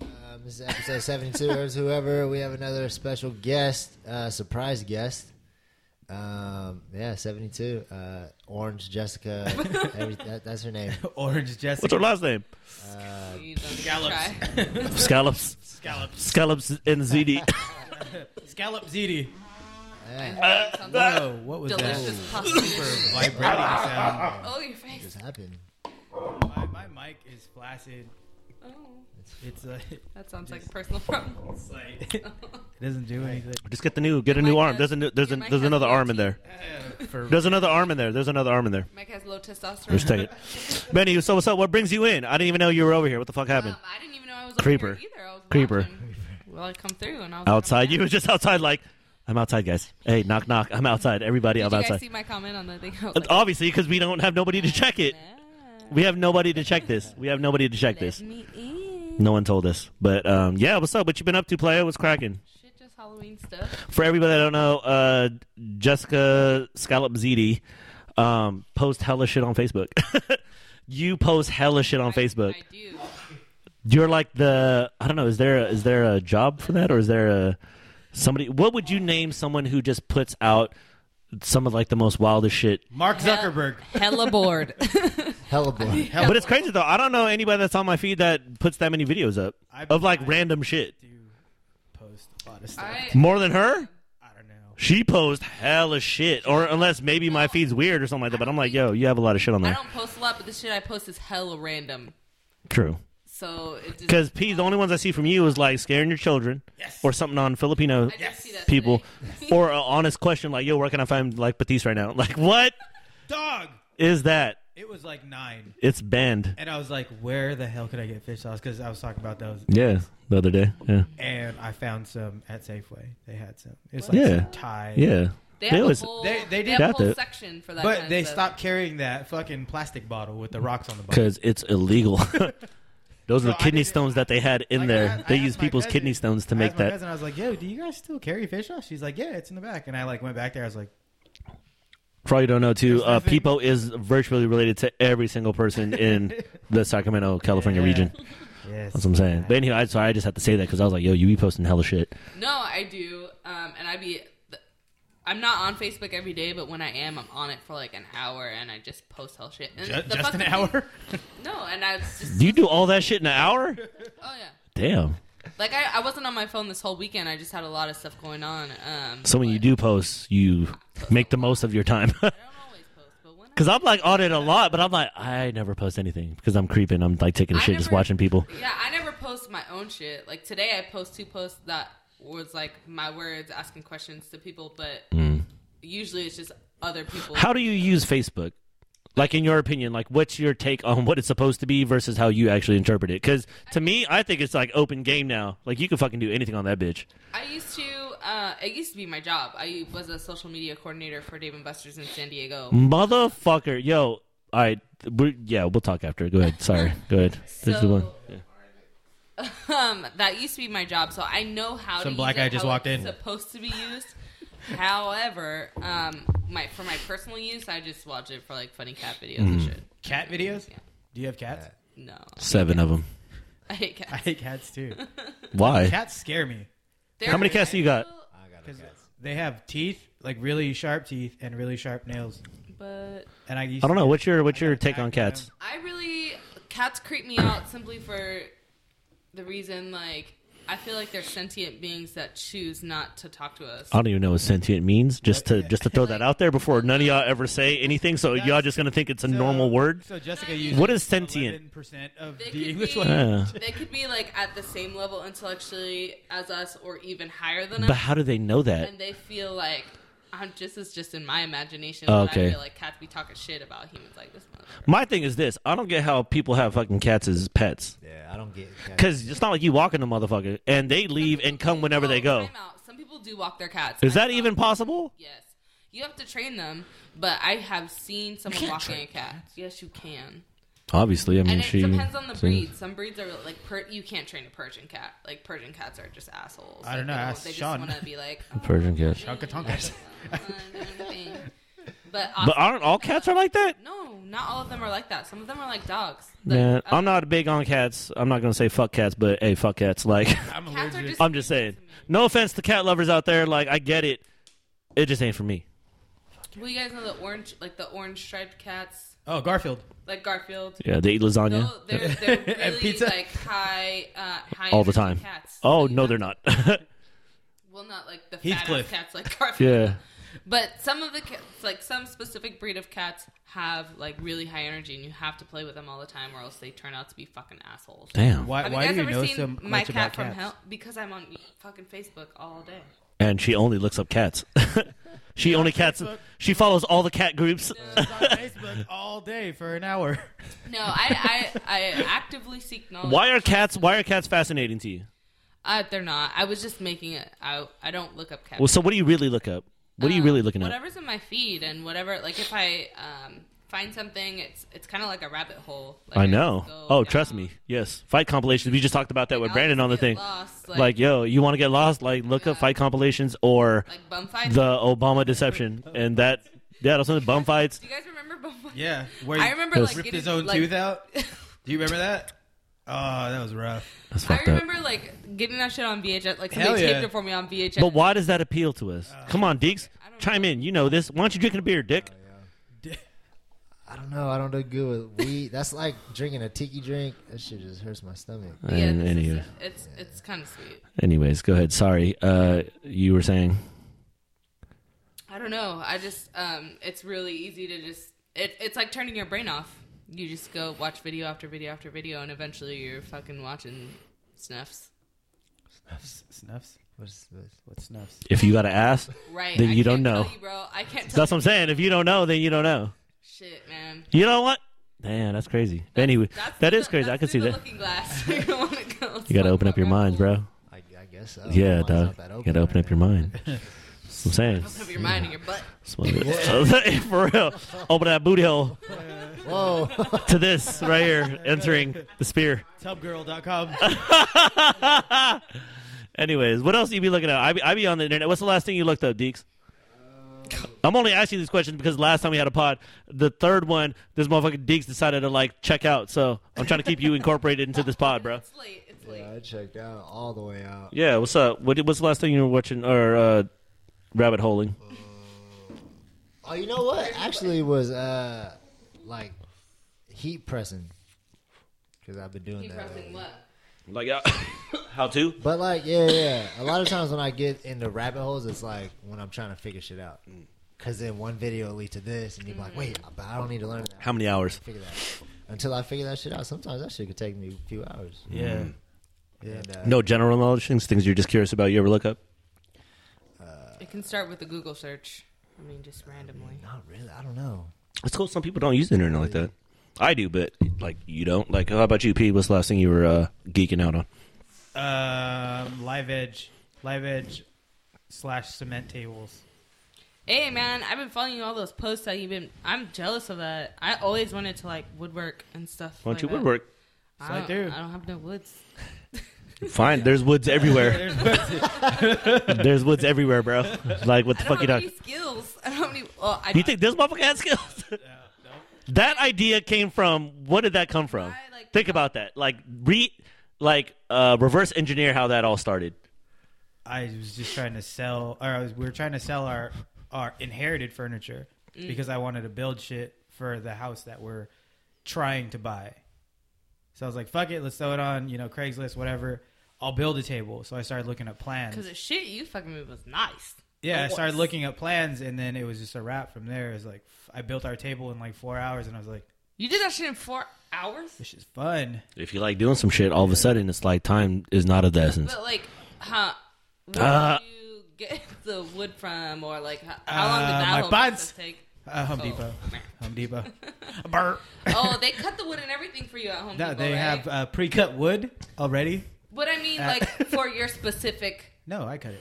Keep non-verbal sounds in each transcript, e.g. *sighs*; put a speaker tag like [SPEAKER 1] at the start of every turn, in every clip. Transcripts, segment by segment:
[SPEAKER 1] Um, this is episode 72 or whoever. We have another special guest, uh, surprise guest. Um, yeah, 72. Uh, Orange Jessica. every, that, that's her name.
[SPEAKER 2] *laughs* Orange
[SPEAKER 3] What's
[SPEAKER 2] Jessica.
[SPEAKER 3] her last name?
[SPEAKER 2] Scallops. *laughs*
[SPEAKER 3] Scallops.
[SPEAKER 2] Scallops.
[SPEAKER 3] Scallops and ZD.
[SPEAKER 2] Scallop ziti.
[SPEAKER 3] Ah.
[SPEAKER 2] Oh, what was that?
[SPEAKER 4] Delicious
[SPEAKER 2] *laughs*
[SPEAKER 4] pasta.
[SPEAKER 2] Super vibrating sound.
[SPEAKER 4] Oh, your face.
[SPEAKER 1] This happened.
[SPEAKER 2] My, my mic is flaccid.
[SPEAKER 4] Oh,
[SPEAKER 2] It's like,
[SPEAKER 4] that sounds like a personal problem.
[SPEAKER 2] it's like *laughs* it doesn't do anything.
[SPEAKER 3] *laughs* Just get the new, get a
[SPEAKER 4] Mike
[SPEAKER 3] new arm.
[SPEAKER 4] has-
[SPEAKER 3] There's a new, there's
[SPEAKER 4] your
[SPEAKER 3] a,
[SPEAKER 4] Mike
[SPEAKER 3] there's
[SPEAKER 4] has
[SPEAKER 3] another
[SPEAKER 4] low
[SPEAKER 3] arm in there.
[SPEAKER 2] For
[SPEAKER 3] There's another arm in there. There's another arm in there.
[SPEAKER 4] Mike has low testosterone.
[SPEAKER 3] Let's take it. Benny, so what's up? What brings you in? I didn't even know you were over here. What the fuck
[SPEAKER 4] Um,
[SPEAKER 3] happened?
[SPEAKER 4] I didn't even know I was
[SPEAKER 3] Creeper.
[SPEAKER 4] Up here either. I was
[SPEAKER 3] Creeper.
[SPEAKER 4] watching. Well, I come through and I was like,
[SPEAKER 3] Outside, *laughs*
[SPEAKER 4] oh,
[SPEAKER 3] you were just outside. Like, I'm outside, guys. Hey, knock, knock. I'm outside. Everybody,
[SPEAKER 4] Did
[SPEAKER 3] I'm
[SPEAKER 4] you guys
[SPEAKER 3] outside.
[SPEAKER 4] see my comment on the thing? *laughs* I was
[SPEAKER 3] Obviously,
[SPEAKER 4] like,
[SPEAKER 3] 'cause Obviously, because we don't have nobody to check it.
[SPEAKER 4] ah,
[SPEAKER 3] We have nobody to check this. We have nobody to check
[SPEAKER 4] let
[SPEAKER 3] this.
[SPEAKER 4] me in.
[SPEAKER 3] No one told us. But um, yeah, what's up? What you been up to, player? What's cracking?
[SPEAKER 4] Shit, just Halloween stuff.
[SPEAKER 3] For everybody that don't know, uh, Jessica Scallop ZD um, posts hella shit on Facebook. *laughs* you post hella shit on
[SPEAKER 4] I-
[SPEAKER 3] Facebook.
[SPEAKER 4] I, do.
[SPEAKER 3] You're like the I don't know. Is there a, is there a job for that, or is there a somebody? What would you name someone who just puts out some of like the most wildest shit?
[SPEAKER 2] Mark Zuckerberg.
[SPEAKER 3] *laughs*
[SPEAKER 4] Hella bored.
[SPEAKER 1] Hella boy.
[SPEAKER 4] *laughs*
[SPEAKER 2] Hell,
[SPEAKER 3] But it's crazy though. I don't know anybody that's on my feed that puts that many videos up
[SPEAKER 2] I-
[SPEAKER 3] of like
[SPEAKER 2] I-
[SPEAKER 3] random shit.
[SPEAKER 2] do post a lot of stuff. I,
[SPEAKER 4] I,
[SPEAKER 3] More than her,
[SPEAKER 2] don't know.
[SPEAKER 3] she posts hella shit. Or unless maybe my feed's weird or something like that. But I'm like, yo, you have a lot of shit on
[SPEAKER 4] I
[SPEAKER 3] there.
[SPEAKER 4] don't post a lot, but the shit I post is hella random.
[SPEAKER 3] True.
[SPEAKER 4] So it just
[SPEAKER 3] Because P, the only ones I see from you is like scaring your children
[SPEAKER 2] Yes.
[SPEAKER 3] or something on Filipino
[SPEAKER 4] I did see
[SPEAKER 2] *laughs*
[SPEAKER 4] that
[SPEAKER 3] people,
[SPEAKER 4] today.
[SPEAKER 3] or an honest question like, "Yo, where can I find like Batiste right now?" *laughs* Like, what
[SPEAKER 2] Dog.
[SPEAKER 3] is that?
[SPEAKER 2] It was like nine,
[SPEAKER 3] It's banned.
[SPEAKER 2] and I was like, "Where the hell could I get fish sauce?" Because I was talking about those,
[SPEAKER 3] Yeah, the other day. Yeah,
[SPEAKER 2] and I found some at Safeway. They had some. It's
[SPEAKER 3] What?
[SPEAKER 2] like
[SPEAKER 3] Yeah.
[SPEAKER 2] some Thai.
[SPEAKER 3] yeah.
[SPEAKER 4] They, have
[SPEAKER 3] always-
[SPEAKER 4] a whole,
[SPEAKER 2] They-
[SPEAKER 4] they,
[SPEAKER 2] they did
[SPEAKER 4] have a
[SPEAKER 3] that
[SPEAKER 4] whole
[SPEAKER 3] though.
[SPEAKER 4] section for that. kind
[SPEAKER 2] But
[SPEAKER 4] of
[SPEAKER 2] they
[SPEAKER 4] stuff.
[SPEAKER 2] stopped carrying that fucking plastic bottle with the rocks on the bottom.
[SPEAKER 3] because it's illegal. *laughs* Those
[SPEAKER 2] No,
[SPEAKER 3] were
[SPEAKER 2] I
[SPEAKER 3] kidney
[SPEAKER 2] didn't-
[SPEAKER 3] stones that they had in
[SPEAKER 2] Like, I
[SPEAKER 3] there.
[SPEAKER 2] asked-
[SPEAKER 3] They
[SPEAKER 2] I asked
[SPEAKER 3] use
[SPEAKER 2] my
[SPEAKER 3] people's
[SPEAKER 2] cousin-
[SPEAKER 3] kidney stones to
[SPEAKER 2] I
[SPEAKER 3] make
[SPEAKER 2] asked my
[SPEAKER 3] that.
[SPEAKER 2] Cousin, I was like, "Yo, do you guys still carry fish sauce?" She's like, "Yeah, it's in the back." And I like went back there. I was like,
[SPEAKER 3] For all you don't know, too,
[SPEAKER 2] There's
[SPEAKER 3] uh,
[SPEAKER 2] nothing-
[SPEAKER 3] Peepo is virtually related to every
[SPEAKER 2] *laughs*
[SPEAKER 3] single person in the Sacramento, California
[SPEAKER 2] Yeah.
[SPEAKER 3] region.
[SPEAKER 2] "Yes."
[SPEAKER 3] That's what I'm saying. But anyway, I, sorry, I just had to say that because I was like, "Yo, you be posting hella shit."
[SPEAKER 4] No, I do, um, and I be. I'm not on Facebook every day, but when I am, I'm on it for like an hour, and I just post hell shit. And
[SPEAKER 2] Ju-
[SPEAKER 4] the
[SPEAKER 2] Just an
[SPEAKER 4] fucking-
[SPEAKER 2] hour.
[SPEAKER 4] No, and I
[SPEAKER 3] *laughs*
[SPEAKER 4] was just.
[SPEAKER 3] Do you do all that shit in an hour?
[SPEAKER 4] Oh yeah.
[SPEAKER 3] Damn.
[SPEAKER 4] Like I, I wasn't on my phone this whole weekend. I just had a lot of stuff going on. Um,
[SPEAKER 3] So when you do post, you make the most of your time. *laughs*
[SPEAKER 4] I don't always post, but when
[SPEAKER 3] Because I'm like on it a lot, but I'm like I never post anything because I'm creeping. I'm like taking a
[SPEAKER 4] I
[SPEAKER 3] shit, just
[SPEAKER 4] never-
[SPEAKER 3] watching people.
[SPEAKER 4] I, yeah, I never post my own shit. Like today, I post two posts that was like my words asking questions to people, but usually it's just other people.
[SPEAKER 3] Mm. How do you use Facebook? Like in your opinion, like what's your take on what it's supposed to be versus how you actually interpret it? Because to me, I think it's like open game now. Like you can fucking do anything on that bitch.
[SPEAKER 4] I used to. Uh, it used to be my job. I was a social media coordinator for Dave and Buster's in San Diego.
[SPEAKER 3] Motherfucker, yo. All right, we yeah, we'll talk after. Go ahead. Sorry. Go ahead. This is the
[SPEAKER 4] So-
[SPEAKER 3] one. Yeah.
[SPEAKER 4] Um, that used to be my job, so I know how.
[SPEAKER 2] Some
[SPEAKER 4] to
[SPEAKER 2] black
[SPEAKER 4] use
[SPEAKER 2] guy
[SPEAKER 4] it,
[SPEAKER 2] just
[SPEAKER 4] how
[SPEAKER 2] walked
[SPEAKER 4] it's
[SPEAKER 2] in.
[SPEAKER 4] Supposed to be used. However, um, my for my personal use, I just watch it for like funny cat videos
[SPEAKER 2] Mm.
[SPEAKER 4] and shit.
[SPEAKER 2] *laughs* Cat videos?
[SPEAKER 4] Yeah.
[SPEAKER 2] Do you have cats?
[SPEAKER 4] No, *laughs*
[SPEAKER 3] Seven of them.
[SPEAKER 4] I hate
[SPEAKER 2] *laughs* I
[SPEAKER 4] cats.
[SPEAKER 2] hate cats
[SPEAKER 3] *laughs*
[SPEAKER 2] too.
[SPEAKER 3] Why?
[SPEAKER 2] cats scare me
[SPEAKER 3] How many cats do you got?
[SPEAKER 1] I got a
[SPEAKER 2] because
[SPEAKER 1] cat.
[SPEAKER 2] they have teeth, like really sharp teeth and really sharp nails.
[SPEAKER 4] But
[SPEAKER 2] And I used
[SPEAKER 3] I don't know.
[SPEAKER 2] to-
[SPEAKER 3] What's your what's
[SPEAKER 2] I
[SPEAKER 3] your
[SPEAKER 2] got
[SPEAKER 3] take on
[SPEAKER 2] attacked by
[SPEAKER 3] cats?
[SPEAKER 2] them.
[SPEAKER 4] I really cats creep me out simply for the reason like I feel like they're sentient beings that choose not to talk to us.
[SPEAKER 3] I don't even know what sentient means. Just to just to throw that out there before none of y'all ever say anything, so y'all just gonna think it's a
[SPEAKER 2] So-
[SPEAKER 3] normal word.
[SPEAKER 2] So Jessica used
[SPEAKER 3] What is sentient?
[SPEAKER 2] Percent of
[SPEAKER 4] They
[SPEAKER 2] the
[SPEAKER 4] could
[SPEAKER 2] English
[SPEAKER 4] be-
[SPEAKER 2] language.
[SPEAKER 3] Yeah.
[SPEAKER 4] they could be like at the same level intellectually as us or even higher than
[SPEAKER 3] But
[SPEAKER 4] us
[SPEAKER 3] how do they know that?
[SPEAKER 4] and they feel like I'm just it's just in my imagination
[SPEAKER 3] Oh,
[SPEAKER 4] but
[SPEAKER 3] okay.
[SPEAKER 4] I feel like cats be talking shit about humans like this motherfucker.
[SPEAKER 3] My thing is this: I don't get how people have fucking cats as pets.
[SPEAKER 1] Yeah, I don't get it.
[SPEAKER 3] Cause it's not like you walk in the motherfucker and they leave and come whenever they
[SPEAKER 4] Oh,
[SPEAKER 3] go.
[SPEAKER 4] time out. Some people do walk their cats.
[SPEAKER 3] Is
[SPEAKER 4] I
[SPEAKER 3] that
[SPEAKER 4] saw-
[SPEAKER 3] even possible?
[SPEAKER 4] Yes. You have to train them, but I have seen someone walking a cat. Yes, you can.
[SPEAKER 3] Obviously, I mean
[SPEAKER 4] and it
[SPEAKER 3] she.
[SPEAKER 4] depends on the
[SPEAKER 3] sings-
[SPEAKER 4] breed. Some breeds are like per- you can't train a Persian cat. Like Persian cats are just assholes.
[SPEAKER 2] I don't
[SPEAKER 4] Like,
[SPEAKER 2] know,
[SPEAKER 4] They,
[SPEAKER 2] ask
[SPEAKER 4] they just
[SPEAKER 2] Sean.
[SPEAKER 4] want to be like
[SPEAKER 3] *laughs*
[SPEAKER 4] oh,
[SPEAKER 3] Persian
[SPEAKER 2] *laughs*
[SPEAKER 3] cat.
[SPEAKER 4] *laughs*
[SPEAKER 2] Shakatonkas.
[SPEAKER 4] I'm not doing anything. But,
[SPEAKER 3] But aren't all cats are like that?
[SPEAKER 4] No, not all of them are like that. Some of them are like dogs. Like,
[SPEAKER 3] Yeah,
[SPEAKER 4] uh,
[SPEAKER 3] I'm not big on cats. I'm not gonna say fuck cats, but hey, fuck cats. Like, *laughs*
[SPEAKER 2] I'm
[SPEAKER 4] Cats are
[SPEAKER 2] allergic.
[SPEAKER 4] just.
[SPEAKER 3] I'm just saying. No offense to cat lovers out there. Like, I get it. It just ain't for me.
[SPEAKER 4] Well, you guys know the orange, like the orange striped cats,
[SPEAKER 2] Oh, Garfield.
[SPEAKER 4] like Garfield.
[SPEAKER 3] Yeah, they eat lasagna.
[SPEAKER 4] No,
[SPEAKER 2] *laughs*
[SPEAKER 4] they're, they're really
[SPEAKER 2] And pizza.
[SPEAKER 4] like high, uh, high
[SPEAKER 3] All the
[SPEAKER 4] energy
[SPEAKER 3] time.
[SPEAKER 4] Cats.
[SPEAKER 3] Oh
[SPEAKER 4] Like,
[SPEAKER 3] no, they're not. *laughs*
[SPEAKER 4] Well, not like the fat
[SPEAKER 2] Heathcliff.
[SPEAKER 4] cats like Garfield.
[SPEAKER 3] yeah,
[SPEAKER 4] But some of the cats, like some specific breed of cats, have like really high energy, and you have to play with them all the time, or else they turn out to be fucking assholes.
[SPEAKER 3] damn.
[SPEAKER 2] Why,
[SPEAKER 4] Have
[SPEAKER 2] why
[SPEAKER 4] you
[SPEAKER 2] do
[SPEAKER 4] guys
[SPEAKER 2] you
[SPEAKER 4] ever
[SPEAKER 2] know
[SPEAKER 4] seen
[SPEAKER 2] so
[SPEAKER 4] my
[SPEAKER 2] much about
[SPEAKER 4] cat from
[SPEAKER 2] cats? *laughs*
[SPEAKER 4] hell? Because I'm on fucking Facebook all day.
[SPEAKER 3] And she only looks up cats. *laughs* she only cats. She follows all the cat groups.
[SPEAKER 2] I was on Facebook all day for an hour.
[SPEAKER 4] No, I, I, I actively seek
[SPEAKER 3] *laughs*
[SPEAKER 4] knowledge.
[SPEAKER 3] Why are cats? Why are cats fascinating to you?
[SPEAKER 4] Uh, they're not. I was just making it. I I don't look up cat.
[SPEAKER 3] Well, so what do you really look up? What are you
[SPEAKER 4] Um,
[SPEAKER 3] really looking at?
[SPEAKER 4] Whatever's in my feed and whatever. Like if I um, find something, it's it's kind of like a rabbit hole. Like,
[SPEAKER 3] I
[SPEAKER 4] just
[SPEAKER 3] know.
[SPEAKER 4] go
[SPEAKER 3] Oh, trust
[SPEAKER 4] down.
[SPEAKER 3] me. Yes, fight compilations. We just talked about that with
[SPEAKER 4] I'll
[SPEAKER 3] Brandon
[SPEAKER 4] just
[SPEAKER 3] on the
[SPEAKER 4] get
[SPEAKER 3] thing.
[SPEAKER 4] lost,
[SPEAKER 3] Like, yo, you want to get lost? Like, look up
[SPEAKER 4] Yeah.
[SPEAKER 3] fight compilations or
[SPEAKER 4] like bum fights.
[SPEAKER 3] the Obama deception, and that. Yeah, that's one of the bum fights.
[SPEAKER 4] Do you guys remember bum fights? *laughs*
[SPEAKER 2] Yeah, where
[SPEAKER 4] I
[SPEAKER 2] he
[SPEAKER 4] remember like
[SPEAKER 2] ripped
[SPEAKER 4] getting,
[SPEAKER 2] his own
[SPEAKER 4] like,
[SPEAKER 2] tooth out. Do you remember that? Oh, that was rough.
[SPEAKER 3] That's
[SPEAKER 4] I
[SPEAKER 3] fucked up.
[SPEAKER 4] remember like getting that shit on VHS. Like
[SPEAKER 2] Hell
[SPEAKER 4] somebody
[SPEAKER 2] yeah.
[SPEAKER 4] taped it for me on VHS.
[SPEAKER 3] But why does that appeal to us? Come on, Deeks,
[SPEAKER 4] I don't
[SPEAKER 3] chime in. You know this. Why don't you drink a beer, Dick?
[SPEAKER 1] I don't know. I don't do good with weed. That's like drinking a tiki drink. That shit just hurts my stomach.
[SPEAKER 4] Yeah,
[SPEAKER 3] And
[SPEAKER 4] this
[SPEAKER 3] any-
[SPEAKER 4] is- it's it's kind of sweet.
[SPEAKER 3] anyways, go ahead. Sorry, uh, you were saying.
[SPEAKER 4] I don't know. I just um, it's really easy to just it, it's like turning your brain off. You just go watch video after video after video, and eventually you're fucking watching snuffs.
[SPEAKER 2] S- Snuffs?
[SPEAKER 1] What's this?
[SPEAKER 2] What snuffs?
[SPEAKER 3] If you got to ask,
[SPEAKER 4] Right?
[SPEAKER 3] Then
[SPEAKER 4] I
[SPEAKER 3] you don't
[SPEAKER 4] can't tell
[SPEAKER 3] know.
[SPEAKER 4] you, bro. I can't tell.
[SPEAKER 3] that's what I'm saying. If you don't know, then you don't know.
[SPEAKER 4] Shit, man.
[SPEAKER 3] You know what? Damn, that's crazy. anyway,
[SPEAKER 4] That's
[SPEAKER 3] that
[SPEAKER 4] through
[SPEAKER 3] is
[SPEAKER 4] the-
[SPEAKER 3] crazy. I
[SPEAKER 4] that's
[SPEAKER 3] can see
[SPEAKER 4] through the
[SPEAKER 3] that.
[SPEAKER 4] Looking glass. *laughs* you gotta
[SPEAKER 3] You got to open up your mind, bro.
[SPEAKER 1] I, I guess so.
[SPEAKER 3] yeah,
[SPEAKER 1] Mine's
[SPEAKER 3] dog.
[SPEAKER 1] not that
[SPEAKER 3] You got to open up your mind. That's what I'm saying.
[SPEAKER 4] Open up your mind and your butt.
[SPEAKER 3] That's what it- *laughs* For real. Open that booty hole
[SPEAKER 1] Whoa.
[SPEAKER 3] to this right here, entering the spear.
[SPEAKER 2] Tubgirl.com.
[SPEAKER 3] Anyways, what else do you be looking at? I be, I be on the internet. What's the last thing you looked up, Deeks? I'm only asking these questions because last time we had a pod, the third one, this motherfucking Deeks decided to like check out. So I'm trying to keep you incorporated into this pod, *laughs* bro.
[SPEAKER 4] It's late. It's late.
[SPEAKER 1] yeah, I checked out all the way out.
[SPEAKER 3] Yeah, what's up? What, what's the last thing you were watching or uh, rabbit holing?
[SPEAKER 1] Oh, you know what? Actually, it was uh like heat pressing because I've been doing
[SPEAKER 4] Keep
[SPEAKER 1] that. lately.
[SPEAKER 4] pressing what?
[SPEAKER 3] Like uh, *coughs* how to?
[SPEAKER 1] But like, yeah, yeah. A lot of times when I get into rabbit holes, it's like when I'm trying to figure shit out.
[SPEAKER 4] Mm.
[SPEAKER 1] Because then one video will lead to this, and you're
[SPEAKER 4] Mm-hmm.
[SPEAKER 1] like, wait, but I don't need to learn that.
[SPEAKER 3] How many hours?
[SPEAKER 1] figure that. Until I figure that shit out, sometimes that shit could take me a few hours.
[SPEAKER 2] *laughs* yeah.
[SPEAKER 1] And, uh,
[SPEAKER 3] No general knowledge things, things you're just curious about. You ever look up?
[SPEAKER 4] It can start with a Google search. I mean, just randomly.
[SPEAKER 1] not really. I don't know.
[SPEAKER 3] It's cool. Some people don't use the internet like that. I do, but like you don't. Like how about you, P? What's the last thing you were uh, geeking out on?
[SPEAKER 2] Um, live Edge. Live Edge slash cement tables.
[SPEAKER 4] Hey man, I've been following all those posts that you've been. I'm jealous of that. I always wanted to like woodwork and stuff.
[SPEAKER 3] Why don't you
[SPEAKER 4] like that.
[SPEAKER 3] woodwork?
[SPEAKER 4] I
[SPEAKER 2] Slide
[SPEAKER 4] don't,
[SPEAKER 2] through.
[SPEAKER 4] I don't have no woods.
[SPEAKER 3] Fine. There's woods everywhere.
[SPEAKER 2] There's what's-
[SPEAKER 3] *laughs* There's woods everywhere, bro. Like what the
[SPEAKER 4] I
[SPEAKER 3] fuck you
[SPEAKER 4] don't have
[SPEAKER 3] talking?
[SPEAKER 4] any skills. I don't have any. Well, I,
[SPEAKER 3] You think this motherfucker has skills? *laughs* that idea came from. What did that come from?
[SPEAKER 4] I, like,
[SPEAKER 3] Think about that. Like re, like uh, reverse engineer how that all started.
[SPEAKER 2] I was just trying to sell, or I was, we were trying to sell our our inherited furniture
[SPEAKER 4] Mm.
[SPEAKER 2] because I wanted to build shit for the house that we're trying to buy. So I was like, "Fuck it, let's throw it on, you know, Craigslist, whatever. I'll build a table." So I started looking at plans.
[SPEAKER 4] Because the shit you fucking moved was nice.
[SPEAKER 2] Yeah, I
[SPEAKER 4] It
[SPEAKER 2] started
[SPEAKER 4] was.
[SPEAKER 2] looking at plans, and then it was just a wrap from there. It was like f- I built our table in like four hours, and I was like,
[SPEAKER 4] You did that shit in four hours.
[SPEAKER 2] "This is fun."
[SPEAKER 3] If you like doing some shit, all of a sudden it's like time is not of the essence.
[SPEAKER 4] But like, huh? Where
[SPEAKER 3] Uh.
[SPEAKER 4] did you get the wood from, or like, how, how long did
[SPEAKER 2] Uh,
[SPEAKER 4] that
[SPEAKER 2] my
[SPEAKER 4] whole
[SPEAKER 2] buds.
[SPEAKER 4] process take?
[SPEAKER 2] Uh, Home
[SPEAKER 4] Oh.
[SPEAKER 2] Depot, Home
[SPEAKER 4] *laughs*
[SPEAKER 2] Depot. Burr.
[SPEAKER 4] oh, they cut the wood and everything for you at home.
[SPEAKER 2] No,
[SPEAKER 4] Depot,
[SPEAKER 2] they
[SPEAKER 4] right?
[SPEAKER 2] have uh, pre-cut wood already.
[SPEAKER 4] But I mean,
[SPEAKER 2] Uh,
[SPEAKER 4] like for your specific. Oh,
[SPEAKER 2] No, I cut it.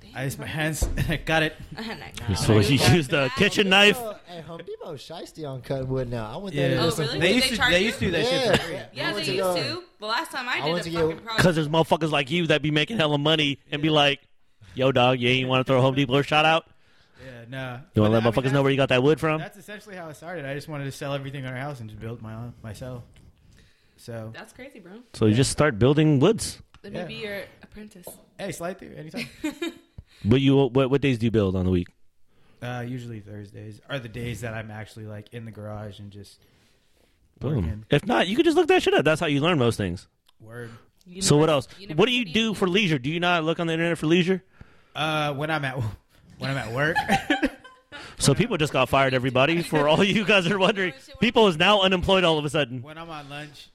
[SPEAKER 4] Damn.
[SPEAKER 2] I used my hands *laughs* and I got it.
[SPEAKER 4] Oh,
[SPEAKER 3] So you used a kitchen knife.
[SPEAKER 1] At Oh, Home Depot, shiesty on cutting wood now. I went
[SPEAKER 2] Yeah,
[SPEAKER 1] there.
[SPEAKER 4] Oh,
[SPEAKER 2] so
[SPEAKER 4] really?
[SPEAKER 2] they
[SPEAKER 4] Did
[SPEAKER 2] used
[SPEAKER 4] they
[SPEAKER 2] to
[SPEAKER 4] charge
[SPEAKER 2] they
[SPEAKER 4] you?
[SPEAKER 2] used to do that
[SPEAKER 1] yeah.
[SPEAKER 2] shit for free.
[SPEAKER 4] Yeah,
[SPEAKER 1] I went
[SPEAKER 4] they
[SPEAKER 1] go-
[SPEAKER 2] uh,
[SPEAKER 4] used to. The last time I
[SPEAKER 1] I
[SPEAKER 4] did
[SPEAKER 1] went to
[SPEAKER 4] a fucking
[SPEAKER 1] get-
[SPEAKER 4] project.
[SPEAKER 3] Because there's motherfuckers like you that be making hella money and be like, yo, dog, you ain't want to throw Home Depot a shout out?
[SPEAKER 2] Yeah, nah.
[SPEAKER 3] You want to
[SPEAKER 2] But I
[SPEAKER 3] let
[SPEAKER 2] mean,
[SPEAKER 3] motherfuckers know where you got that wood from?
[SPEAKER 2] That's essentially how I started. I just wanted to sell everything in our house and just build my own myself. So
[SPEAKER 4] That's crazy, bro.
[SPEAKER 3] So you just start building woods.
[SPEAKER 4] Let me
[SPEAKER 2] Yeah.
[SPEAKER 4] be your apprentice.
[SPEAKER 2] hey, slide through anytime.
[SPEAKER 3] But you, what, what days do you build on the week?
[SPEAKER 2] uh, usually Thursdays are the days that I'm actually like in the garage and just
[SPEAKER 3] Boom.
[SPEAKER 2] Working.
[SPEAKER 3] If not, you could just look that shit up. That's how you learn most things.
[SPEAKER 2] word.
[SPEAKER 4] You
[SPEAKER 3] So
[SPEAKER 4] never-
[SPEAKER 3] what else?
[SPEAKER 4] never
[SPEAKER 3] What do you
[SPEAKER 4] see.
[SPEAKER 3] do for leisure? Do you not look on the internet for leisure?
[SPEAKER 2] Uh, when I'm at *laughs* when I'm at work, *laughs*
[SPEAKER 3] So people just got fired. Everybody, for all you guys are wondering, people is now unemployed all of a sudden.
[SPEAKER 2] when I'm on lunch,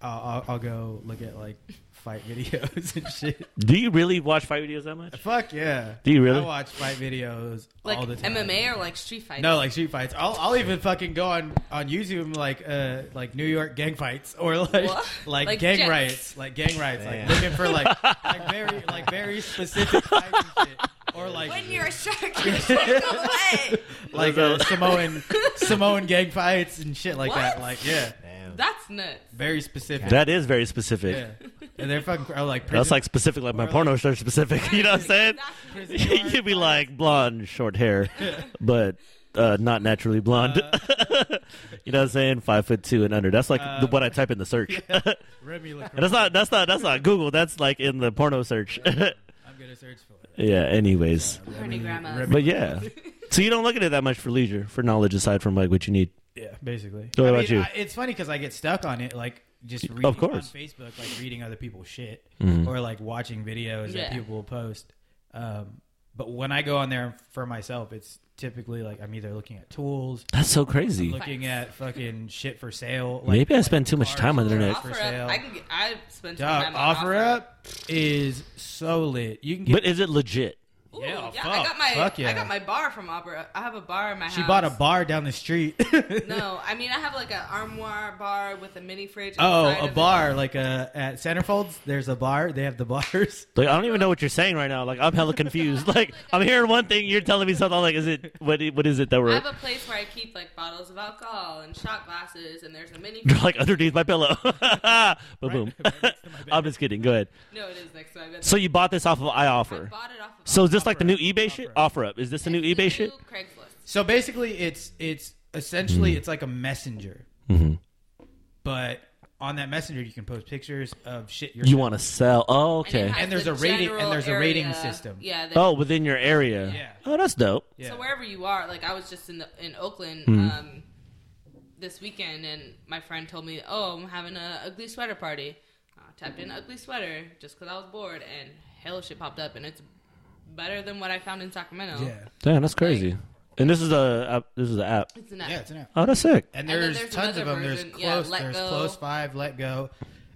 [SPEAKER 2] I'll, I'll, I'll go look at like fight videos *laughs* and shit.
[SPEAKER 3] Do you really watch fight videos that much?
[SPEAKER 2] Fuck yeah.
[SPEAKER 3] Do you really?
[SPEAKER 2] I watch fight videos
[SPEAKER 4] Like
[SPEAKER 2] all the time.
[SPEAKER 4] MMA or like street fights?
[SPEAKER 2] No, like street fights. I'll, I'll even fucking go on on YouTube and, like uh like New York gang fights or like
[SPEAKER 4] What?
[SPEAKER 2] like,
[SPEAKER 4] Like
[SPEAKER 2] gang
[SPEAKER 4] jets.
[SPEAKER 2] riots, like gang riots,
[SPEAKER 1] Damn.
[SPEAKER 2] like looking for like
[SPEAKER 3] *laughs*
[SPEAKER 2] like very like very specific types of shit or like
[SPEAKER 4] when you're a
[SPEAKER 2] *laughs*
[SPEAKER 4] shark, you're a shark all the way. *laughs*
[SPEAKER 2] like uh, Samoan Samoan gang fights and shit like that.
[SPEAKER 4] What?
[SPEAKER 2] Like yeah,
[SPEAKER 1] Damn.
[SPEAKER 2] *laughs*
[SPEAKER 4] That's nuts.
[SPEAKER 2] very specific.
[SPEAKER 3] That is very specific.
[SPEAKER 2] yeah, and they're fucking or, like
[SPEAKER 3] That's
[SPEAKER 2] prison,
[SPEAKER 3] like specific, like my porno star specific. *laughs* You know what I'm
[SPEAKER 4] *laughs*
[SPEAKER 3] saying?
[SPEAKER 4] That's
[SPEAKER 3] *laughs*
[SPEAKER 4] nuts.
[SPEAKER 3] You'd be like blonde,
[SPEAKER 2] *laughs*
[SPEAKER 3] short hair, but uh, not naturally blonde. *laughs* you know what I'm saying? Five foot two and under. That's like the,
[SPEAKER 2] Uh,
[SPEAKER 3] what I type in
[SPEAKER 2] *laughs*
[SPEAKER 3] the search.
[SPEAKER 2] Remy
[SPEAKER 3] And that's not that's not that's not Google. That's like in the porno search. *laughs*
[SPEAKER 2] I'm gonna search for it.
[SPEAKER 3] yeah. Anyways,
[SPEAKER 4] Horny grandmas.
[SPEAKER 2] Remy-
[SPEAKER 3] but yeah. So you don't look at it that much for leisure, for knowledge, aside from like what you need.
[SPEAKER 2] Yeah, basically.
[SPEAKER 3] What
[SPEAKER 2] I
[SPEAKER 3] about
[SPEAKER 2] mean,
[SPEAKER 3] you?
[SPEAKER 2] I, it's funny because I get stuck on it, like just
[SPEAKER 3] Of
[SPEAKER 2] reading
[SPEAKER 3] course. Mm-hmm.
[SPEAKER 2] on Facebook, like reading other people's shit, or like watching videos that
[SPEAKER 4] Yeah.
[SPEAKER 2] people will post. Um, but when I go on there for myself, it's typically like I'm either looking at tools,
[SPEAKER 3] That's so crazy.
[SPEAKER 2] looking at fucking shit for sale. Like,
[SPEAKER 3] Maybe I
[SPEAKER 2] like
[SPEAKER 3] spend too much
[SPEAKER 2] cars
[SPEAKER 3] time on the
[SPEAKER 2] for
[SPEAKER 3] internet.
[SPEAKER 4] Offer
[SPEAKER 2] For
[SPEAKER 4] up. I
[SPEAKER 2] sale.
[SPEAKER 4] can get, I spend some
[SPEAKER 2] Dog,
[SPEAKER 4] time on
[SPEAKER 2] offer up is so lit. You can get.
[SPEAKER 3] But is it legit?
[SPEAKER 4] Ooh,
[SPEAKER 2] Yeah,
[SPEAKER 4] yeah,
[SPEAKER 2] fuck,
[SPEAKER 4] I got my
[SPEAKER 2] fuck yeah.
[SPEAKER 4] I got my bar from Opera. Up. I have a bar in my house.
[SPEAKER 2] she bought a bar down the street. *laughs*
[SPEAKER 4] No, I mean I have like an armoire bar with a mini fridge. inside
[SPEAKER 2] oh,
[SPEAKER 4] of
[SPEAKER 2] a
[SPEAKER 4] it.
[SPEAKER 2] bar like uh, at Centerfolds. There's a bar. They have the *laughs* bars.
[SPEAKER 3] Like I don't even know what you're saying right now. Like I'm hella confused. *laughs* Like I'm hearing one thing, you're telling me something. I'm like, is it what? i- What is it that
[SPEAKER 4] I
[SPEAKER 3] we're
[SPEAKER 4] have a place where I keep like bottles of alcohol and shot glasses, and there's a mini.
[SPEAKER 3] *laughs* like underneath my pillow? *laughs* but boom. I'm just kidding. Go ahead.
[SPEAKER 4] no, it is next to my bed.
[SPEAKER 3] So you bought this off of
[SPEAKER 4] I
[SPEAKER 3] iOffer.
[SPEAKER 4] bought it off of.
[SPEAKER 3] So is this like the new
[SPEAKER 2] Offer.
[SPEAKER 3] eBay shit? Offer up. Is this the new
[SPEAKER 4] It's
[SPEAKER 3] eBay shit?
[SPEAKER 4] new Craigslist.
[SPEAKER 2] So basically, it's it's essentially
[SPEAKER 3] Mm-hmm.
[SPEAKER 2] it's like a messenger, but on that messenger you can post pictures of shit you're
[SPEAKER 3] You want to sell? Oh,
[SPEAKER 4] And it
[SPEAKER 3] okay.
[SPEAKER 4] has
[SPEAKER 2] And there's
[SPEAKER 4] the
[SPEAKER 2] a rating-
[SPEAKER 4] general
[SPEAKER 2] and there's a rating
[SPEAKER 4] area.
[SPEAKER 2] system.
[SPEAKER 4] Yeah. the-
[SPEAKER 3] Oh, within your area.
[SPEAKER 2] Yeah.
[SPEAKER 3] Oh, that's dope.
[SPEAKER 2] Yeah.
[SPEAKER 4] So wherever you are, like I was just in the, in Oakland
[SPEAKER 3] Hmm.
[SPEAKER 4] um, this weekend, and my friend told me, "Oh, I'm having a ugly sweater party." I tapped in ugly sweater just because I was bored, and hell shit popped up, and it's better than what I found in Sacramento.
[SPEAKER 2] yeah
[SPEAKER 3] Damn, that's crazy. And this is a app this is an app.
[SPEAKER 4] It's an app.
[SPEAKER 2] yeah it's an app.
[SPEAKER 3] Oh, that's sick.
[SPEAKER 2] And
[SPEAKER 4] then
[SPEAKER 2] there's,
[SPEAKER 4] there's
[SPEAKER 2] tons of
[SPEAKER 4] another
[SPEAKER 2] them. There's
[SPEAKER 4] version, yeah,
[SPEAKER 2] close.
[SPEAKER 4] Let
[SPEAKER 2] there's
[SPEAKER 4] Go.
[SPEAKER 2] close five. Let go.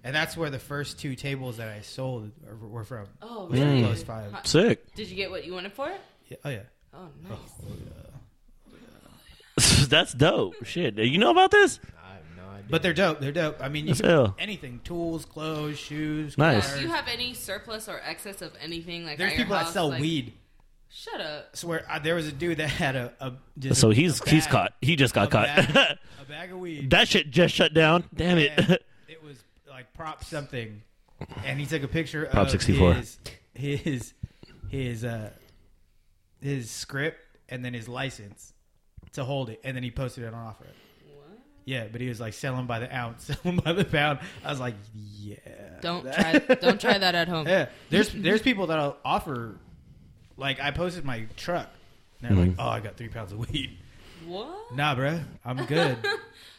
[SPEAKER 2] And that's where the first two tables that I sold are- were from.
[SPEAKER 4] Oh,
[SPEAKER 2] Was
[SPEAKER 4] really?
[SPEAKER 2] Close five.
[SPEAKER 4] Huh.
[SPEAKER 3] Sick. *laughs*
[SPEAKER 4] Did you get what you wanted for it?
[SPEAKER 2] Yeah, oh yeah.
[SPEAKER 4] Oh, nice.
[SPEAKER 3] that's dope. Shit. You know about this?
[SPEAKER 1] I have no idea.
[SPEAKER 2] But they're dope. They're dope. I mean, you
[SPEAKER 3] That's
[SPEAKER 2] can-
[SPEAKER 3] ill.
[SPEAKER 2] anything: tools, clothes, shoes.
[SPEAKER 3] Nice.
[SPEAKER 4] Do
[SPEAKER 2] cars.
[SPEAKER 4] you have any surplus or excess of anything? Like
[SPEAKER 2] There's
[SPEAKER 4] at your
[SPEAKER 2] people
[SPEAKER 4] house?
[SPEAKER 2] that sell
[SPEAKER 4] Like-
[SPEAKER 2] weed.
[SPEAKER 4] Shut up.
[SPEAKER 2] Swear, I, there was a dude that had a. a just
[SPEAKER 3] So
[SPEAKER 2] a-
[SPEAKER 3] he's
[SPEAKER 2] a
[SPEAKER 3] he's
[SPEAKER 2] bag-
[SPEAKER 3] caught. He just got
[SPEAKER 2] a
[SPEAKER 3] caught.
[SPEAKER 2] Bag, a bag of weed.
[SPEAKER 3] *laughs* that shit just shut down. Damn *laughs*
[SPEAKER 2] and
[SPEAKER 3] it.
[SPEAKER 2] it was like prop something, and he took a picture
[SPEAKER 3] Prop
[SPEAKER 2] of
[SPEAKER 3] 64.
[SPEAKER 2] his his his uh his script and then his license to hold it, and then he posted it on offer.
[SPEAKER 4] What?
[SPEAKER 2] Yeah, but he was like selling by the ounce, *laughs* selling by the pound. I was like, yeah,
[SPEAKER 4] Don't try.
[SPEAKER 2] Uh, That-
[SPEAKER 4] don't try that at
[SPEAKER 2] *laughs*
[SPEAKER 4] home.
[SPEAKER 2] yeah, there's there's people that'll offer. Like I posted my truck, and they're like,
[SPEAKER 3] Mm-hmm.
[SPEAKER 2] "Oh, I got three pounds of weed."
[SPEAKER 4] What?
[SPEAKER 2] Nah, bruh, I'm good.
[SPEAKER 4] *laughs*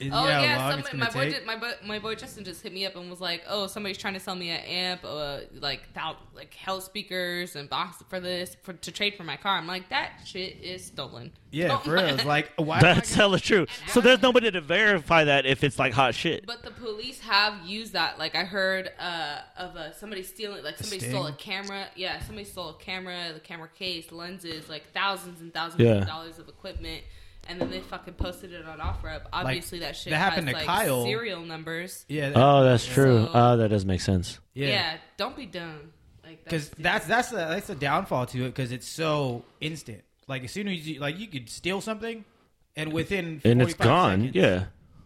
[SPEAKER 2] Isn't
[SPEAKER 4] Oh
[SPEAKER 2] that how
[SPEAKER 4] yeah,
[SPEAKER 2] long
[SPEAKER 4] somebody,
[SPEAKER 2] it's gonna
[SPEAKER 4] my boy,
[SPEAKER 2] take?
[SPEAKER 4] ju- my boy, my boy Justin just hit me up and was like, "Oh, somebody's trying to sell me an amp, uh, like thou, like hell speakers and box for this for, to trade for my car." I'm like, "That shit is stolen."
[SPEAKER 2] Yeah,
[SPEAKER 4] Don't
[SPEAKER 2] for real. It's
[SPEAKER 4] mind.
[SPEAKER 2] like
[SPEAKER 3] *laughs*
[SPEAKER 2] why? am I
[SPEAKER 3] That's hella true. So there's nobody to verify that if it's like hot shit.
[SPEAKER 4] But the police have used that. Like I heard uh, of uh, somebody stealing, like somebody stole a
[SPEAKER 2] sting?
[SPEAKER 4] camera. Yeah, somebody stole a camera, the camera case, lenses, like thousands and thousands
[SPEAKER 3] Yeah.
[SPEAKER 4] of dollars of equipment, and then they fucking posted it on OfferUp. Obviously, that shit
[SPEAKER 2] that happened
[SPEAKER 4] has,
[SPEAKER 2] to
[SPEAKER 4] like,
[SPEAKER 2] Kyle.
[SPEAKER 4] Serial numbers.
[SPEAKER 2] Yeah.
[SPEAKER 3] Oh, that's true.
[SPEAKER 4] So-
[SPEAKER 3] Oh, that does make sense.
[SPEAKER 4] Yeah.
[SPEAKER 2] yeah.
[SPEAKER 4] don't be dumb. Like
[SPEAKER 2] because that's that's the that's the downfall to it because it's so instant. Like as soon as you like you could steal something, and within
[SPEAKER 3] and it's
[SPEAKER 2] 45
[SPEAKER 3] gone.
[SPEAKER 2] seconds,
[SPEAKER 3] Yeah.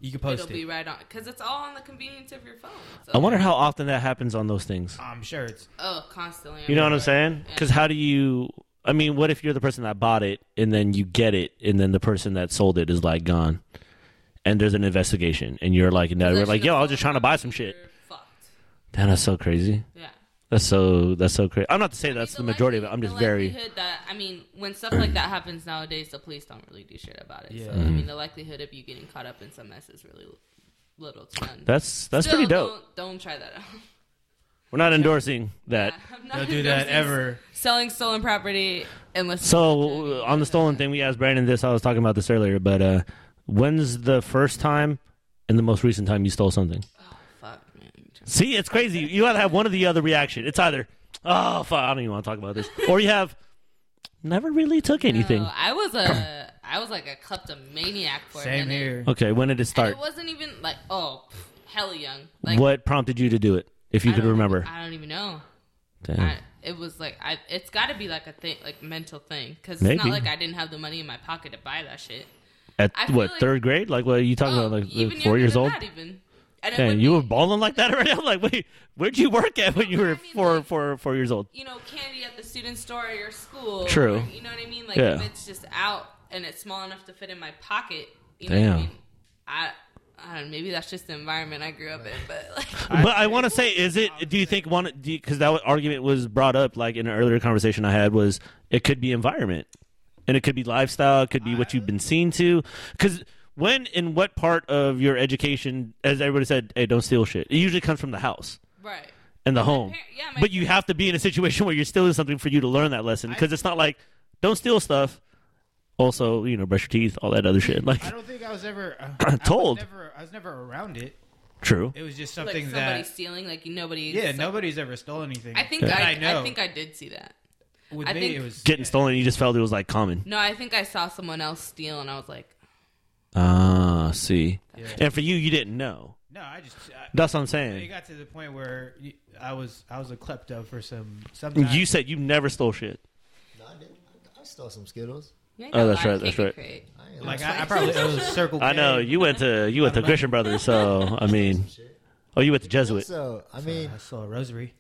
[SPEAKER 2] you could
[SPEAKER 4] it'll
[SPEAKER 2] post
[SPEAKER 4] be
[SPEAKER 2] it.
[SPEAKER 4] right on because it's all on the convenience of your phone. So,
[SPEAKER 3] I wonder how often that happens on those things.
[SPEAKER 2] I'm sure
[SPEAKER 4] *laughs*
[SPEAKER 2] it's
[SPEAKER 4] Oh, constantly.
[SPEAKER 3] You know what I'm saying? Because how do you? I mean, what if you're the person that bought it and then you get it, and then the person that sold it is like gone, and there's an investigation, and you're like, no, we're like, yo, I was just trying to buy some shit.
[SPEAKER 4] You're Fucked.
[SPEAKER 3] Damn, that's so crazy.
[SPEAKER 4] Yeah.
[SPEAKER 3] That's so that's so crazy. I'm not to say that's
[SPEAKER 4] I
[SPEAKER 3] the
[SPEAKER 4] mean,
[SPEAKER 3] majority of it.
[SPEAKER 4] likely-
[SPEAKER 3] I'm just
[SPEAKER 4] the
[SPEAKER 3] very.
[SPEAKER 4] likelihood That, I mean, when stuff like that happens nowadays, the police don't really do shit about it.
[SPEAKER 2] Yeah.
[SPEAKER 4] So I
[SPEAKER 3] Mm-hmm.
[SPEAKER 4] mean, the likelihood of you getting caught up in some mess is really little to none.
[SPEAKER 3] That's that's
[SPEAKER 4] Still,
[SPEAKER 3] pretty dope.
[SPEAKER 4] Don't, don't try that out. *laughs*
[SPEAKER 3] We're not endorsing that.
[SPEAKER 4] I'm not
[SPEAKER 2] don't do that
[SPEAKER 4] endorsing
[SPEAKER 2] ever.
[SPEAKER 4] Selling stolen property unless
[SPEAKER 3] So uh, on the stolen thing, we asked Brandon this. I was talking about this earlier, but uh, when's the first time and the most recent time you stole something?
[SPEAKER 4] Oh, fuck, man.
[SPEAKER 3] See, it's crazy. You gotta have one or the other reaction. It's either, oh fuck, I don't even want to talk about this, or you have never really took *laughs* anything.
[SPEAKER 4] No, I was a I was like a kleptomaniac for a
[SPEAKER 2] same
[SPEAKER 4] minute.
[SPEAKER 2] here.
[SPEAKER 3] Okay, when did it
[SPEAKER 4] And
[SPEAKER 3] start?
[SPEAKER 4] it wasn't even like oh, pff, hella young. Like
[SPEAKER 3] what prompted you to do it, if you
[SPEAKER 4] I
[SPEAKER 3] could
[SPEAKER 4] don't-
[SPEAKER 3] remember?
[SPEAKER 4] I don't even know.
[SPEAKER 3] Damn.
[SPEAKER 4] I, it was like I, it's got to be like a thing, like mental thing, because it's
[SPEAKER 3] Maybe.
[SPEAKER 4] not like I didn't have the money in my pocket to buy that shit.
[SPEAKER 3] At
[SPEAKER 4] I feel
[SPEAKER 3] what
[SPEAKER 4] like-
[SPEAKER 3] third grade? Like what are you talking
[SPEAKER 4] Oh,
[SPEAKER 3] about?
[SPEAKER 4] even
[SPEAKER 3] Like four
[SPEAKER 4] younger
[SPEAKER 3] years
[SPEAKER 4] than
[SPEAKER 3] old?
[SPEAKER 4] that even. And it
[SPEAKER 3] Damn,
[SPEAKER 4] would
[SPEAKER 3] you
[SPEAKER 4] be,
[SPEAKER 3] were balling like that already. *laughs* I'm like, wait, where'd you work at when you
[SPEAKER 4] No,
[SPEAKER 3] were
[SPEAKER 4] I mean,
[SPEAKER 3] four,
[SPEAKER 4] like-
[SPEAKER 3] four, four years old?
[SPEAKER 4] you know, candy at the student store at your school.
[SPEAKER 3] True.
[SPEAKER 4] or- you know what I mean? Like
[SPEAKER 3] Yeah.
[SPEAKER 4] if it's just out and it's small enough to fit in my pocket. You know
[SPEAKER 3] Damn.
[SPEAKER 4] What I, mean? I, I don't know. Maybe that's just the environment I grew up in, but
[SPEAKER 3] *laughs*
[SPEAKER 4] like. *laughs*
[SPEAKER 3] but I want to say, is it? Do you think one? Because that argument was brought up, like in an earlier conversation I had, was it could be environment, and it could be lifestyle, it could be what you've been seen to. Because when in what part of your education, as everybody said, hey, don't steal shit. It usually comes from the house
[SPEAKER 4] Right.
[SPEAKER 3] and the home.
[SPEAKER 4] par- yeah, my
[SPEAKER 3] but you have to be in a situation where you're stealing something for you to learn that lesson. Because it's not like don't steal stuff. Also, you know, brush your teeth, all that other shit. Like
[SPEAKER 2] I don't think I was ever
[SPEAKER 3] *clears throat*
[SPEAKER 2] uh,
[SPEAKER 3] Told.
[SPEAKER 2] I was, never, I was never around it.
[SPEAKER 3] true.
[SPEAKER 2] It was just
[SPEAKER 4] Like
[SPEAKER 2] something
[SPEAKER 4] somebody
[SPEAKER 2] that
[SPEAKER 4] stealing, like nobody.
[SPEAKER 2] yeah, nobody's ever stolen anything.
[SPEAKER 4] I think
[SPEAKER 2] That
[SPEAKER 4] I,
[SPEAKER 2] I know.
[SPEAKER 4] I think I did see that.
[SPEAKER 2] With
[SPEAKER 4] I
[SPEAKER 2] me,
[SPEAKER 4] think-
[SPEAKER 2] it was
[SPEAKER 3] Getting stolen, you just felt it was like common.
[SPEAKER 4] No, I think I saw someone else steal, and I was like,
[SPEAKER 3] Ah, see.
[SPEAKER 2] Yeah.
[SPEAKER 3] And for you, you didn't know.
[SPEAKER 2] No, I just I,
[SPEAKER 3] *laughs* That's what I'm
[SPEAKER 2] It
[SPEAKER 3] saying.
[SPEAKER 2] got to the point where you- I was I was a klepto for some some time.
[SPEAKER 3] You said you never stole shit.
[SPEAKER 1] No, I, did. I, I stole some Skittles.
[SPEAKER 4] You ain't
[SPEAKER 3] Oh,
[SPEAKER 4] gonna
[SPEAKER 3] that's
[SPEAKER 4] lie,
[SPEAKER 3] right, that's
[SPEAKER 4] can't be
[SPEAKER 3] right.
[SPEAKER 4] great.
[SPEAKER 1] I ain't
[SPEAKER 2] like
[SPEAKER 1] like
[SPEAKER 2] I, I probably it was circle.
[SPEAKER 3] I
[SPEAKER 2] K.
[SPEAKER 3] know you went to you went to Christian Brothers, so I mean, oh, you went to Jesuit.
[SPEAKER 1] so. I mean,
[SPEAKER 2] I saw a rosary.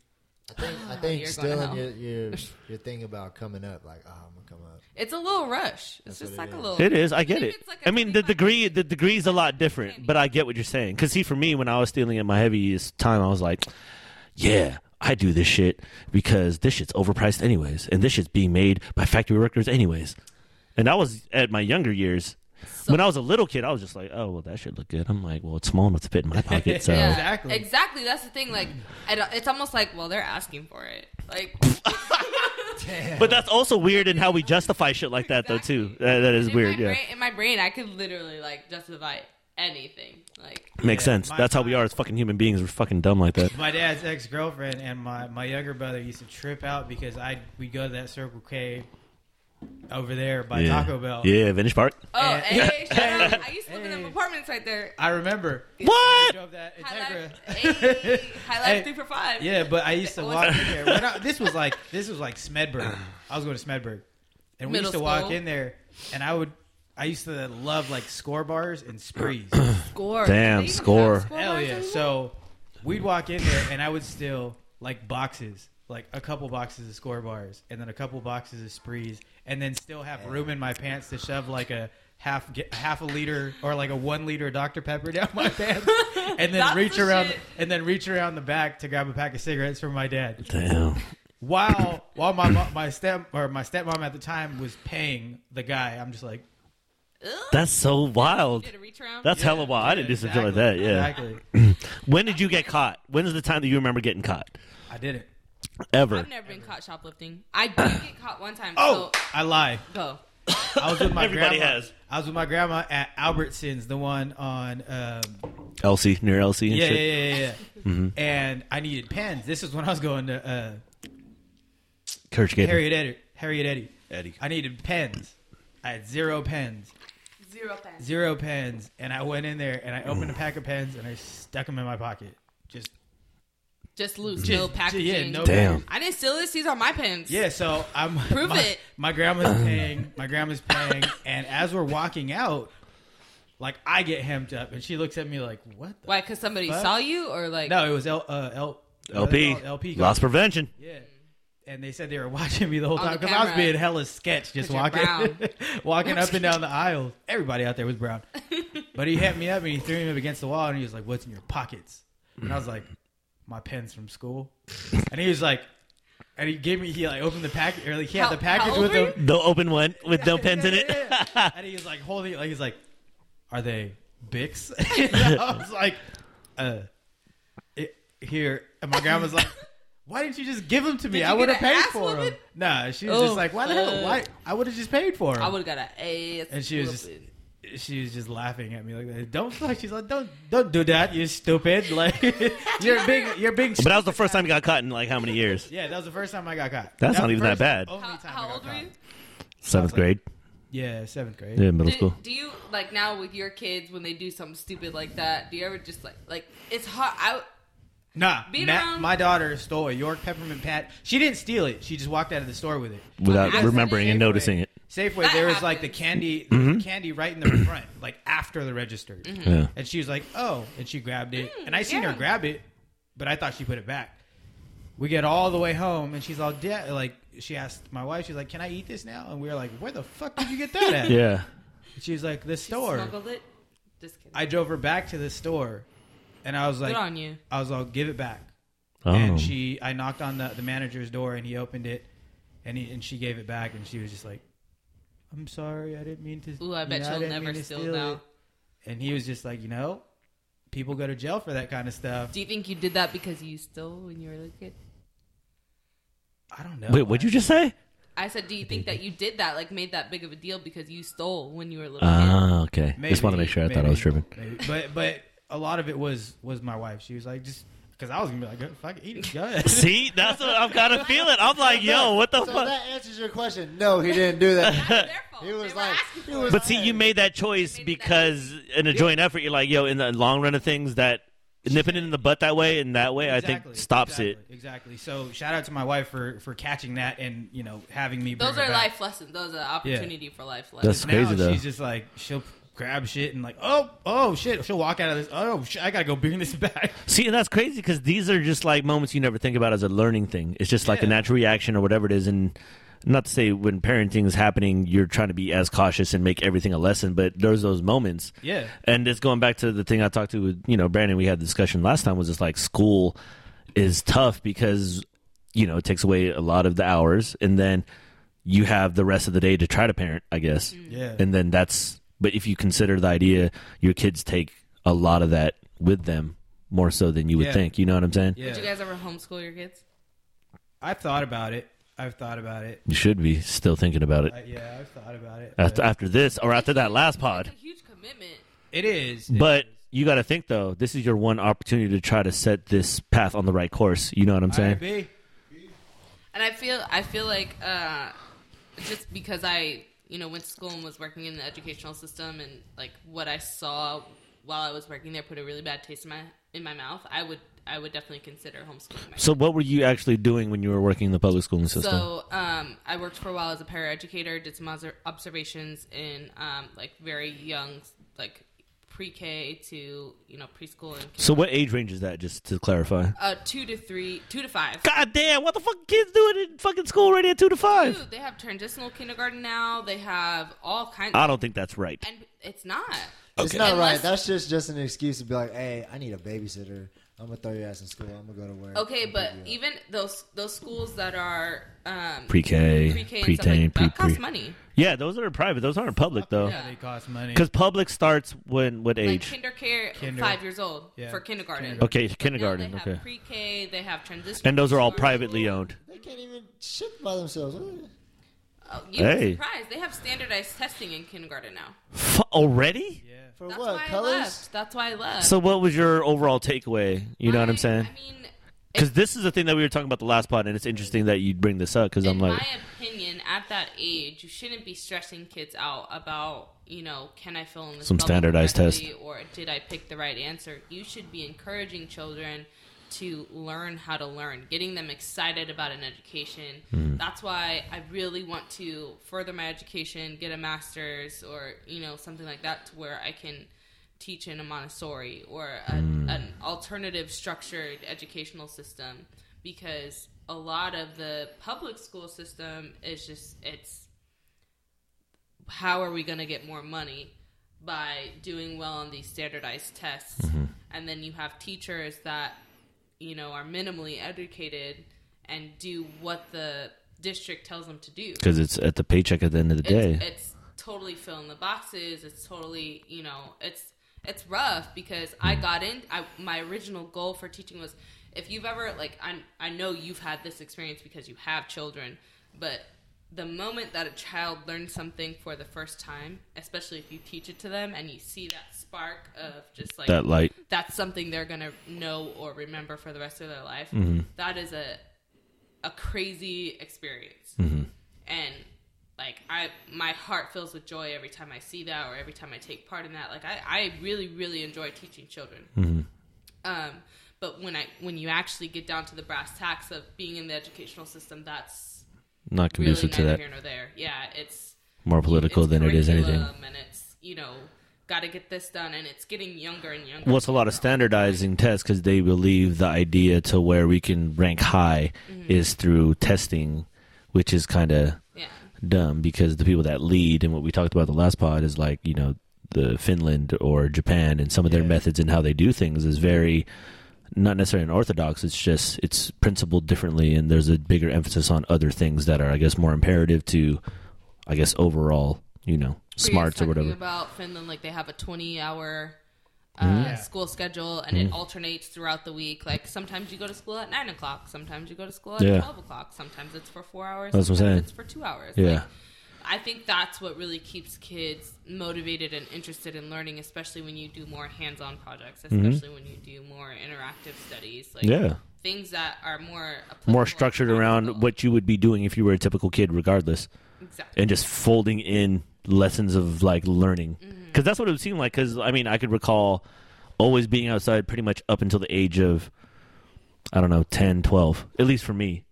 [SPEAKER 1] I think, I
[SPEAKER 4] You're
[SPEAKER 1] think
[SPEAKER 4] going
[SPEAKER 1] stealing
[SPEAKER 4] to
[SPEAKER 1] your, your your thing about coming up, like, oh, I'm gonna come up.
[SPEAKER 4] It's a little rush.
[SPEAKER 1] That's
[SPEAKER 4] It's just
[SPEAKER 1] what it
[SPEAKER 4] like a
[SPEAKER 1] is.
[SPEAKER 4] little.
[SPEAKER 3] It is. I get
[SPEAKER 4] think
[SPEAKER 3] it.
[SPEAKER 4] it's like a
[SPEAKER 3] I mean, the
[SPEAKER 4] 25
[SPEAKER 3] degree the degree's a lot different, but I get what you're saying. Because see, for me, when I was stealing at my heaviest time, I was like, yeah. I do this shit because this shit's overpriced anyways, and this shit's being made by factory workers anyways. And that was at my younger years.
[SPEAKER 4] So-
[SPEAKER 3] when I was a little kid, I was just like, "Oh, well, that should look good." I'm like, "Well, it's small enough to fit in my pocket." So,
[SPEAKER 4] *laughs* Yeah,
[SPEAKER 2] Exactly.
[SPEAKER 4] Exactly. That's the thing. Like, I don't- it's almost like, well, they're asking for it.
[SPEAKER 3] *laughs*
[SPEAKER 4] Like,
[SPEAKER 3] but that's also weird in how we justify shit like that, though. Too
[SPEAKER 4] Exactly.
[SPEAKER 3] that, that is
[SPEAKER 4] in
[SPEAKER 3] weird.
[SPEAKER 4] My
[SPEAKER 3] Yeah,
[SPEAKER 4] brain, in my brain, I could literally like justify anything. Like,
[SPEAKER 3] makes
[SPEAKER 2] Yeah,
[SPEAKER 3] sense.
[SPEAKER 2] my-
[SPEAKER 3] That's how we
[SPEAKER 2] my-
[SPEAKER 3] are as fucking human beings. We're fucking dumb like that.
[SPEAKER 2] My dad's ex girlfriend and my my younger brother used to trip out because I we go to that Circle K over there by
[SPEAKER 3] yeah.
[SPEAKER 2] Taco Bell.
[SPEAKER 3] Yeah, Vintage Park.
[SPEAKER 2] *laughs*
[SPEAKER 4] oh, hey, shout out. I used to live in
[SPEAKER 2] Eh. Hey.
[SPEAKER 4] them apartments right there.
[SPEAKER 2] I remember. I
[SPEAKER 3] What?
[SPEAKER 2] drove that
[SPEAKER 4] High life,
[SPEAKER 2] *laughs* Integra.
[SPEAKER 4] hey, high life
[SPEAKER 2] Hey.
[SPEAKER 4] three for five.
[SPEAKER 2] Yeah, but I used to
[SPEAKER 4] What?
[SPEAKER 2] walk in there. When I, this was like this was like Smedberg. I was going to Smedberg, and we
[SPEAKER 4] Middle
[SPEAKER 2] used to walk
[SPEAKER 4] school.
[SPEAKER 2] in there, and I would. I used to love like score bars and sprees.
[SPEAKER 4] Score.
[SPEAKER 3] Damn,
[SPEAKER 4] Do they even
[SPEAKER 3] score.
[SPEAKER 4] have
[SPEAKER 2] Hell
[SPEAKER 4] bars
[SPEAKER 2] yeah!
[SPEAKER 4] anymore?
[SPEAKER 2] So we'd walk in there, and I would steal like boxes, like a couple boxes of score bars, and then a couple boxes of sprees, and then still have room in my pants to shove like a half get, half a liter or like a one liter Dr Pepper down
[SPEAKER 4] *laughs*
[SPEAKER 2] my pants, and then
[SPEAKER 4] That's
[SPEAKER 2] reach
[SPEAKER 4] the
[SPEAKER 2] around
[SPEAKER 4] shit.
[SPEAKER 2] and then reach around the back to grab a pack of cigarettes from my dad.
[SPEAKER 3] Damn.
[SPEAKER 2] While while my mo- my step or my stepmom at the time was paying the guy, I'm just like
[SPEAKER 4] Ugh,
[SPEAKER 3] That's so wild.
[SPEAKER 4] Did a reach around?
[SPEAKER 3] That's hella wild. I didn't do something like that.
[SPEAKER 2] Exactly,
[SPEAKER 3] Yeah.
[SPEAKER 2] exactly.
[SPEAKER 3] When did you get caught? When is the time that you remember getting caught?
[SPEAKER 2] I didn't.
[SPEAKER 3] Ever?
[SPEAKER 4] I've never been caught shoplifting. I did get caught one time.
[SPEAKER 2] Oh,
[SPEAKER 4] Oh,
[SPEAKER 2] I lied.
[SPEAKER 4] go.
[SPEAKER 2] I was with my
[SPEAKER 3] Everybody
[SPEAKER 2] grandma.
[SPEAKER 3] has.
[SPEAKER 2] I was with my grandma at Albertsons, the one on. Um,
[SPEAKER 3] Elsie near Elsie and
[SPEAKER 2] yeah, yeah,
[SPEAKER 3] shit.
[SPEAKER 2] yeah, yeah. yeah. And I needed pens. This is when I was going to uh,
[SPEAKER 3] Church Gator.
[SPEAKER 2] Harriet Eddie. Harriet Eddie.
[SPEAKER 3] Eddie.
[SPEAKER 2] I needed pens. I had zero pens,
[SPEAKER 4] Zero pass.
[SPEAKER 2] zero pens, and I went in there and I opened a pack of pens and I stuck them in my pocket. Just
[SPEAKER 4] Just loose, no packaging.
[SPEAKER 2] yeah, no
[SPEAKER 5] Damn.
[SPEAKER 4] I didn't steal this. These are my pins.
[SPEAKER 2] Yeah, so I'm *laughs*
[SPEAKER 4] Prove
[SPEAKER 2] my,
[SPEAKER 4] it.
[SPEAKER 2] My grandma's paying. My grandma's paying, and as we're walking out, like I get hemmed up, and she looks at me like, "What?" The
[SPEAKER 4] Why? Because somebody
[SPEAKER 2] Fuck.
[SPEAKER 4] saw you, or like?
[SPEAKER 2] No, it was L, uh, L,
[SPEAKER 3] LP.
[SPEAKER 2] uh, LP.
[SPEAKER 3] Loss prevention.
[SPEAKER 2] Yeah. And they said they were *laughs* watching me the whole
[SPEAKER 4] On
[SPEAKER 2] time
[SPEAKER 4] the
[SPEAKER 2] because I was
[SPEAKER 4] camera.
[SPEAKER 2] being hella sketch, just
[SPEAKER 4] 'Cause you're
[SPEAKER 2] walking,
[SPEAKER 4] brown.
[SPEAKER 2] *laughs* walking up and down the aisles. Everybody out there was
[SPEAKER 4] *laughs*
[SPEAKER 2] brown, but he hit me up and he threw me up against the wall and he was like, "What's in your pockets?" And I was like, "My pens from school." And he was like, and he gave me he like opened the package or like he had
[SPEAKER 4] How-
[SPEAKER 2] the package
[SPEAKER 4] how
[SPEAKER 2] with
[SPEAKER 4] old were
[SPEAKER 2] him.
[SPEAKER 3] The open one with no pens in it.
[SPEAKER 2] *laughs* Yeah, yeah, yeah. and he was like holding it, like he's like, "Are they *laughs* Bics?" and
[SPEAKER 4] *laughs*
[SPEAKER 2] I was like, "Uh, it, here." And my grandma's like, "Why didn't you just give them to me?
[SPEAKER 4] Did
[SPEAKER 2] I
[SPEAKER 4] you
[SPEAKER 2] would have
[SPEAKER 4] get an
[SPEAKER 2] paid
[SPEAKER 4] ass
[SPEAKER 2] for them."
[SPEAKER 4] whooping?
[SPEAKER 2] Nah, she was
[SPEAKER 4] Oh,
[SPEAKER 2] just like, "Why the hell?
[SPEAKER 4] fuck.
[SPEAKER 2] Why? I would have just paid for them."
[SPEAKER 4] I would have got an A.
[SPEAKER 2] and she was just. She was just laughing at me like that. Don't like she's like don't don't do that. You stupid. *laughs* Like you're a big you're a big.
[SPEAKER 3] But that was the first time he got caught in like how many years?
[SPEAKER 2] yeah, that was the first time I got caught.
[SPEAKER 3] That's
[SPEAKER 2] That
[SPEAKER 3] not
[SPEAKER 2] was the
[SPEAKER 3] even that
[SPEAKER 2] first
[SPEAKER 3] bad.
[SPEAKER 2] only
[SPEAKER 4] How,
[SPEAKER 2] time I
[SPEAKER 4] how
[SPEAKER 2] got
[SPEAKER 4] old were
[SPEAKER 2] caught.
[SPEAKER 4] you?
[SPEAKER 3] Seventh grade.
[SPEAKER 2] Yeah, seventh grade.
[SPEAKER 3] Yeah, middle
[SPEAKER 4] Do-
[SPEAKER 3] school.
[SPEAKER 4] Do you like now with your kids when they do something stupid like that? Do you ever just like like it's hard? I
[SPEAKER 2] Nah,
[SPEAKER 4] Being
[SPEAKER 2] Ma-
[SPEAKER 4] around-
[SPEAKER 2] my daughter stole a York peppermint pat. She didn't steal it. She just walked out of the store with it.
[SPEAKER 3] Without
[SPEAKER 4] I-
[SPEAKER 3] remembering and
[SPEAKER 2] Safeway-
[SPEAKER 3] noticing it. Mm-hmm.
[SPEAKER 2] Safeway,
[SPEAKER 4] That
[SPEAKER 2] there was like the
[SPEAKER 4] happens. Mm-hmm.
[SPEAKER 2] candy, there was candy right in the
[SPEAKER 3] *clears throat*
[SPEAKER 2] front, like after the register,
[SPEAKER 3] Yeah.
[SPEAKER 2] and she was like, "Oh," and she grabbed it, and I seen
[SPEAKER 4] Mm, yeah.
[SPEAKER 2] her grab it, but I thought she put it back. We get all the way home, and she's all dead. Like she asked my wife, she's like, "Can I eat this now?" And we were like, "Where the fuck did you get that at?"
[SPEAKER 3] *laughs* Yeah.
[SPEAKER 2] She was like, "The store."
[SPEAKER 4] smuggled it. Just kidding.
[SPEAKER 2] I drove her back to the store, and I was
[SPEAKER 4] Good
[SPEAKER 2] like,
[SPEAKER 4] on you.
[SPEAKER 2] "I was all give it back."
[SPEAKER 3] Oh.
[SPEAKER 2] and she I knocked on the, the manager's door and he opened it and he, and she gave it back and she was just like I'm sorry I didn't mean to
[SPEAKER 4] Ooh, I
[SPEAKER 2] you
[SPEAKER 4] bet
[SPEAKER 2] know,
[SPEAKER 4] she'll
[SPEAKER 2] didn't
[SPEAKER 4] never
[SPEAKER 2] mean to
[SPEAKER 4] steal
[SPEAKER 2] steal
[SPEAKER 4] now.
[SPEAKER 2] it." and he was just like you know people go to jail for that kind of stuff
[SPEAKER 4] Do you think you did that because you stole when you were a kid?
[SPEAKER 2] I don't know
[SPEAKER 3] Wait, what'd you just
[SPEAKER 2] uh,
[SPEAKER 3] say?
[SPEAKER 4] I said, do you think that you did that, like made that big of a deal because you stole when you were a little kid?
[SPEAKER 3] Ah, okay.
[SPEAKER 2] Maybe,
[SPEAKER 3] Just want to make sure I thought I was
[SPEAKER 2] maybe,
[SPEAKER 3] tripping.
[SPEAKER 2] maybe. but but a lot of it was was my wife she was like just because I was gonna be like "Go- fuck it, eat it go ahead
[SPEAKER 3] *laughs* See, that's what I've got to feel it. I'm like, yo, what the
[SPEAKER 1] So
[SPEAKER 3] fuck?
[SPEAKER 1] that answers your question. No, he didn't do
[SPEAKER 3] *laughs*
[SPEAKER 1] that.
[SPEAKER 2] *laughs*
[SPEAKER 4] That's their fault.
[SPEAKER 1] He was
[SPEAKER 4] They were
[SPEAKER 1] like-
[SPEAKER 4] asking
[SPEAKER 1] he
[SPEAKER 4] for
[SPEAKER 1] was-
[SPEAKER 4] it.
[SPEAKER 3] But see, you made that choice
[SPEAKER 4] Made that
[SPEAKER 3] because in a joint effort, you're like, yo, in the long run of things, that nipping it in the butt that way and that way, I think stops it.
[SPEAKER 2] exactly, Exactly. So shout out to my wife for for catching that and you know having me. bring
[SPEAKER 4] Those
[SPEAKER 2] her
[SPEAKER 4] are
[SPEAKER 2] back.
[SPEAKER 4] life lessons. Those are opportunity for life
[SPEAKER 3] That's- It's
[SPEAKER 4] lessons.
[SPEAKER 3] crazy,
[SPEAKER 2] now
[SPEAKER 3] though.
[SPEAKER 2] she's just like she'll grab shit and like oh oh shit she'll walk out of this oh shit, I gotta go bring this *laughs* back.
[SPEAKER 3] See, and that's crazy because these are just like moments you never think about as a learning thing. It's just like a
[SPEAKER 2] Yeah.
[SPEAKER 3] natural reaction or whatever it is. And not to say when parenting is happening, you're trying to be as cautious and make everything a lesson, but there's those moments.
[SPEAKER 2] Yeah.
[SPEAKER 3] And it's going back to the thing I talked to with, you know, Brandon, we had the discussion last time was just like school is tough because, you know, it takes away a lot of the hours. And then you have the rest of the day to try to parent, I guess.
[SPEAKER 2] Yeah.
[SPEAKER 3] And then that's, but if you consider the idea, your kids take a lot of that with them more so than you would
[SPEAKER 2] Yeah.
[SPEAKER 3] think. You know what I'm saying?
[SPEAKER 4] Did you guys ever homeschool your kids?
[SPEAKER 2] I've thought about it. I've thought about it.
[SPEAKER 3] You should be still thinking about it.
[SPEAKER 2] I, yeah, I've thought about it.
[SPEAKER 3] after, after this or after that last pod.
[SPEAKER 4] It's a huge commitment.
[SPEAKER 2] It is,
[SPEAKER 3] But you got to think though, this is your one opportunity to try to set this path on the right course. You know what I'm saying?
[SPEAKER 2] IB.
[SPEAKER 4] and I feel I feel like uh, just because I you know went to school and was working in the educational system and like what I saw while I was working there put a really bad taste in my in my mouth. I would I would definitely consider homeschooling. My
[SPEAKER 3] So what were you actually doing when you were working in the public schooling system?
[SPEAKER 4] so um, I worked for a while as a paraeducator, did some obser- observations in um, like very young like pre K to you know preschool and
[SPEAKER 3] So what age range is that? Just to clarify.
[SPEAKER 4] uh, two to three two to five.
[SPEAKER 3] God damn! What the fuck kids doing in fucking school right at two to five?
[SPEAKER 4] Dude, they have transitional kindergarten now. They have all kinds.
[SPEAKER 3] I don't think that's right.
[SPEAKER 4] and it's not.
[SPEAKER 1] It's not
[SPEAKER 4] Unless-
[SPEAKER 1] right. That's just just an excuse to be like, hey, I need a babysitter. I'm gonna throw your ass in school. I'm gonna go to work.
[SPEAKER 4] Okay,
[SPEAKER 1] I'll
[SPEAKER 4] but
[SPEAKER 1] pick you up."
[SPEAKER 4] even those those schools that are um,
[SPEAKER 3] Pre-K,
[SPEAKER 4] pre-K and stuff
[SPEAKER 3] pre-teen,
[SPEAKER 4] like,
[SPEAKER 3] pre
[SPEAKER 4] that costs
[SPEAKER 3] pre.
[SPEAKER 4] money.
[SPEAKER 3] Yeah, those are private. Those aren't public though.
[SPEAKER 4] Yeah.
[SPEAKER 2] They cost money.
[SPEAKER 3] Because public starts when what
[SPEAKER 4] Like
[SPEAKER 3] age?
[SPEAKER 4] kinder care,
[SPEAKER 2] Kinder.
[SPEAKER 4] five years old
[SPEAKER 2] Yeah.
[SPEAKER 4] for kindergarten.
[SPEAKER 2] Kindergarten.
[SPEAKER 3] okay,
[SPEAKER 4] Now
[SPEAKER 3] kindergarten.
[SPEAKER 4] they have
[SPEAKER 3] okay,
[SPEAKER 4] pre-K. They have transition.
[SPEAKER 3] and those are all
[SPEAKER 4] kindergarten.
[SPEAKER 3] privately owned.
[SPEAKER 1] they can't even shit by themselves.
[SPEAKER 4] Oh, you'd
[SPEAKER 3] Hey.
[SPEAKER 4] be surprised. They have standardized testing in kindergarten now.
[SPEAKER 3] F- already?
[SPEAKER 2] yeah.
[SPEAKER 1] For
[SPEAKER 4] That's
[SPEAKER 1] what
[SPEAKER 4] why I
[SPEAKER 1] colors?
[SPEAKER 4] left. That's why I left.
[SPEAKER 3] So, what was your overall takeaway? You know what I'm
[SPEAKER 4] I-
[SPEAKER 3] saying?
[SPEAKER 4] I mean,
[SPEAKER 3] Because this is the thing that we were talking about the last pod, and it's interesting that you bring this up. Because I'm
[SPEAKER 4] in
[SPEAKER 3] like,
[SPEAKER 4] my opinion, at that age, you shouldn't be stressing kids out about you know, can I fill in this
[SPEAKER 3] Some
[SPEAKER 4] bubble
[SPEAKER 3] standardized
[SPEAKER 4] correctly, or did I pick the right answer? You should be encouraging children to learn how to learn, getting them excited about an education.
[SPEAKER 3] Mm-hmm.
[SPEAKER 4] That's why I really want to further my education, get a master's or, you know, something like that to where I can teach in a Montessori or a,
[SPEAKER 3] Mm.
[SPEAKER 4] an alternative structured educational system because a lot of the public school system is just it's how are we going to get more money by doing well on these standardized tests and then you have teachers that you know are minimally educated and do what the district tells them to do
[SPEAKER 3] because it's at the paycheck at the end of the day.
[SPEAKER 4] it's, it's totally filling the boxes. It's totally, you know, it's it's rough because
[SPEAKER 3] Hmm.
[SPEAKER 4] I got in. I, my original goal for teaching was, if you've ever like, I I know you've had this experience because you have children, but the moment that a child learns something for the first time, especially if you teach it to them and you see that spark of just like
[SPEAKER 3] that light.
[SPEAKER 4] that's something they're gonna know or remember for the rest of their life.
[SPEAKER 3] Mm-hmm.
[SPEAKER 4] That is a a crazy experience,
[SPEAKER 3] Mm-hmm.
[SPEAKER 4] and like I, my heart fills with joy every time I see that or every time I take part in that. Like I, I really, really enjoy teaching children.
[SPEAKER 3] Mm-hmm.
[SPEAKER 4] Um, but when I, when you actually get down to the brass tacks of being in the educational system, that's
[SPEAKER 3] Not
[SPEAKER 4] really
[SPEAKER 3] conducive
[SPEAKER 4] neither
[SPEAKER 3] to that.
[SPEAKER 4] here nor there. Yeah, it's
[SPEAKER 3] More political
[SPEAKER 4] it's
[SPEAKER 3] than it is anything.
[SPEAKER 4] curriculum and it's you know got to get this done, and it's getting younger and younger.
[SPEAKER 3] Well, it's a lot of standardizing tests because they believe the idea to where we can rank high
[SPEAKER 4] Mm-hmm.
[SPEAKER 3] is through testing, which is kind of
[SPEAKER 4] Yeah.
[SPEAKER 3] dumb because the people that lead and what we talked about the last pod is like you know the Finland or Japan and some of their
[SPEAKER 1] Yeah.
[SPEAKER 3] methods and how they do things is very not necessarily unorthodox. It's just it's principled differently and there's a bigger emphasis on other things that are I guess more imperative to I guess overall you know
[SPEAKER 4] we were
[SPEAKER 3] smarts or
[SPEAKER 4] talking
[SPEAKER 3] whatever.
[SPEAKER 4] about Finland, like they have a twenty-hour uh,
[SPEAKER 3] Mm-hmm.
[SPEAKER 4] school schedule, and it alternates throughout the week. Like sometimes you go to school at nine o'clock, sometimes you go to school at
[SPEAKER 3] Yeah.
[SPEAKER 4] twelve o'clock, sometimes it's for four hours,
[SPEAKER 3] That's what I'm
[SPEAKER 4] sometimes
[SPEAKER 3] saying.
[SPEAKER 4] it's for two hours.
[SPEAKER 3] Yeah.
[SPEAKER 4] Like, I think that's what really keeps kids motivated and interested in learning, especially when you do more hands-on projects, especially when you do more interactive studies, like
[SPEAKER 3] Mm-hmm. Yeah.
[SPEAKER 4] things that are more applicable
[SPEAKER 3] More
[SPEAKER 4] and
[SPEAKER 3] structured around
[SPEAKER 4] practical.
[SPEAKER 3] what you would be doing if you were a typical kid, regardless.
[SPEAKER 4] exactly.
[SPEAKER 3] and just folding in lessons of like learning because
[SPEAKER 2] Mm-hmm.
[SPEAKER 3] that's what it would seem like because i mean i could recall always being outside pretty much up until the age of i don't know 10 12 at least for me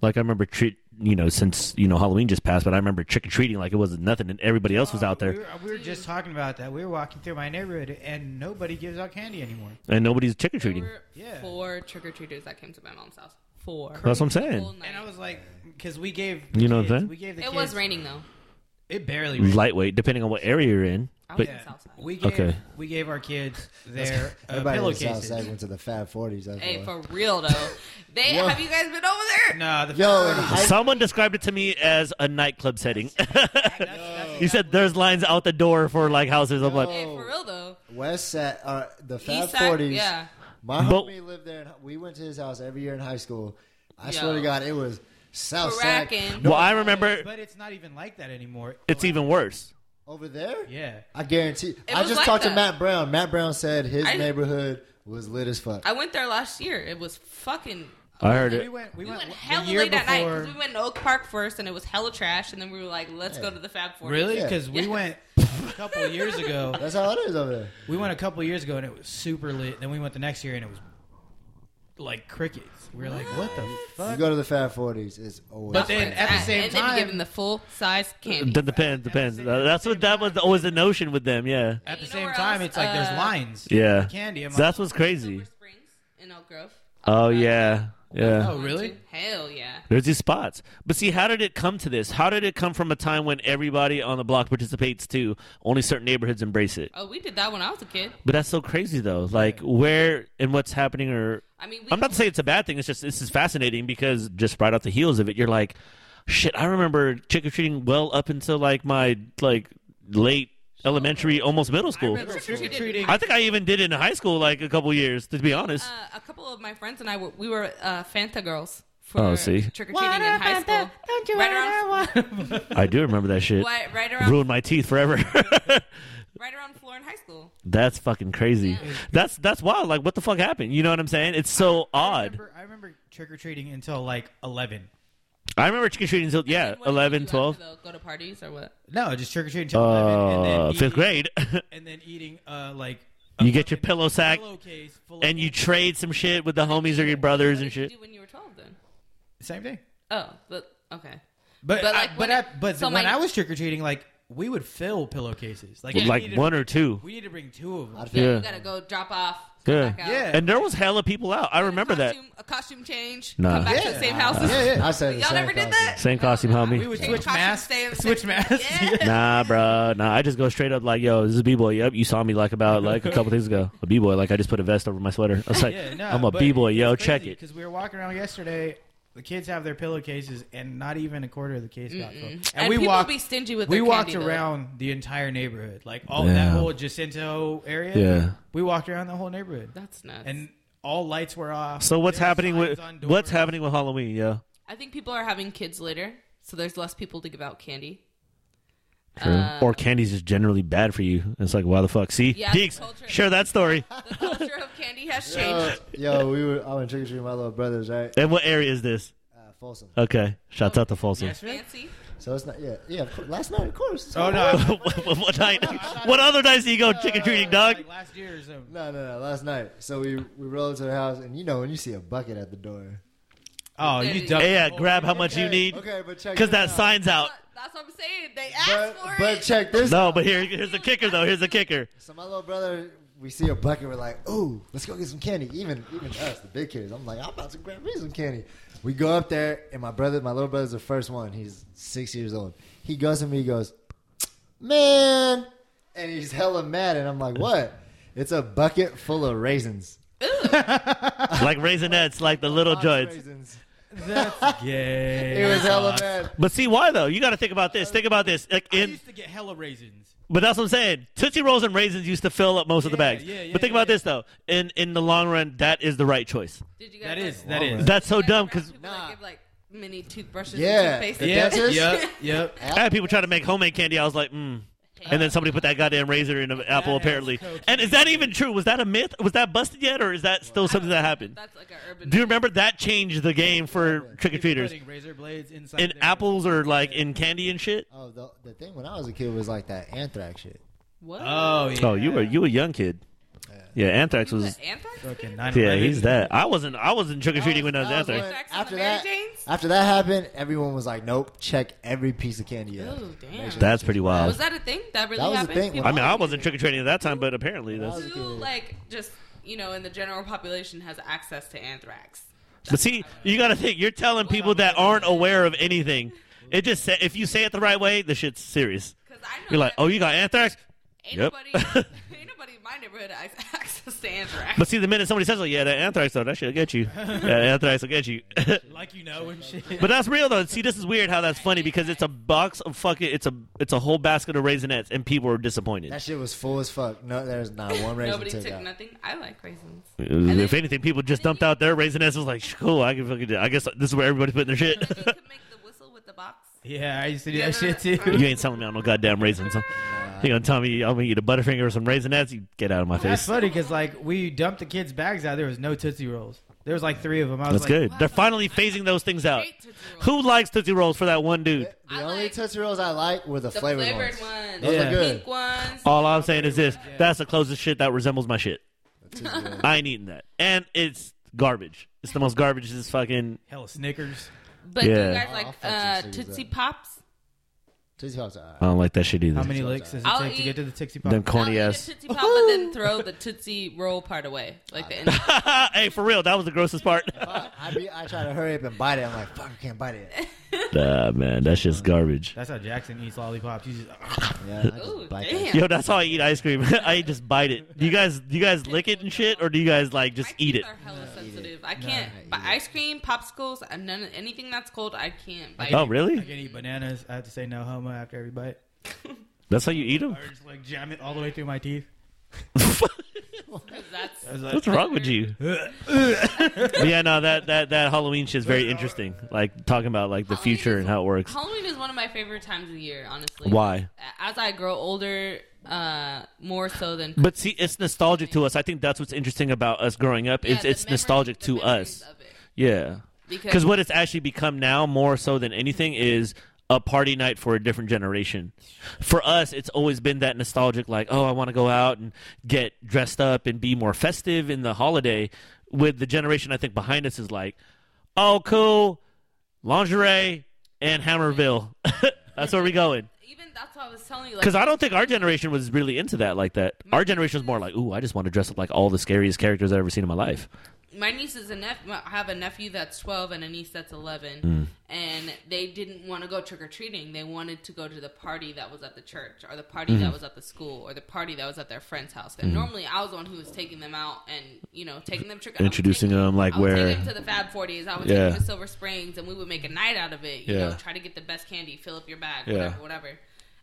[SPEAKER 3] like i remember treat you know since you know halloween just passed but i remember trick-or-treating like it wasn't nothing and everybody else was out there
[SPEAKER 2] We were, we were just talking about that. We were walking through my neighborhood, and nobody gives out candy anymore.
[SPEAKER 3] and nobody's
[SPEAKER 4] There
[SPEAKER 3] trick-or-treating
[SPEAKER 4] were
[SPEAKER 2] Yeah.
[SPEAKER 4] four trick or treaters that came to my mom's house. Four.
[SPEAKER 3] that's what i'm
[SPEAKER 4] Whole
[SPEAKER 3] saying
[SPEAKER 4] night.
[SPEAKER 2] And I was like, because we gave
[SPEAKER 3] You know
[SPEAKER 2] kids-
[SPEAKER 3] what I'm saying?
[SPEAKER 2] we gave the
[SPEAKER 4] It was
[SPEAKER 2] kids-
[SPEAKER 4] raining though.
[SPEAKER 2] Uh-huh. It barely rained.
[SPEAKER 3] lightweight depending on what area you're in
[SPEAKER 4] I was
[SPEAKER 3] but
[SPEAKER 4] in
[SPEAKER 2] Oh, Yeah.
[SPEAKER 4] Southside.
[SPEAKER 2] We gave
[SPEAKER 3] Okay.
[SPEAKER 2] we gave our kids their uh,
[SPEAKER 1] *laughs* Everybody on the south
[SPEAKER 2] pillowcases.
[SPEAKER 1] side went to the Fab Forties.
[SPEAKER 4] Hey, for real though. They
[SPEAKER 1] Whoa.
[SPEAKER 4] have you guys been over there?
[SPEAKER 2] No, the
[SPEAKER 1] Yo, in high,
[SPEAKER 3] someone described it to me as a nightclub setting *laughs* he said there's lines out the door for like houses i'm like
[SPEAKER 4] Hey,
[SPEAKER 1] Oh.
[SPEAKER 4] for real though.
[SPEAKER 1] West Side, uh, the Fab
[SPEAKER 4] East side,
[SPEAKER 1] Forties.
[SPEAKER 4] yeah.
[SPEAKER 1] My
[SPEAKER 3] But-
[SPEAKER 1] homie lived there. And we went to his house every year in high school. I
[SPEAKER 4] Yo.
[SPEAKER 1] swear to God, it was South Side
[SPEAKER 4] Cracking.
[SPEAKER 3] well i *laughs* remember
[SPEAKER 2] but it's not even like that anymore.
[SPEAKER 3] It's even worse.
[SPEAKER 1] over there.
[SPEAKER 2] yeah.
[SPEAKER 1] I guarantee. I
[SPEAKER 4] was
[SPEAKER 1] just
[SPEAKER 4] like
[SPEAKER 1] talked to
[SPEAKER 4] that.
[SPEAKER 1] Matt Brown. Matt Brown said his
[SPEAKER 4] I-
[SPEAKER 1] neighborhood was lit as fuck.
[SPEAKER 4] I went there last year. It was fucking
[SPEAKER 3] I heard
[SPEAKER 2] We
[SPEAKER 3] it.
[SPEAKER 2] went we,
[SPEAKER 4] we went
[SPEAKER 2] the
[SPEAKER 4] hella
[SPEAKER 2] year
[SPEAKER 4] late at night
[SPEAKER 2] before-
[SPEAKER 4] because we went to Oak Park first, and it was hella trash. And then we were like, "Let's go to the Fab 40.
[SPEAKER 2] Really?
[SPEAKER 1] Yeah.
[SPEAKER 2] Because we
[SPEAKER 4] Yeah.
[SPEAKER 2] went
[SPEAKER 4] *laughs*
[SPEAKER 2] a couple of years ago.
[SPEAKER 1] That's how it is over there.
[SPEAKER 2] We went a couple years ago and it was super lit. Then we went the next year and it was like crickets. We were like, what the
[SPEAKER 1] You
[SPEAKER 2] fuck?
[SPEAKER 1] go to the Fab Forties, it's always.
[SPEAKER 2] But then at the same
[SPEAKER 4] and then you give them
[SPEAKER 2] time,
[SPEAKER 4] the full size candy.
[SPEAKER 3] That depends. Depends.
[SPEAKER 2] same- at
[SPEAKER 3] That's
[SPEAKER 2] the
[SPEAKER 3] what
[SPEAKER 2] same
[SPEAKER 3] that was always the notion with them. Yeah.
[SPEAKER 2] at the
[SPEAKER 4] You know
[SPEAKER 2] same
[SPEAKER 4] where
[SPEAKER 2] time,
[SPEAKER 4] else,
[SPEAKER 2] it's like there's
[SPEAKER 4] uh,
[SPEAKER 2] lines.
[SPEAKER 3] Yeah.
[SPEAKER 2] Candy. I'm
[SPEAKER 3] That's what's
[SPEAKER 4] Silver
[SPEAKER 3] crazy.
[SPEAKER 4] Springs in Elk Grove.
[SPEAKER 3] Oh yeah. Yeah.
[SPEAKER 2] Oh, really?
[SPEAKER 4] Hell yeah.
[SPEAKER 3] There's these spots. But see, how did it come to this? How did it come from a time when everybody on the block participates to only certain neighborhoods embrace it?
[SPEAKER 4] Oh, we did that when I was a kid.
[SPEAKER 3] But that's so crazy though. Like where and what's happening or
[SPEAKER 4] I mean, we
[SPEAKER 3] I'm not saying it's a bad thing. It's just this is fascinating because just right off the heels of it, you're like, shit. I remember trick or treating well up until like my like late elementary, almost middle
[SPEAKER 2] I
[SPEAKER 3] school.
[SPEAKER 2] remember trick-or-treating.
[SPEAKER 3] I think I even did it in high school, like a couple years, to be honest.
[SPEAKER 4] uh, a couple of my friends and I were, we were uh, Fanta girls for
[SPEAKER 3] Oh, see.
[SPEAKER 4] trick or treating in high school. Don't you right around,
[SPEAKER 2] Um,
[SPEAKER 3] I do remember that shit.
[SPEAKER 4] right, right
[SPEAKER 2] uh,
[SPEAKER 4] around
[SPEAKER 3] Ruined my teeth forever. *laughs*
[SPEAKER 4] right around floor in high school.
[SPEAKER 3] that's fucking crazy.
[SPEAKER 4] Yeah.
[SPEAKER 3] That's that's wild. Like, what the fuck happened? You know what I'm saying? It's so
[SPEAKER 2] I
[SPEAKER 3] odd.
[SPEAKER 2] remember, I remember trick or treating until like 11.
[SPEAKER 3] I remember trick or treating until yeah,
[SPEAKER 4] And what did you do
[SPEAKER 3] 11,
[SPEAKER 4] after
[SPEAKER 3] 12,
[SPEAKER 4] though? Go to parties or what?
[SPEAKER 2] No, just trick or treating until 11. And then
[SPEAKER 3] uh,
[SPEAKER 2] eating,
[SPEAKER 3] fifth grade. *laughs*
[SPEAKER 2] And then eating uh, like
[SPEAKER 3] You get your pillow sack
[SPEAKER 2] pillowcase full of
[SPEAKER 3] and you trade some shit with the homies or your brothers
[SPEAKER 4] What
[SPEAKER 3] and
[SPEAKER 4] did you
[SPEAKER 3] shit.
[SPEAKER 4] do when you were 12 then?
[SPEAKER 2] same thing.
[SPEAKER 4] Oh, but okay.
[SPEAKER 2] But
[SPEAKER 4] But,
[SPEAKER 2] I-
[SPEAKER 4] like,
[SPEAKER 2] but
[SPEAKER 4] when-
[SPEAKER 2] I, but
[SPEAKER 4] so
[SPEAKER 2] when
[SPEAKER 4] my-
[SPEAKER 2] I was trick or treating, like we would fill pillowcases, like
[SPEAKER 4] With,
[SPEAKER 2] we
[SPEAKER 3] Like
[SPEAKER 2] needed-
[SPEAKER 3] one or two.
[SPEAKER 2] We need to bring two of them.
[SPEAKER 1] I'd
[SPEAKER 4] Yeah,
[SPEAKER 3] Yeah.
[SPEAKER 4] you gotta go drop off. come
[SPEAKER 3] Yeah.
[SPEAKER 4] back out.
[SPEAKER 2] Yeah.
[SPEAKER 3] And there was hella people out. I remember that.
[SPEAKER 4] costume, A costume change.
[SPEAKER 3] Nah.
[SPEAKER 4] Come back to the
[SPEAKER 2] Yeah.
[SPEAKER 4] same house.
[SPEAKER 1] Yeah, yeah. I said the
[SPEAKER 4] *laughs* Y'all
[SPEAKER 1] same
[SPEAKER 4] never did
[SPEAKER 1] costume.
[SPEAKER 4] that.
[SPEAKER 3] Same costume, homie.
[SPEAKER 2] We would
[SPEAKER 4] Change
[SPEAKER 2] switch
[SPEAKER 4] costumes,
[SPEAKER 2] masks.
[SPEAKER 4] stay-
[SPEAKER 2] Switch masks.
[SPEAKER 4] Yeah.
[SPEAKER 3] Nah, bro. Nah, I just go straight up like, yo, this is a b boy. Yep, you saw me like about like a couple days ago. A b boy. Like I just put a vest over my sweater. I was *laughs* like,
[SPEAKER 2] Yeah,
[SPEAKER 3] I'm a b boy. Yo, check it.
[SPEAKER 2] Because we were walking around yesterday. The kids have their pillowcases, and not even a quarter of the case got filled. And,
[SPEAKER 4] And
[SPEAKER 2] we
[SPEAKER 4] people
[SPEAKER 2] walked.
[SPEAKER 4] be stingy with
[SPEAKER 2] we
[SPEAKER 4] their
[SPEAKER 2] walked
[SPEAKER 4] candy, though.
[SPEAKER 2] around the entire neighborhood, like all
[SPEAKER 3] Yeah.
[SPEAKER 2] that whole Jacinto area.
[SPEAKER 3] Yeah.
[SPEAKER 2] we walked around the whole neighborhood,
[SPEAKER 4] That's nuts.
[SPEAKER 2] and all lights were off.
[SPEAKER 3] So what's
[SPEAKER 2] There were
[SPEAKER 3] happening
[SPEAKER 2] signs
[SPEAKER 3] with
[SPEAKER 2] on doors.
[SPEAKER 3] what's happening with Halloween? Yeah.
[SPEAKER 4] I think people are having kids later, so there's less people to give out candy.
[SPEAKER 3] True. or candy's just generally bad for you. It's like, why the fuck? See,
[SPEAKER 4] Yeah, the
[SPEAKER 3] Deeks,
[SPEAKER 4] culture-
[SPEAKER 3] share that story.
[SPEAKER 4] The culture of candy has
[SPEAKER 1] Yo,
[SPEAKER 4] changed.
[SPEAKER 1] yo, we were. I went trick or treating with my little brothers, right?
[SPEAKER 3] and what area is this?
[SPEAKER 1] Uh, Folsom.
[SPEAKER 3] Okay, shouts out to Folsom.
[SPEAKER 2] Yes, man.
[SPEAKER 4] Fancy.
[SPEAKER 1] So it's not. Yeah, yeah. of cour- Last night, of course.
[SPEAKER 2] Oh
[SPEAKER 4] *laughs*
[SPEAKER 2] no! *laughs*
[SPEAKER 3] what, what- what night? What other nights do you go trick or treating, dog?
[SPEAKER 2] Like last year or something.
[SPEAKER 1] No, no, no. Last night. So we we rolled to the house, and you know when you see a bucket at the door.
[SPEAKER 2] Oh,
[SPEAKER 4] Hey,
[SPEAKER 2] you duck.
[SPEAKER 3] Yeah, grab how much you need
[SPEAKER 1] Okay, but check.
[SPEAKER 3] because
[SPEAKER 1] this
[SPEAKER 3] that
[SPEAKER 1] out.
[SPEAKER 3] sign's out.
[SPEAKER 4] That's what I'm saying. They asked
[SPEAKER 1] Uh, But,
[SPEAKER 4] for
[SPEAKER 1] but
[SPEAKER 4] it.
[SPEAKER 1] check this.
[SPEAKER 3] No, but here, here's the kicker though. Here's the kicker.
[SPEAKER 1] So my little brother, we see a bucket. We're like, "Ooh, let's go get some candy." Even even us, the big kids. I'm like, "I'm about to grab me some candy." We go up there, and my brother, my little brother's the first one. He's six years old. He goes to me. He goes, "Man," and he's hella mad. And I'm like, "What?" It's a bucket full of raisins.
[SPEAKER 3] Like raisinets, like the little
[SPEAKER 1] Box
[SPEAKER 3] joints.
[SPEAKER 1] raisins.
[SPEAKER 3] *laughs*
[SPEAKER 2] That's
[SPEAKER 1] It
[SPEAKER 2] gay.
[SPEAKER 1] was hella mad.
[SPEAKER 3] But see why though? You got to think about this. Think about this. Like,
[SPEAKER 2] I
[SPEAKER 3] in,
[SPEAKER 2] used to get hella raisins.
[SPEAKER 3] but that's what I'm saying. Tootsie rolls and raisins used to fill up most of the
[SPEAKER 2] Yeah,
[SPEAKER 3] bags.
[SPEAKER 2] yeah, yeah,
[SPEAKER 3] but think
[SPEAKER 2] yeah,
[SPEAKER 3] about
[SPEAKER 2] yeah.
[SPEAKER 3] this though. In in the long run, that is the right choice.
[SPEAKER 4] Did you guys
[SPEAKER 2] That
[SPEAKER 4] like,
[SPEAKER 2] is that is.
[SPEAKER 1] Walnut.
[SPEAKER 3] That's so
[SPEAKER 4] like,
[SPEAKER 3] dumb
[SPEAKER 4] around
[SPEAKER 3] because
[SPEAKER 4] people that
[SPEAKER 1] Nah.
[SPEAKER 4] give like mini toothbrushes
[SPEAKER 1] Yeah.
[SPEAKER 4] and toothpaste?
[SPEAKER 1] The
[SPEAKER 2] Yep,
[SPEAKER 1] dentist?
[SPEAKER 3] *laughs*
[SPEAKER 2] yep, yep.
[SPEAKER 3] I had people try to make homemade candy. I was like, mm. And then somebody put that goddamn razor in an apple,
[SPEAKER 2] is
[SPEAKER 3] apparently.
[SPEAKER 2] cocaine.
[SPEAKER 3] And is that even true? Was that a myth? Was that busted yet, or is that still something that happened?
[SPEAKER 4] That's like an urban.
[SPEAKER 3] Do you remember that changed the game for trick or
[SPEAKER 2] People
[SPEAKER 3] treaters?
[SPEAKER 2] putting Razor blades inside.
[SPEAKER 3] And
[SPEAKER 2] their-
[SPEAKER 3] apples are like in candy and shit.
[SPEAKER 1] Oh, the, the thing when I was a kid was like that anthrax shit.
[SPEAKER 4] What?
[SPEAKER 2] Oh yeah.
[SPEAKER 3] Oh, you were you a young kid? Yeah, anthrax
[SPEAKER 4] Was
[SPEAKER 3] was.
[SPEAKER 4] that anthrax?
[SPEAKER 2] Fucking 9/11.
[SPEAKER 3] *laughs* Yeah, he's that. I wasn't. I wasn't trick or treating when I was
[SPEAKER 1] That was
[SPEAKER 3] anthrax.
[SPEAKER 1] when-
[SPEAKER 4] Anthrax
[SPEAKER 1] Oh, after
[SPEAKER 4] and the Mary
[SPEAKER 1] that,
[SPEAKER 4] Janes?
[SPEAKER 1] after that happened, everyone was like, "Nope, check every piece of candy." out."
[SPEAKER 4] Oh, damn.
[SPEAKER 1] Make sure
[SPEAKER 3] That's pretty wild.
[SPEAKER 4] Was that a thing? That really
[SPEAKER 1] That was a
[SPEAKER 4] happened?
[SPEAKER 1] thing.
[SPEAKER 4] People
[SPEAKER 3] I mean, I wasn't trick or treating at that time, but apparently that's.
[SPEAKER 1] was a
[SPEAKER 4] who,
[SPEAKER 1] kid.
[SPEAKER 4] like, just, you know, in the general population has access to anthrax?
[SPEAKER 3] But see, you got to think. You're telling people that aren't aware of anything. It just sa- if you say it the right way, the shit's serious.
[SPEAKER 4] Because I know
[SPEAKER 3] You're like,
[SPEAKER 4] that
[SPEAKER 3] oh, you got anthrax?
[SPEAKER 4] ain't,
[SPEAKER 3] yep.
[SPEAKER 4] *laughs* nobody, ain't nobody in my neighborhood has *laughs* access to anthrax.
[SPEAKER 3] But see, the minute somebody says, like, yeah, that anthrax, though, that shit'll get you. That anthrax will get you. *laughs* but
[SPEAKER 2] Like you know and shit.
[SPEAKER 3] that's real, though. See, this is weird how that's funny because it's a box of fucking, it's a it's a whole basket of raisinets, and people are disappointed.
[SPEAKER 1] That shit was full as fuck. No, there's
[SPEAKER 4] *laughs*
[SPEAKER 1] not one raisin
[SPEAKER 4] Nobody
[SPEAKER 1] took
[SPEAKER 4] took
[SPEAKER 1] out.
[SPEAKER 4] nothing. I
[SPEAKER 1] *laughs*
[SPEAKER 4] like raisins. then-
[SPEAKER 3] if anything, people just dumped out their raisinets. It was like, cool, I can fucking do. I guess this is where everybody's putting their shit. *laughs*
[SPEAKER 4] you could make the whistle with the box.
[SPEAKER 2] *laughs* yeah, I used to do
[SPEAKER 4] Yeah.
[SPEAKER 2] that shit too.
[SPEAKER 3] you ain't selling me on no goddamn raisins. Huh? You gonna tell me I'm gonna eat a butterfinger or some raisinets? You get out of my
[SPEAKER 2] *laughs* That's
[SPEAKER 3] face.
[SPEAKER 2] funny because like we dumped the kids' bags out. There was no tootsie rolls. There was like three of them. I was
[SPEAKER 3] That's
[SPEAKER 2] like,
[SPEAKER 3] good. They're finally phasing those things out.
[SPEAKER 4] Great Tootsie Rolls.
[SPEAKER 3] Who likes Tootsie Rolls for that one dude?
[SPEAKER 1] The
[SPEAKER 4] I
[SPEAKER 1] only
[SPEAKER 4] like-
[SPEAKER 1] Tootsie Rolls I like were the,
[SPEAKER 4] The
[SPEAKER 1] flavored, ones.
[SPEAKER 4] ones.
[SPEAKER 1] Those
[SPEAKER 2] Yeah.
[SPEAKER 1] are
[SPEAKER 4] The
[SPEAKER 1] good.
[SPEAKER 4] pink ones.
[SPEAKER 3] All I'm saying is this: that's the closest shit that resembles my shit.
[SPEAKER 4] *laughs*
[SPEAKER 3] I ain't eating that, and it's garbage. It's the most garbage. This fucking
[SPEAKER 2] Hell, Snickers.
[SPEAKER 4] But do
[SPEAKER 3] Yeah.
[SPEAKER 4] you guys
[SPEAKER 1] I'll-
[SPEAKER 4] like
[SPEAKER 1] I'll fuck
[SPEAKER 4] uh,
[SPEAKER 1] some Tootsie
[SPEAKER 4] Tootsie
[SPEAKER 1] Rolls.
[SPEAKER 4] Pops?
[SPEAKER 1] Tootsie Pops are
[SPEAKER 3] I don't like that shit either.
[SPEAKER 2] How many licks does it
[SPEAKER 4] I'll
[SPEAKER 2] take to
[SPEAKER 4] eat-
[SPEAKER 2] get to the Tootsie Pop?
[SPEAKER 3] Them
[SPEAKER 4] I'll
[SPEAKER 3] corny
[SPEAKER 4] eat a
[SPEAKER 3] ass.
[SPEAKER 4] Tootsie Pop, but then throw the Tootsie Roll part away, like the
[SPEAKER 3] *laughs*
[SPEAKER 4] end.
[SPEAKER 3] hey, for real, that was the grossest part. *laughs*
[SPEAKER 1] alright. I, be, I try to hurry up and bite it. I'm like, fuck, I can't bite
[SPEAKER 4] *laughs*
[SPEAKER 1] it.
[SPEAKER 3] nah, man, that's just garbage.
[SPEAKER 2] That's how Jackson eats lollipops. He's just, *laughs*
[SPEAKER 1] Yeah, I just
[SPEAKER 4] Ooh,
[SPEAKER 1] bite
[SPEAKER 4] damn.
[SPEAKER 1] that.
[SPEAKER 3] Yo, that's how I eat ice cream. *laughs* I just bite it. Do you guys, do you guys lick it and shit, or do you guys like
[SPEAKER 4] My
[SPEAKER 3] just
[SPEAKER 4] teeth
[SPEAKER 3] *laughs* eat it?
[SPEAKER 4] Are hella sensitive. I can't. but ice cream, popsicles, and none of- anything that's cold, I can't. Bite.
[SPEAKER 3] Oh,
[SPEAKER 2] I
[SPEAKER 3] really?
[SPEAKER 2] can eat bananas. I have to say no homo after every bite.
[SPEAKER 3] That's how you eat
[SPEAKER 4] *laughs*
[SPEAKER 3] them?
[SPEAKER 2] Or just like jam it all the way through my teeth.
[SPEAKER 4] Because that's
[SPEAKER 2] I was like,
[SPEAKER 3] What's wrong with you? But *laughs* yeah, no, that that that Halloween shit's very interesting. Like talking about like the
[SPEAKER 4] Halloween
[SPEAKER 3] future
[SPEAKER 4] is-
[SPEAKER 3] and how it works.
[SPEAKER 4] Halloween is one of my favorite times of the year. Honestly,
[SPEAKER 3] Why?
[SPEAKER 4] As I grow older, uh, more so than
[SPEAKER 3] But see, it's nostalgic to us. I think that's what's interesting about us growing up.
[SPEAKER 4] Yeah,
[SPEAKER 3] it's
[SPEAKER 4] the
[SPEAKER 3] it's
[SPEAKER 4] memory-
[SPEAKER 3] nostalgic
[SPEAKER 4] the
[SPEAKER 3] to us.
[SPEAKER 4] memories of it.
[SPEAKER 3] Yeah.
[SPEAKER 4] Because
[SPEAKER 3] Because what it's actually become now, more so than anything, is a party night for a different generation. For us, it's always been that nostalgic, like, oh, I want to go out and get dressed up and be more festive in the holiday. With the generation I think behind us is like, oh, cool, lingerie and Hammerville. *laughs* That's where we going.
[SPEAKER 4] Even that's what I was telling you. Like, Mm-hmm.
[SPEAKER 3] Because I don't think our generation was really into that like that. Our generation was more like, ooh, I just want to dress up like all the scariest characters I've ever seen in my life.
[SPEAKER 4] my nieces and nephew I have a nephew that's 12 and a niece that's 11
[SPEAKER 3] Hmm.
[SPEAKER 4] and they didn't want to go trick or treating they wanted to go to the party that was at the church or the party
[SPEAKER 3] Hmm.
[SPEAKER 4] that was at the school or the party that was at their friend's house and normally I was the one who was taking them out and you know taking them trick I would
[SPEAKER 3] Introducing
[SPEAKER 4] take-
[SPEAKER 3] them, like,
[SPEAKER 4] I would
[SPEAKER 3] where-
[SPEAKER 4] take them to the Fab 40s I would
[SPEAKER 3] Yeah.
[SPEAKER 4] take them to Silver Springs and we would make a night out of it you
[SPEAKER 3] Yeah.
[SPEAKER 4] know try to get the best candy fill up your bag
[SPEAKER 3] Yeah.
[SPEAKER 4] whatever whatever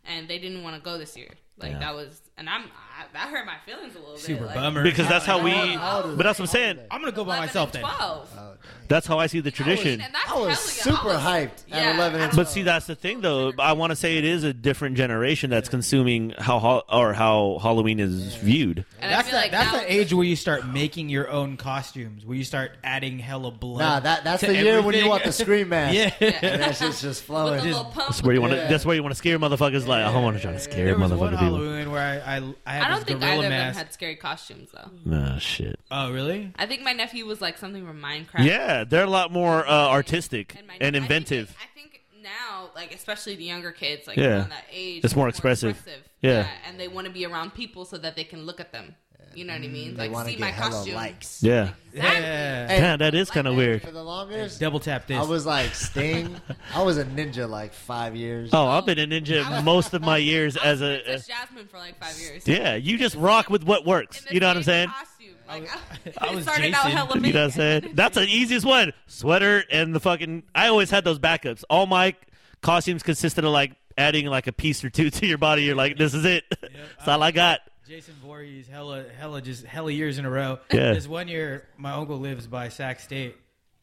[SPEAKER 4] and they didn't want to go this year like
[SPEAKER 3] Yeah.
[SPEAKER 4] that was and I'm I, that hurt my feelings a little
[SPEAKER 2] Super
[SPEAKER 4] bit like,
[SPEAKER 2] bummer.
[SPEAKER 3] Because that's how we.
[SPEAKER 4] How old is
[SPEAKER 3] But that's what I'm saying.
[SPEAKER 2] I'm gonna go by
[SPEAKER 4] 11 and
[SPEAKER 2] myself then.
[SPEAKER 4] 12
[SPEAKER 3] That's how I see the tradition.
[SPEAKER 4] and that's
[SPEAKER 1] I was
[SPEAKER 4] hella young.
[SPEAKER 1] super hyped at
[SPEAKER 4] yeah,
[SPEAKER 1] 11 and
[SPEAKER 4] I
[SPEAKER 3] But
[SPEAKER 4] was-
[SPEAKER 3] see, that's the thing, though. I want to say it is a different generation that's consuming how hol- or how Halloween is viewed.
[SPEAKER 4] and I
[SPEAKER 2] That's
[SPEAKER 4] feel
[SPEAKER 2] the,
[SPEAKER 4] like
[SPEAKER 2] that's
[SPEAKER 4] that
[SPEAKER 2] the age where you start making your own costumes, where you start adding hella blood.
[SPEAKER 1] Nah, that, that's
[SPEAKER 2] to
[SPEAKER 1] the year when you
[SPEAKER 2] everything.
[SPEAKER 1] want the scream mask.
[SPEAKER 2] *laughs* yeah.
[SPEAKER 4] *laughs*
[SPEAKER 1] *laughs* And that shit's just
[SPEAKER 4] was-
[SPEAKER 1] flowing.
[SPEAKER 4] with the little pump.
[SPEAKER 3] That's where you want to.
[SPEAKER 1] Yeah.
[SPEAKER 3] That's where you want to scare motherfuckers. Like I want to try to scare
[SPEAKER 2] There was one
[SPEAKER 3] motherfucking people.
[SPEAKER 2] Halloween where I I, I had this
[SPEAKER 4] I don't think
[SPEAKER 2] gorilla
[SPEAKER 4] either of them
[SPEAKER 2] mask.
[SPEAKER 4] had scary costumes though.
[SPEAKER 3] Nah, shit.
[SPEAKER 2] Oh really?
[SPEAKER 4] Mm. I think my nephew was like something from Minecraft.
[SPEAKER 3] Yeah, they're a lot more uh, artistic
[SPEAKER 4] my- I
[SPEAKER 3] and
[SPEAKER 4] think-
[SPEAKER 3] inventive.
[SPEAKER 4] I think now, like especially the younger kids, like
[SPEAKER 3] Yeah.
[SPEAKER 4] around that age,
[SPEAKER 3] It's more expressive. Yeah.
[SPEAKER 4] and they want to be around people so that they can look at them. You know what I mean?
[SPEAKER 1] They
[SPEAKER 4] like
[SPEAKER 1] want
[SPEAKER 4] see
[SPEAKER 1] to
[SPEAKER 4] my
[SPEAKER 1] get hella
[SPEAKER 4] costume.
[SPEAKER 1] likes.
[SPEAKER 3] Yeah,
[SPEAKER 4] Exactly.
[SPEAKER 2] Yeah.
[SPEAKER 1] Hey,
[SPEAKER 3] yeah, that is kind of weird.
[SPEAKER 1] For the longest,
[SPEAKER 2] Double tap this.
[SPEAKER 1] I was like Sting. I was a ninja like five years.
[SPEAKER 3] Oh, I've been a ninja most of my years
[SPEAKER 4] I was
[SPEAKER 3] as a. uh,
[SPEAKER 4] Princess Jasmine for like five years.
[SPEAKER 3] yeah, you just rock with what works.
[SPEAKER 4] In the
[SPEAKER 3] You know what I'm saying?
[SPEAKER 4] same Costume. *laughs* Like,
[SPEAKER 2] I was
[SPEAKER 4] started out
[SPEAKER 2] Jason.
[SPEAKER 4] hella
[SPEAKER 3] You know what I'm
[SPEAKER 4] big.
[SPEAKER 3] saying? That's the easiest one. Sweater and the fucking. I always had those backups. All my costumes consisted of like adding like a piece or two to your body. You're like, this is it. *laughs* That's all I got.
[SPEAKER 2] Jason Voorhees, hella, hella, just hella years in a row.
[SPEAKER 3] Yeah.
[SPEAKER 2] This one year, my uncle lives by Sac State,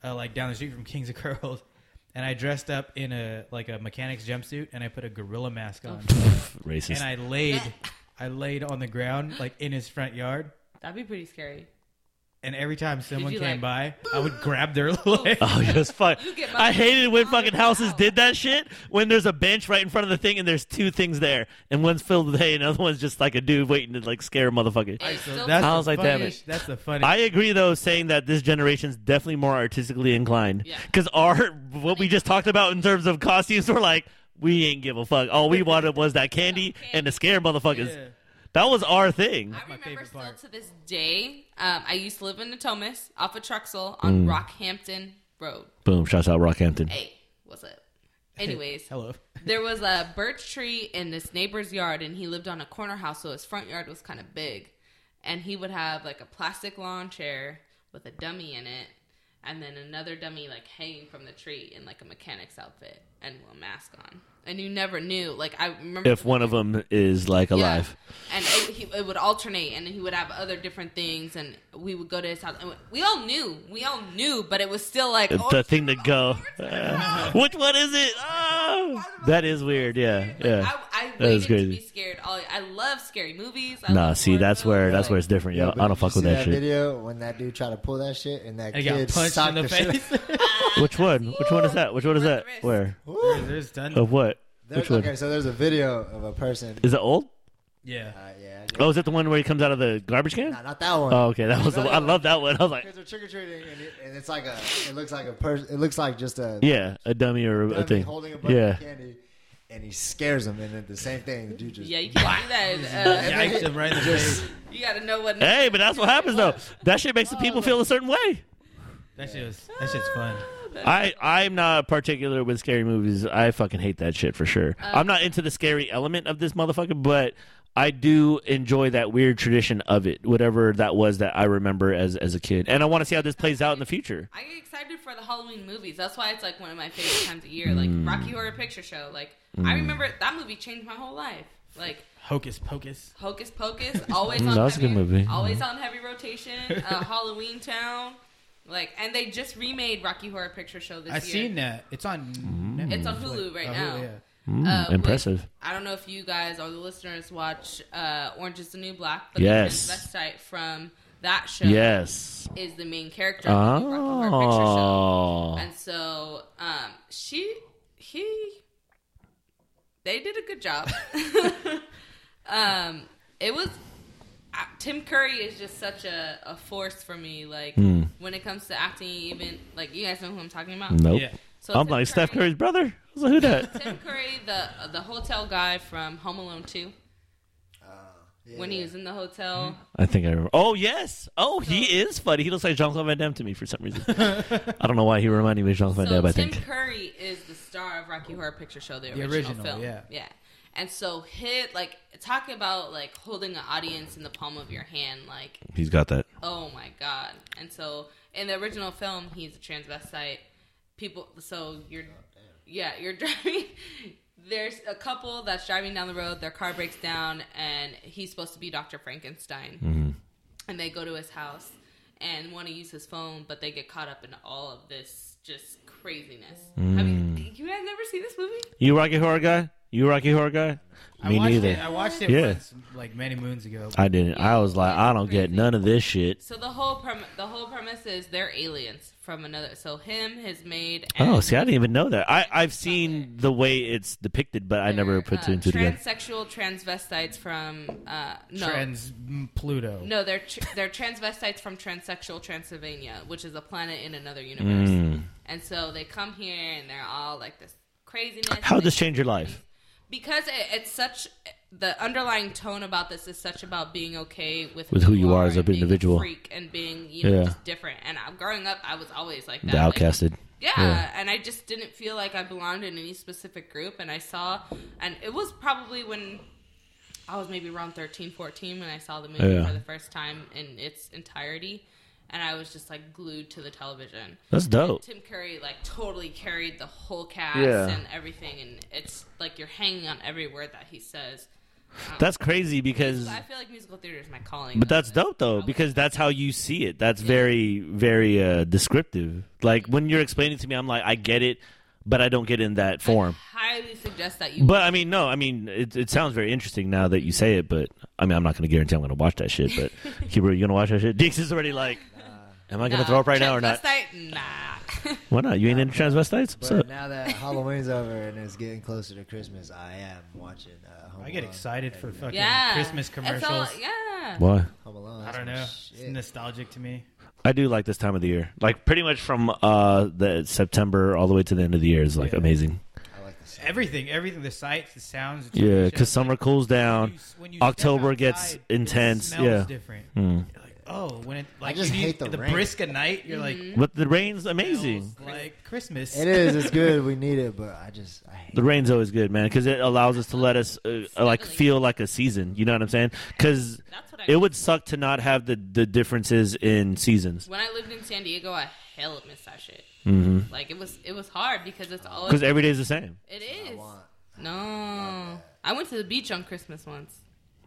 [SPEAKER 2] uh, like down the street from Kings of Curls, and I dressed up in a like a mechanic's jumpsuit, and I put a gorilla mask on,
[SPEAKER 3] Oh. Racist.
[SPEAKER 2] and I laid, I laid on the ground like in his front yard,
[SPEAKER 4] That'd be pretty scary.
[SPEAKER 2] and every time someone
[SPEAKER 4] you,
[SPEAKER 2] came by,
[SPEAKER 4] like-
[SPEAKER 2] I would grab their *laughs* leg.
[SPEAKER 3] Oh, yes, fuck.
[SPEAKER 4] You get
[SPEAKER 3] I hated when
[SPEAKER 4] motherfucking
[SPEAKER 3] fucking
[SPEAKER 4] out.
[SPEAKER 3] houses did that shit. When there's a bench right in front of the thing, and there's two things there, and one's filled with hay, and the other one's just like a dude waiting to like scare a motherfucker.
[SPEAKER 4] It's *laughs* still
[SPEAKER 2] That's
[SPEAKER 3] I was
[SPEAKER 2] the
[SPEAKER 3] like, damn
[SPEAKER 2] funniest, That's the funniest.
[SPEAKER 3] I agree, though, saying that this generation's definitely more artistically inclined.
[SPEAKER 4] Yeah.
[SPEAKER 3] Because our what we just talked about in terms of costumes, we're like, we ain't give a fuck. All we wanted was that
[SPEAKER 4] *laughs*
[SPEAKER 3] candy and to scare motherfuckers.
[SPEAKER 2] Yeah.
[SPEAKER 3] That was our thing.
[SPEAKER 4] I
[SPEAKER 2] my
[SPEAKER 4] remember
[SPEAKER 2] favorite
[SPEAKER 4] still
[SPEAKER 2] part.
[SPEAKER 4] to this day. Um, I used to live in Natomas off of Truxell on Rockhampton Road.
[SPEAKER 3] Boom! Shouts out Rockhampton.
[SPEAKER 4] Hey, what's up? Anyways,
[SPEAKER 2] Hello.
[SPEAKER 4] there was a birch tree in this neighbor's yard, and he lived on a corner house, so his front yard was kind of big. And he would have like a plastic lawn chair with a dummy in it, and then another dummy like hanging from the tree in like a mechanic's outfit and a mask on. And you never knew. Like I remember
[SPEAKER 3] If one of them is like
[SPEAKER 4] yeah.
[SPEAKER 3] alive,
[SPEAKER 4] And it, he, it would alternate, and he would have other different things, and we would go to his house. And we all knew, we all knew, but it was still like oh,
[SPEAKER 3] the thing to go. Uh, which one is it? Oh, that is weird. Yeah,
[SPEAKER 4] like,
[SPEAKER 3] yeah.
[SPEAKER 4] I, I
[SPEAKER 3] That
[SPEAKER 4] waited
[SPEAKER 3] is
[SPEAKER 4] to
[SPEAKER 3] crazy.
[SPEAKER 4] be scared. All, I love scary movies. I
[SPEAKER 3] Nah,
[SPEAKER 4] love
[SPEAKER 3] see,
[SPEAKER 4] horror
[SPEAKER 3] that's
[SPEAKER 4] films,
[SPEAKER 3] where that's
[SPEAKER 4] like-
[SPEAKER 3] where it's different.
[SPEAKER 1] Yo,
[SPEAKER 3] Yo,
[SPEAKER 1] but
[SPEAKER 3] I
[SPEAKER 1] did
[SPEAKER 3] don't fuck
[SPEAKER 1] you
[SPEAKER 3] with
[SPEAKER 1] see
[SPEAKER 3] that shit.
[SPEAKER 1] Video when that dude tried to pull that shit and that
[SPEAKER 2] I got
[SPEAKER 1] kid
[SPEAKER 2] punched in
[SPEAKER 1] socked
[SPEAKER 2] the
[SPEAKER 1] shit out-
[SPEAKER 2] face. *laughs*
[SPEAKER 3] Which one? Which one is that? Which one is that? Where?
[SPEAKER 1] *laughs* Woo!
[SPEAKER 2] There's done.
[SPEAKER 3] Of what?
[SPEAKER 1] There's-
[SPEAKER 3] Which one?
[SPEAKER 1] Okay, so there's a video of a person.
[SPEAKER 3] Is it old?
[SPEAKER 2] Yeah.
[SPEAKER 1] Uh, yeah,
[SPEAKER 3] Oh, is that the one where he comes out of the garbage can?
[SPEAKER 1] nah, not that one.
[SPEAKER 3] Oh, okay, that was the one. I love that one. I was like,
[SPEAKER 1] Kids are trick or treating, and, it- and it's like a. It looks like a person. It looks like just a.
[SPEAKER 3] yeah, a dummy or a
[SPEAKER 1] dummy
[SPEAKER 3] thing.
[SPEAKER 1] Holding a bunch
[SPEAKER 3] Yeah,
[SPEAKER 1] of candy, and he scares him, and then the same thing. The dude just.
[SPEAKER 4] Yeah, you can't do
[SPEAKER 3] *laughs*
[SPEAKER 4] that. Uh,
[SPEAKER 2] Yikes him right in the
[SPEAKER 1] *laughs*
[SPEAKER 2] face.
[SPEAKER 4] you got to know what.
[SPEAKER 3] Hey, but that's what happens though. That shit makes the people feel a certain way.
[SPEAKER 2] That shit was. That shit's fun.
[SPEAKER 3] I I'm not particular with scary movies. I fucking hate that shit for sure. I'm not into the scary element of this motherfucker, but I do enjoy that weird tradition of it, whatever that was that I remember as as a kid, and I want to see how this plays out in the future.
[SPEAKER 4] I get excited for the Halloween movies. That's why it's like one of my favorite times of year. Like
[SPEAKER 3] Mm.
[SPEAKER 4] Rocky Horror Picture Show. Like I remember that movie changed my whole life. Like
[SPEAKER 2] Hocus pocus.
[SPEAKER 4] Hocus
[SPEAKER 3] *laughs*
[SPEAKER 4] Pocus, always
[SPEAKER 3] Mm,
[SPEAKER 4] on
[SPEAKER 3] that was a good
[SPEAKER 4] heavy,
[SPEAKER 3] movie. Mm-hmm.
[SPEAKER 4] always on heavy rotation.
[SPEAKER 3] *laughs*
[SPEAKER 4] Uh, Halloween Town, like, and they just remade Rocky Horror Picture Show this
[SPEAKER 2] I
[SPEAKER 4] year.
[SPEAKER 2] seen that. It's on.
[SPEAKER 3] Mm.
[SPEAKER 2] Netflix.
[SPEAKER 4] It's on Hulu right
[SPEAKER 2] Oh,
[SPEAKER 4] now.
[SPEAKER 2] yeah.
[SPEAKER 4] Uh, with-
[SPEAKER 3] impressive.
[SPEAKER 4] I don't know if you guys or the listeners watch uh, Orange Is the New Black, but
[SPEAKER 3] Yes.
[SPEAKER 4] the transvestite from that show
[SPEAKER 3] Yes. Ah.
[SPEAKER 4] is the main character of the new Rocky Horror Picture Show.
[SPEAKER 3] Oh.
[SPEAKER 4] And so um, she, he, they did a
[SPEAKER 3] *laughs*
[SPEAKER 4] good job. um, it was I- Tim Curry is just such a, a force for me. Like
[SPEAKER 3] Hmm.
[SPEAKER 4] when it comes to acting, even like you guys know who I'm talking about.
[SPEAKER 3] Nope.
[SPEAKER 2] Yeah.
[SPEAKER 4] So
[SPEAKER 3] I'm
[SPEAKER 4] Tim
[SPEAKER 3] like Steph
[SPEAKER 4] Curry-
[SPEAKER 3] Curry's brother. I was like, Who that?
[SPEAKER 4] Tim Curry, the the hotel guy from Home Alone Two, when he was in the hotel.
[SPEAKER 3] I think I remember. Oh yes. Oh, he is funny. He looks like Jean Claude Van Damme to me for some reason. *laughs* I don't know why he reminded me of Jean Claude Van
[SPEAKER 4] so
[SPEAKER 3] Damme. I
[SPEAKER 4] Tim
[SPEAKER 3] think.
[SPEAKER 4] Curry is the star of Rocky Horror Picture Show, the original,
[SPEAKER 2] original,
[SPEAKER 4] film.
[SPEAKER 2] yeah.
[SPEAKER 4] And so hit like talk about like holding an audience in the palm of your hand, like
[SPEAKER 3] He's got that.
[SPEAKER 4] oh my god. And so in the original film, he's a transvestite. People, so you're, yeah, you're *laughs* driving. There's a couple that's driving down the road. Their car breaks down, and he's supposed to be Dr. Frankenstein and they go to his house and want to use his phone, but they get caught up in all of this just craziness. Have you, you guys never seen this movie?
[SPEAKER 3] You Rocky Horror guy? You Rocky Horror guy?
[SPEAKER 2] I
[SPEAKER 3] Me
[SPEAKER 2] watched
[SPEAKER 3] neither.
[SPEAKER 2] It, I watched it
[SPEAKER 3] Yeah.
[SPEAKER 2] once, like many moons ago.
[SPEAKER 3] I didn't. I was like, I don't get
[SPEAKER 4] Crazy.
[SPEAKER 3] none of this shit.
[SPEAKER 4] So the whole prem- the whole premise is they're aliens from another. So him, his maid. And
[SPEAKER 3] Oh, see, I didn't even know that. I, I've seen the way it's depicted, but I never
[SPEAKER 4] their,
[SPEAKER 3] put
[SPEAKER 4] uh,
[SPEAKER 3] two and two together.
[SPEAKER 4] Transsexual transvestites from uh, no.
[SPEAKER 2] Trans m- Pluto.
[SPEAKER 4] no, they're tr- they're transvestites from transsexual Transylvania, which is a planet in another universe.
[SPEAKER 3] Hmm.
[SPEAKER 4] And so they come here and they're all like this craziness.
[SPEAKER 3] How would this
[SPEAKER 4] They-
[SPEAKER 3] change your life?
[SPEAKER 4] because it, it's such the underlying tone about this is such about being okay with
[SPEAKER 3] With who you are as
[SPEAKER 4] and
[SPEAKER 3] a
[SPEAKER 4] being
[SPEAKER 3] individual.
[SPEAKER 4] freak and being you know
[SPEAKER 3] Yeah.
[SPEAKER 4] just different. And I, growing up, I was always like that,
[SPEAKER 3] the
[SPEAKER 4] like,
[SPEAKER 3] outcasted.
[SPEAKER 4] yeah,
[SPEAKER 3] Yeah.
[SPEAKER 4] and I just didn't feel like I belonged in any specific group. And I saw, and it was probably when I was maybe around 13, 14 when I saw the movie
[SPEAKER 3] Yeah.
[SPEAKER 4] for the first time in its entirety. And I was just like glued to the television.
[SPEAKER 3] That's dope.
[SPEAKER 4] Tim Curry like totally carried the whole cast
[SPEAKER 3] Yeah.
[SPEAKER 4] and everything, and it's like you're hanging on every word that he says.
[SPEAKER 3] That's crazy because,
[SPEAKER 4] So I feel like musical theater is my calling.
[SPEAKER 3] but
[SPEAKER 4] though.
[SPEAKER 3] that's dope though because that's how you see it. That's very, very uh, descriptive. Like when you're explaining to me, I'm like, I get it, but I don't get it in that form.
[SPEAKER 4] highly suggest that you.
[SPEAKER 3] But I mean, no, I mean, it, it sounds very interesting now that you say it, but I mean, I'm not going to guarantee I'm going to watch that shit,
[SPEAKER 4] *laughs*
[SPEAKER 3] but Keeper, you going to watch that shit? *laughs* Deeks is already like, am I going to
[SPEAKER 4] Nah.
[SPEAKER 3] throw up right now or not?
[SPEAKER 4] Transvestite? Nah. *laughs*
[SPEAKER 3] Why not? You ain't into transvestites?
[SPEAKER 1] But
[SPEAKER 3] So,
[SPEAKER 1] now that Halloween's over and it's getting closer to Christmas, I am watching. Uh, Home
[SPEAKER 2] I get
[SPEAKER 1] Alone.
[SPEAKER 2] excited for fucking
[SPEAKER 4] yeah.
[SPEAKER 2] Christmas
[SPEAKER 4] It's
[SPEAKER 2] commercials.
[SPEAKER 4] all- yeah.
[SPEAKER 3] why?
[SPEAKER 1] Home Alone.
[SPEAKER 2] I
[SPEAKER 1] that's
[SPEAKER 2] don't
[SPEAKER 1] my
[SPEAKER 2] know. It's
[SPEAKER 1] shit.
[SPEAKER 2] nostalgic to me.
[SPEAKER 3] I do like this time of the year. Like pretty much from uh the September all the way to the end of the year is like
[SPEAKER 2] Yeah.
[SPEAKER 3] amazing.
[SPEAKER 1] I like this.
[SPEAKER 2] Everything, everything, the sights, the sounds. The
[SPEAKER 3] Yeah,
[SPEAKER 2] traditions,
[SPEAKER 3] because summer
[SPEAKER 2] like,
[SPEAKER 3] cools
[SPEAKER 2] when
[SPEAKER 3] down.
[SPEAKER 2] you s- when you
[SPEAKER 3] October
[SPEAKER 2] step
[SPEAKER 3] gets
[SPEAKER 2] outside, it
[SPEAKER 3] intense.
[SPEAKER 2] smells
[SPEAKER 3] Yeah,
[SPEAKER 2] different.
[SPEAKER 3] Hmm.
[SPEAKER 2] You're like, oh, when it like
[SPEAKER 1] just
[SPEAKER 2] if you-
[SPEAKER 1] hate the
[SPEAKER 2] the
[SPEAKER 1] rain.
[SPEAKER 2] brisk of night. You're like
[SPEAKER 4] Mm-hmm.
[SPEAKER 3] but the rain's amazing.
[SPEAKER 2] amazing, like Christmas.
[SPEAKER 1] It is. It's good. We need it, but I just I hate
[SPEAKER 3] The rain's always good, man, because it allows us to let us uh, like feel like a season. You know what I'm saying? Because
[SPEAKER 4] That's what I.
[SPEAKER 3] it would suck to not have the the differences in seasons.
[SPEAKER 4] when I lived in San Diego, I hell missed that shit.
[SPEAKER 3] Mm-hmm.
[SPEAKER 4] Like it was, it was hard because it's always.
[SPEAKER 3] Because every day's the same.
[SPEAKER 4] It
[SPEAKER 1] what I
[SPEAKER 4] is.
[SPEAKER 1] want.
[SPEAKER 4] No, I went to the beach on Christmas once.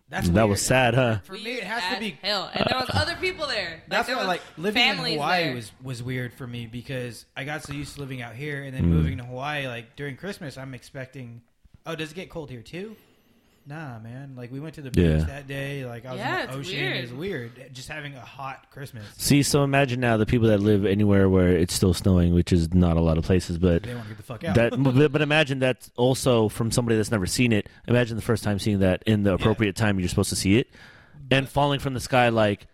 [SPEAKER 2] That's
[SPEAKER 3] That
[SPEAKER 2] weird.
[SPEAKER 3] was sad, huh?
[SPEAKER 2] For me, it has to
[SPEAKER 4] as
[SPEAKER 2] be.
[SPEAKER 4] hell. And there was other people there.
[SPEAKER 2] That's
[SPEAKER 4] there
[SPEAKER 2] why,
[SPEAKER 4] was
[SPEAKER 2] like, living in
[SPEAKER 4] families
[SPEAKER 2] Hawaii
[SPEAKER 4] there.
[SPEAKER 2] was was weird for me because I got so used to living out here, and then
[SPEAKER 3] Mm-hmm.
[SPEAKER 2] moving to Hawaii, like during Christmas, I'm expecting. Oh, does it get cold here too? Nah, man. Like we went to the beach
[SPEAKER 3] Yeah.
[SPEAKER 2] that day. Like I was
[SPEAKER 4] Yeah,
[SPEAKER 2] in the
[SPEAKER 4] it's
[SPEAKER 2] ocean.
[SPEAKER 4] weird.
[SPEAKER 2] It was weird. Just having a hot Christmas.
[SPEAKER 3] See, so imagine now the people that live anywhere where it's still snowing, which is not a lot of places, but
[SPEAKER 2] They want to get the fuck out.
[SPEAKER 3] *laughs* that but but imagine that's also from somebody that's never seen it. Imagine the first time seeing that in the appropriate time you're supposed to see it and falling from the sky like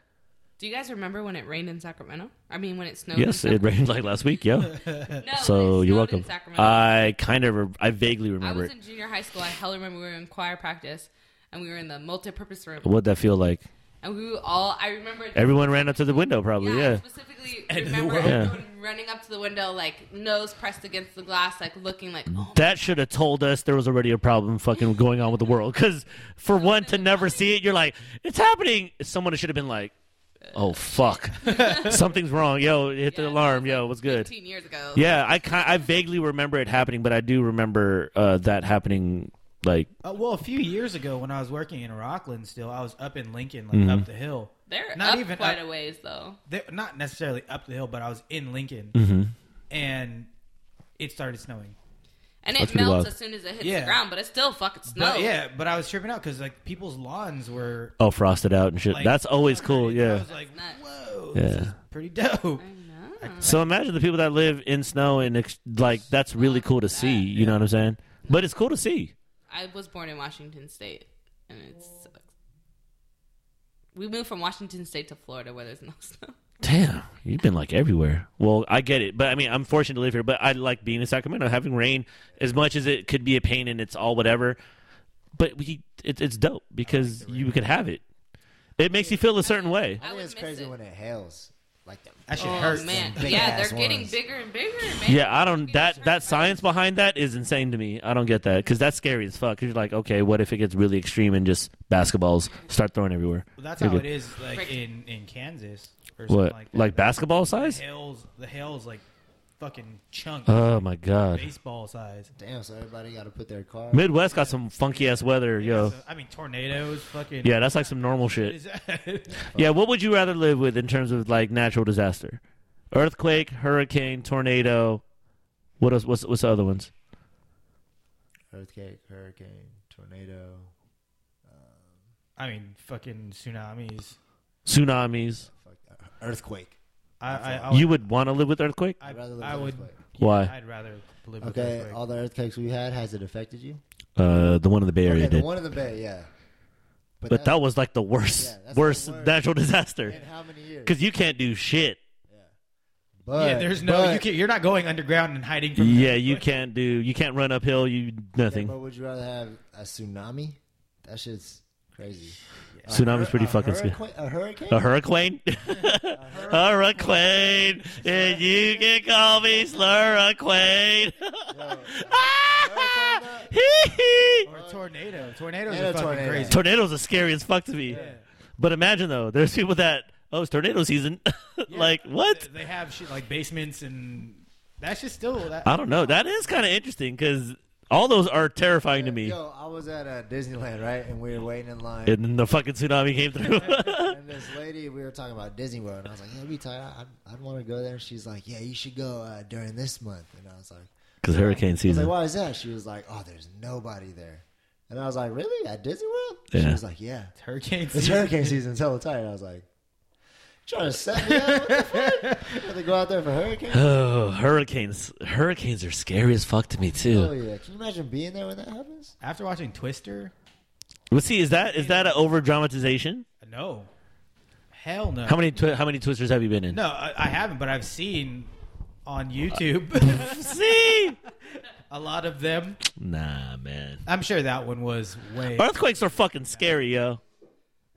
[SPEAKER 4] Do you guys remember when it rained in Sacramento? I mean, when it snowed. in
[SPEAKER 3] yes, it rained like last week,
[SPEAKER 4] *laughs*
[SPEAKER 3] yeah.
[SPEAKER 4] Sacramento? No,
[SPEAKER 3] So
[SPEAKER 4] when
[SPEAKER 3] you're
[SPEAKER 4] it snowed in
[SPEAKER 3] welcome.
[SPEAKER 4] Sacramento.
[SPEAKER 3] I kind of re- I vaguely
[SPEAKER 4] I
[SPEAKER 3] remember
[SPEAKER 4] was
[SPEAKER 3] it.
[SPEAKER 4] in junior high school. I hell remember we were in choir practice and we were in the multi-purpose room
[SPEAKER 3] What'd that feel like?
[SPEAKER 4] and we were all. I remember.
[SPEAKER 3] Everyone ran up to the window probably, yeah.
[SPEAKER 4] yeah, I specifically
[SPEAKER 2] End of the
[SPEAKER 4] remember
[SPEAKER 2] world.
[SPEAKER 3] Yeah.
[SPEAKER 4] everyone running up to the window, like nose pressed against the glass, like looking like, oh
[SPEAKER 3] That should have told us there was already a problem fucking going on with the world. Because for one to never see it, you're like, it's happening. Someone should have been like, oh fuck,
[SPEAKER 4] *laughs*
[SPEAKER 3] something's wrong. Yo, hit the
[SPEAKER 4] Yeah,
[SPEAKER 3] alarm. Yo, what's good?
[SPEAKER 4] 15 years ago.
[SPEAKER 3] Yeah, I ki I vaguely remember it happening, but I do remember uh, that happening. Like,
[SPEAKER 2] Uh, well, a few years ago when I was working in Rockland, still I was up in Lincoln,
[SPEAKER 3] Mm-hmm.
[SPEAKER 2] like up the hill.
[SPEAKER 4] They're
[SPEAKER 2] Not
[SPEAKER 4] up
[SPEAKER 2] even
[SPEAKER 4] quite
[SPEAKER 2] up-
[SPEAKER 4] a ways though.
[SPEAKER 2] They- not necessarily up the hill, but I was in Lincoln,
[SPEAKER 3] Mm-hmm.
[SPEAKER 2] and it started snowing.
[SPEAKER 4] And
[SPEAKER 3] That's
[SPEAKER 4] it
[SPEAKER 3] pretty
[SPEAKER 4] melts
[SPEAKER 3] wild.
[SPEAKER 4] as soon as it hits
[SPEAKER 2] Yeah.
[SPEAKER 4] the ground, but it still fucking snows.
[SPEAKER 2] But yeah, but I was tripping out because like people's lawns were.
[SPEAKER 3] oh, frosted out and shit.
[SPEAKER 2] Like,
[SPEAKER 3] That's always cool.
[SPEAKER 2] covered. I
[SPEAKER 3] Yeah.
[SPEAKER 2] was like,
[SPEAKER 4] That's
[SPEAKER 2] whoa,
[SPEAKER 3] Yeah.
[SPEAKER 2] this is pretty dope.
[SPEAKER 3] So imagine the people that live in snow and ex- like that's really cool to see. You know what I'm saying? But it's cool to see.
[SPEAKER 4] I was born in Washington State, and it sucks. We moved from Washington State to Florida where there's no *laughs* snow.
[SPEAKER 3] Damn, you've been like everywhere. Well, I get it, but I mean, I'm fortunate to live here. But I like being in Sacramento, having rain as much as it could be a pain, and it's all whatever. But we, it, it's dope because you could have it. It makes you feel a certain way.
[SPEAKER 1] I
[SPEAKER 4] I
[SPEAKER 1] think
[SPEAKER 4] would
[SPEAKER 1] it's
[SPEAKER 4] miss
[SPEAKER 1] crazy
[SPEAKER 4] it.
[SPEAKER 1] when it hails. Like that.
[SPEAKER 2] That shit
[SPEAKER 4] oh
[SPEAKER 2] hurts.
[SPEAKER 4] man,
[SPEAKER 1] Big
[SPEAKER 4] yeah,
[SPEAKER 1] ass
[SPEAKER 4] they're getting
[SPEAKER 1] ones.
[SPEAKER 4] bigger and bigger, man.
[SPEAKER 3] Yeah, I don't.
[SPEAKER 4] We
[SPEAKER 3] That
[SPEAKER 4] just
[SPEAKER 3] that
[SPEAKER 4] heard about
[SPEAKER 3] science behind that is insane to me. I don't get that because that's scary as fuck. 'Cause you're like, okay, what if it gets really extreme and just basketballs start throwing everywhere?
[SPEAKER 2] Well, that's
[SPEAKER 3] You're
[SPEAKER 2] how it
[SPEAKER 3] good.
[SPEAKER 2] is, like
[SPEAKER 4] Frick.
[SPEAKER 2] in in Kansas or something
[SPEAKER 3] What
[SPEAKER 2] like that.
[SPEAKER 3] like basketball
[SPEAKER 2] the
[SPEAKER 3] size?
[SPEAKER 2] hills, the hills like fucking chunks,
[SPEAKER 3] Oh my god,
[SPEAKER 2] baseball size.
[SPEAKER 1] Damn, so everybody got to put their car.
[SPEAKER 3] Midwest got some funky ass weather, yo.
[SPEAKER 2] So, I mean tornadoes, fucking *laughs*
[SPEAKER 3] Yeah, that's like some normal shit.
[SPEAKER 2] Is that-
[SPEAKER 3] Yeah, what would you rather live with in terms of like natural disaster? Earthquake, hurricane, tornado. What else? What's what's the other ones?
[SPEAKER 1] Earthquake, hurricane, tornado.
[SPEAKER 2] I mean, fucking tsunamis.
[SPEAKER 3] Tsunamis.
[SPEAKER 1] Fuck, uh, earthquake.
[SPEAKER 2] I I,
[SPEAKER 1] Oh,
[SPEAKER 2] I
[SPEAKER 3] You would want to live with earthquake?
[SPEAKER 2] I,
[SPEAKER 1] I'd rather live
[SPEAKER 2] I
[SPEAKER 1] with
[SPEAKER 2] would.
[SPEAKER 1] earthquake.
[SPEAKER 3] Why?
[SPEAKER 2] I'd rather live with
[SPEAKER 1] Okay,
[SPEAKER 2] earthquake.
[SPEAKER 1] all the earthquakes we had, has it affected you?
[SPEAKER 3] Uh, the one in the Bay Area
[SPEAKER 1] Okay, the
[SPEAKER 3] did,
[SPEAKER 1] one in the Bay, yeah.
[SPEAKER 3] but that was like the worst,
[SPEAKER 1] Yeah, that's the
[SPEAKER 3] worst
[SPEAKER 1] worst.
[SPEAKER 3] natural disaster
[SPEAKER 1] in how many years?
[SPEAKER 3] because you can't do shit.
[SPEAKER 1] But,
[SPEAKER 2] yeah, there's no.
[SPEAKER 1] but-
[SPEAKER 2] you can, you're not going underground and hiding from.
[SPEAKER 3] Yeah, you can't do. You can't run uphill. You
[SPEAKER 1] Yeah,
[SPEAKER 3] nothing.
[SPEAKER 1] but would you rather have a tsunami? That shit's
[SPEAKER 3] *sighs*
[SPEAKER 1] crazy. A hur-
[SPEAKER 3] Tsunami's pretty
[SPEAKER 1] a
[SPEAKER 3] fucking scary.
[SPEAKER 1] hurricane- A hurricane?
[SPEAKER 3] A hurricane? *laughs* hurricane. And you can call me Slurricane. *laughs*
[SPEAKER 1] Hurricane, uh,
[SPEAKER 2] Or a tornado. Tornadoes
[SPEAKER 1] And
[SPEAKER 2] are
[SPEAKER 1] a
[SPEAKER 2] fucking
[SPEAKER 1] tornado.
[SPEAKER 2] crazy.
[SPEAKER 3] Tornadoes are scary as fuck to me. But imagine though, there's people that oh, it's tornado season. *laughs* like what?
[SPEAKER 2] They, they have shit like basements and that's just still that.
[SPEAKER 3] I don't know. That is kind of interesting because all those are terrifying to me.
[SPEAKER 1] Yo, I was at uh, Disneyland, right? And we were waiting in line.
[SPEAKER 3] And then the fucking tsunami came through. *laughs*
[SPEAKER 1] and this lady, we were talking about Disney World, and I was like, "Yeah, it'd be tight. I'd, I'd want to go there." And she's like, "Yeah, you should go uh, during this month." And I was like,
[SPEAKER 3] Because hurricane
[SPEAKER 1] "I was
[SPEAKER 3] season. *sighs*
[SPEAKER 1] like, why is that?" She was like, "Oh, there's nobody there." And I was like, "Really? At Disney World?" She
[SPEAKER 3] Yeah.
[SPEAKER 1] was like, "Yeah,
[SPEAKER 2] Hurricanes.
[SPEAKER 1] it's hurricane season. It's hella tight." And I was like, "Trying to set me up? What the fuck? Have to go out there for
[SPEAKER 3] *laughs*
[SPEAKER 1] hurricane?"
[SPEAKER 3] Oh, hurricanes! Hurricanes are scary as fuck to me
[SPEAKER 1] Oh
[SPEAKER 3] too.
[SPEAKER 1] yeah! Can you imagine being there when that happens?
[SPEAKER 2] After watching Twister,
[SPEAKER 3] Let's see. Is that is that an over dramatization?
[SPEAKER 2] no, hell no.
[SPEAKER 3] How many twi- how many twisters have you been in?
[SPEAKER 2] No, I, I haven't, but I've seen on YouTube *laughs*
[SPEAKER 3] See,
[SPEAKER 2] a lot of them.
[SPEAKER 3] nah, man.
[SPEAKER 2] I'm sure that one was way.
[SPEAKER 3] Earthquakes are fucking scary, yo.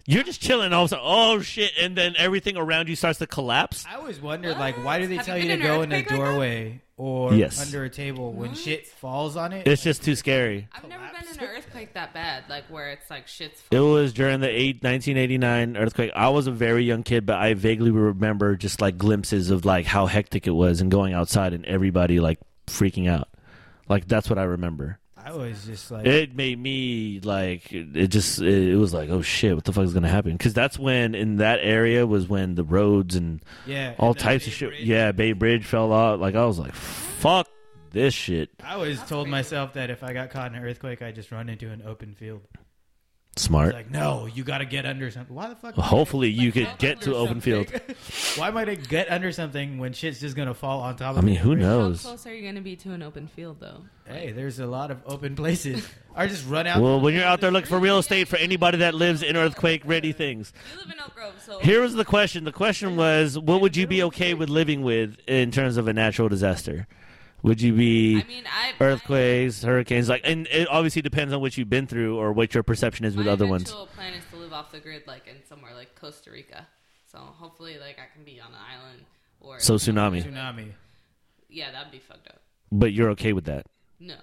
[SPEAKER 3] You're just chilling, all of a sudden, oh shit, and then everything around you starts to collapse.
[SPEAKER 2] I always wondered, like, why do they
[SPEAKER 4] Have
[SPEAKER 2] tell
[SPEAKER 4] you
[SPEAKER 2] you to
[SPEAKER 4] been in an
[SPEAKER 2] go in a
[SPEAKER 4] earthquake like that?
[SPEAKER 2] doorway or
[SPEAKER 3] Yes.
[SPEAKER 2] under a table when shit falls on it?
[SPEAKER 3] It's just too scary.
[SPEAKER 4] I've never been in an earthquake that bad, like where it's like shit's.
[SPEAKER 3] It was during the eight, 1989 earthquake. I was a very young kid, but I vaguely remember just like glimpses of like how hectic it was and going outside and everybody like freaking out. Like that's what I remember.
[SPEAKER 2] I was just like,
[SPEAKER 3] It made me like it just it, it was like oh shit, what the fuck is gonna happen? Because that's when in that area was when the roads and
[SPEAKER 2] yeah,
[SPEAKER 3] all
[SPEAKER 2] and that
[SPEAKER 3] types of
[SPEAKER 2] big
[SPEAKER 3] shit.
[SPEAKER 2] bridge.
[SPEAKER 3] Yeah, Bay Bridge fell out. Like I was like, fuck this shit.
[SPEAKER 2] I always told myself that if I got caught in an earthquake, I'd just run into an open field. It's
[SPEAKER 3] Smart.
[SPEAKER 2] like, no, you got to get under something. Why the fuck?
[SPEAKER 3] Hopefully you could get to open field.
[SPEAKER 2] Why might I get under something when shit's just gonna fall on top of
[SPEAKER 3] I mean,
[SPEAKER 2] me?
[SPEAKER 3] who
[SPEAKER 4] How
[SPEAKER 3] knows?
[SPEAKER 4] close are you going to be to an open field, though?
[SPEAKER 2] Hey, there's a lot of open
[SPEAKER 3] *laughs*
[SPEAKER 2] places. I just run out.
[SPEAKER 3] Well, when you're out there looking for real estate for anybody that lives in earthquake-ready things,
[SPEAKER 4] You live in Oak Grove, so
[SPEAKER 3] here was the question. The question was, what would you be okay with living with in terms of a natural disaster? Would you be
[SPEAKER 4] I mean, I
[SPEAKER 3] earthquakes, hurricanes, like, and it obviously depends on what you've been through or what your perception is
[SPEAKER 4] My,
[SPEAKER 3] with
[SPEAKER 4] my
[SPEAKER 3] other ones.
[SPEAKER 4] eventual plan is to live off the grid, like in somewhere like Costa Rica. So hopefully, like I can be on an island or
[SPEAKER 3] So tsunami,
[SPEAKER 2] tsunami.
[SPEAKER 4] Yeah, that'd be fucked up.
[SPEAKER 3] but you're okay with that.
[SPEAKER 4] No,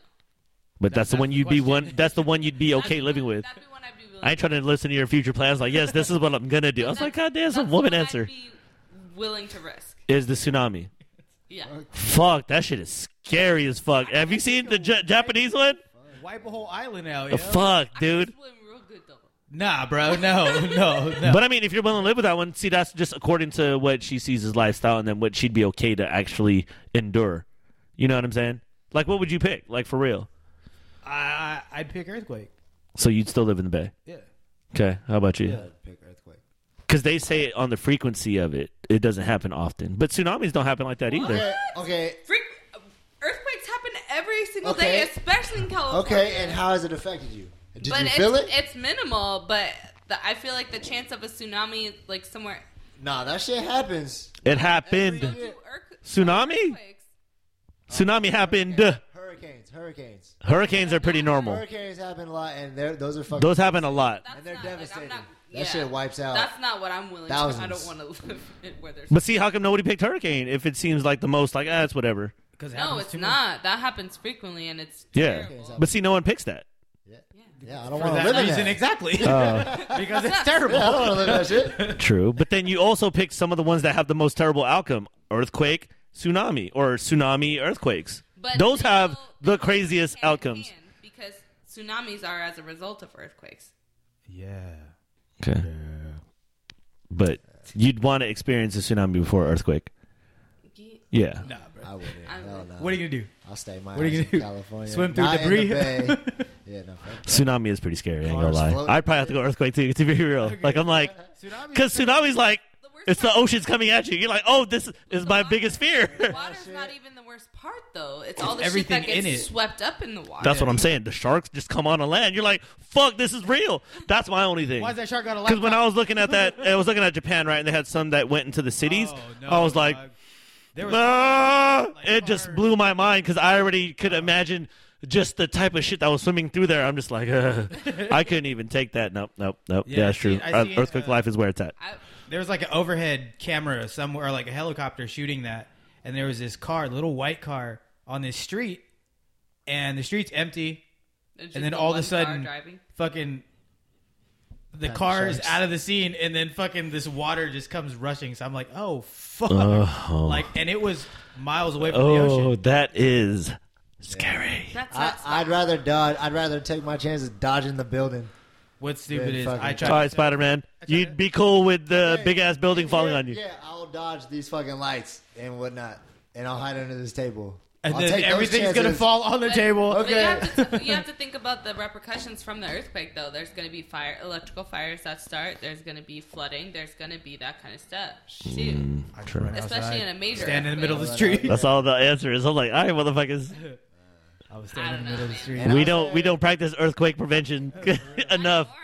[SPEAKER 3] But that's, the
[SPEAKER 2] that's
[SPEAKER 3] one
[SPEAKER 2] the
[SPEAKER 3] you'd be
[SPEAKER 2] question.
[SPEAKER 3] one. That's the one you'd be okay
[SPEAKER 4] That'd be
[SPEAKER 3] living
[SPEAKER 4] one-
[SPEAKER 3] with.
[SPEAKER 4] That'd be one I'd be willing.
[SPEAKER 3] I ain't trying to listen to your future plans. Like, yes, this is what I'm gonna do. I was like, God damn, it's a woman
[SPEAKER 4] one
[SPEAKER 3] answer.
[SPEAKER 4] I'd be willing to risk.
[SPEAKER 3] Is the tsunami?
[SPEAKER 4] Yeah,
[SPEAKER 3] Fuck, that shit is scary as fuck. Have you seen the J- Japanese one?
[SPEAKER 2] Wipe a whole island out.
[SPEAKER 3] The
[SPEAKER 2] yo.
[SPEAKER 3] fuck, dude.
[SPEAKER 4] It's willing real good though.
[SPEAKER 2] Nah, bro. No, *laughs* no, no.
[SPEAKER 3] But I mean, if you're willing to live with that one, see, that's just according to what she sees as lifestyle, and then what she'd be okay to actually endure. You know what I'm saying? Like, what would you pick? Like for real?
[SPEAKER 2] I, I, I'd pick earthquake.
[SPEAKER 3] So you'd still live in the Bay?
[SPEAKER 2] Yeah.
[SPEAKER 3] Okay. How about you?
[SPEAKER 1] I'd pick earthquake.
[SPEAKER 3] Because they say it on the frequency of it, it doesn't happen often. But tsunamis don't happen like that either.
[SPEAKER 1] Okay, okay.
[SPEAKER 4] Freak, earthquakes happen every single day,
[SPEAKER 1] Okay.
[SPEAKER 4] especially in California.
[SPEAKER 1] Okay, and how has it affected you? Did
[SPEAKER 4] but
[SPEAKER 1] you
[SPEAKER 4] it's,
[SPEAKER 1] feel it?
[SPEAKER 4] It's minimal, but the, I feel like the chance of a tsunami, like somewhere,
[SPEAKER 1] nah, that shit happens.
[SPEAKER 3] It happened.
[SPEAKER 4] Do earth-
[SPEAKER 3] Tsunami?
[SPEAKER 4] earthquakes.
[SPEAKER 3] Tsunami happened.
[SPEAKER 1] Hurricanes, hurricanes,
[SPEAKER 3] Hurricanes are pretty normal.
[SPEAKER 1] hurricanes happen a lot, and they're those are fucking.
[SPEAKER 3] Those happen a lot.
[SPEAKER 4] That's
[SPEAKER 1] And they're
[SPEAKER 4] not, like, I'm
[SPEAKER 1] devastating.
[SPEAKER 4] not-
[SPEAKER 1] That
[SPEAKER 4] yeah.
[SPEAKER 1] shit wipes out.
[SPEAKER 4] That's not what I'm willing. to I don't
[SPEAKER 1] thousands.
[SPEAKER 4] want to live *laughs* in where there's.
[SPEAKER 3] But see, how come nobody picked hurricane? If it seems like the most, like ah, it's whatever.
[SPEAKER 2] Because
[SPEAKER 4] no, it's not. That happens frequently, and it's
[SPEAKER 3] Yeah.
[SPEAKER 4] terrible.
[SPEAKER 3] But see, no one picks that.
[SPEAKER 1] yeah, I don't
[SPEAKER 2] For
[SPEAKER 1] want to
[SPEAKER 2] that
[SPEAKER 1] live in
[SPEAKER 2] reason,
[SPEAKER 1] that.
[SPEAKER 2] exactly. *laughs*
[SPEAKER 3] Oh.
[SPEAKER 2] because it's
[SPEAKER 1] Yeah, *laughs* I
[SPEAKER 2] terrible.
[SPEAKER 1] don't want to live in that
[SPEAKER 2] *laughs*
[SPEAKER 1] shit.
[SPEAKER 3] True, but *laughs* then you also pick some of the ones that have the most terrible outcome: earthquake, tsunami, or tsunami earthquakes.
[SPEAKER 4] But
[SPEAKER 3] Those
[SPEAKER 4] they
[SPEAKER 3] have
[SPEAKER 4] go-
[SPEAKER 3] the
[SPEAKER 4] they go
[SPEAKER 3] craziest
[SPEAKER 4] hand in
[SPEAKER 3] outcomes.
[SPEAKER 4] hand because tsunamis are as a result of earthquakes.
[SPEAKER 2] Yeah.
[SPEAKER 3] Okay, but you'd want to experience a tsunami before earthquake.
[SPEAKER 4] Ye-
[SPEAKER 3] Yeah,
[SPEAKER 2] Nah, bro.
[SPEAKER 1] I wouldn't.
[SPEAKER 4] I
[SPEAKER 1] Hell
[SPEAKER 4] would.
[SPEAKER 1] no.
[SPEAKER 2] What are you gonna do?
[SPEAKER 1] I'll stay my
[SPEAKER 2] What are you
[SPEAKER 1] ass
[SPEAKER 2] gonna do?
[SPEAKER 1] in California.
[SPEAKER 2] Swim through
[SPEAKER 1] Not in
[SPEAKER 2] debris?
[SPEAKER 1] the bay.
[SPEAKER 2] *laughs*
[SPEAKER 1] yeah, no. fuck.
[SPEAKER 3] tsunami is pretty scary. I ain't gonna
[SPEAKER 1] Cars
[SPEAKER 3] lie.
[SPEAKER 1] floating.
[SPEAKER 3] I'd probably have to go earthquake to, to be real. Like I'm
[SPEAKER 4] *laughs*
[SPEAKER 3] like, because tsunami's like.
[SPEAKER 4] The worst
[SPEAKER 3] It's the
[SPEAKER 4] part-
[SPEAKER 3] ocean's coming at you. You're like, oh, this is my biggest fear. *laughs*
[SPEAKER 4] Water's not even the worst part, though. It's all the
[SPEAKER 2] everything
[SPEAKER 4] shit that
[SPEAKER 2] in
[SPEAKER 4] gets
[SPEAKER 2] it.
[SPEAKER 4] swept up in the water.
[SPEAKER 3] That's what I'm saying. The sharks just come on to land. You're like, fuck, this is real. That's my only thing.
[SPEAKER 2] Why is that shark got a
[SPEAKER 3] Because
[SPEAKER 2] laptop?
[SPEAKER 3] when I was looking at that, I was looking at Japan, right? And they had some that went into the cities. I was like,
[SPEAKER 2] Oh, dog. there was
[SPEAKER 3] ah! it just
[SPEAKER 2] cars.
[SPEAKER 3] blew my mind because I already could imagine just the type of shit that was swimming through there. I'm just
[SPEAKER 2] *laughs*
[SPEAKER 3] like, uh, I couldn't even take that. Nope, nope, nope. Yeah,
[SPEAKER 2] Yeah, I
[SPEAKER 3] that's true.
[SPEAKER 2] see- I see,
[SPEAKER 3] Earthquake
[SPEAKER 2] uh,
[SPEAKER 3] life is where it's at.
[SPEAKER 4] I,
[SPEAKER 2] there was like an overhead camera somewhere, or like a helicopter shooting that, and there was this car, little white car, on this street, and the street's empty.
[SPEAKER 4] it's
[SPEAKER 2] and
[SPEAKER 4] just
[SPEAKER 2] then
[SPEAKER 4] the
[SPEAKER 2] all of a
[SPEAKER 4] one car
[SPEAKER 2] sudden,
[SPEAKER 4] driving.
[SPEAKER 2] fucking the car is
[SPEAKER 1] sharks.
[SPEAKER 2] out of the scene, and then fucking this water just comes rushing. So I'm like, oh fuck,
[SPEAKER 3] Oh.
[SPEAKER 2] like, and it was miles away from the
[SPEAKER 3] Oh,
[SPEAKER 2] ocean.
[SPEAKER 3] that is scary.
[SPEAKER 4] That's
[SPEAKER 1] I,
[SPEAKER 4] not
[SPEAKER 1] I'd rather dodge. I'd rather take my chances dodging the building.
[SPEAKER 2] What's stupid
[SPEAKER 1] Yeah,
[SPEAKER 2] is
[SPEAKER 1] fucking-
[SPEAKER 2] I
[SPEAKER 3] All
[SPEAKER 2] tried.
[SPEAKER 3] right,
[SPEAKER 2] to-
[SPEAKER 3] Spider Man,
[SPEAKER 2] to-
[SPEAKER 3] you'd be cool with the
[SPEAKER 1] Hey,
[SPEAKER 3] big ass building falling
[SPEAKER 1] yeah,
[SPEAKER 3] on you.
[SPEAKER 1] Yeah, I'll dodge these fucking lights and whatnot, and I'll hide under this table.
[SPEAKER 2] and
[SPEAKER 1] I'll
[SPEAKER 2] then
[SPEAKER 1] take those
[SPEAKER 2] everything's gonna
[SPEAKER 1] chances.
[SPEAKER 2] fall on the table.
[SPEAKER 4] But you
[SPEAKER 1] Okay.
[SPEAKER 4] have, to, you have to think about the repercussions from the earthquake, though. There's going to be fire, electrical fires that start. There's going to be flooding. There's going to be that kind of stuff too, especially in a major.
[SPEAKER 2] Stand in the middle of
[SPEAKER 4] earthquake.
[SPEAKER 2] the street.
[SPEAKER 3] That's all the answer is. I'm like, all right, motherfuckers.
[SPEAKER 2] I was
[SPEAKER 4] I
[SPEAKER 2] standing in
[SPEAKER 4] don't
[SPEAKER 2] the middle of the
[SPEAKER 4] know,
[SPEAKER 2] street.
[SPEAKER 1] man. And
[SPEAKER 3] we
[SPEAKER 1] I'll
[SPEAKER 3] don't
[SPEAKER 1] say-
[SPEAKER 3] we don't practice earthquake
[SPEAKER 2] *laughs*
[SPEAKER 3] prevention *laughs* enough.
[SPEAKER 4] Or-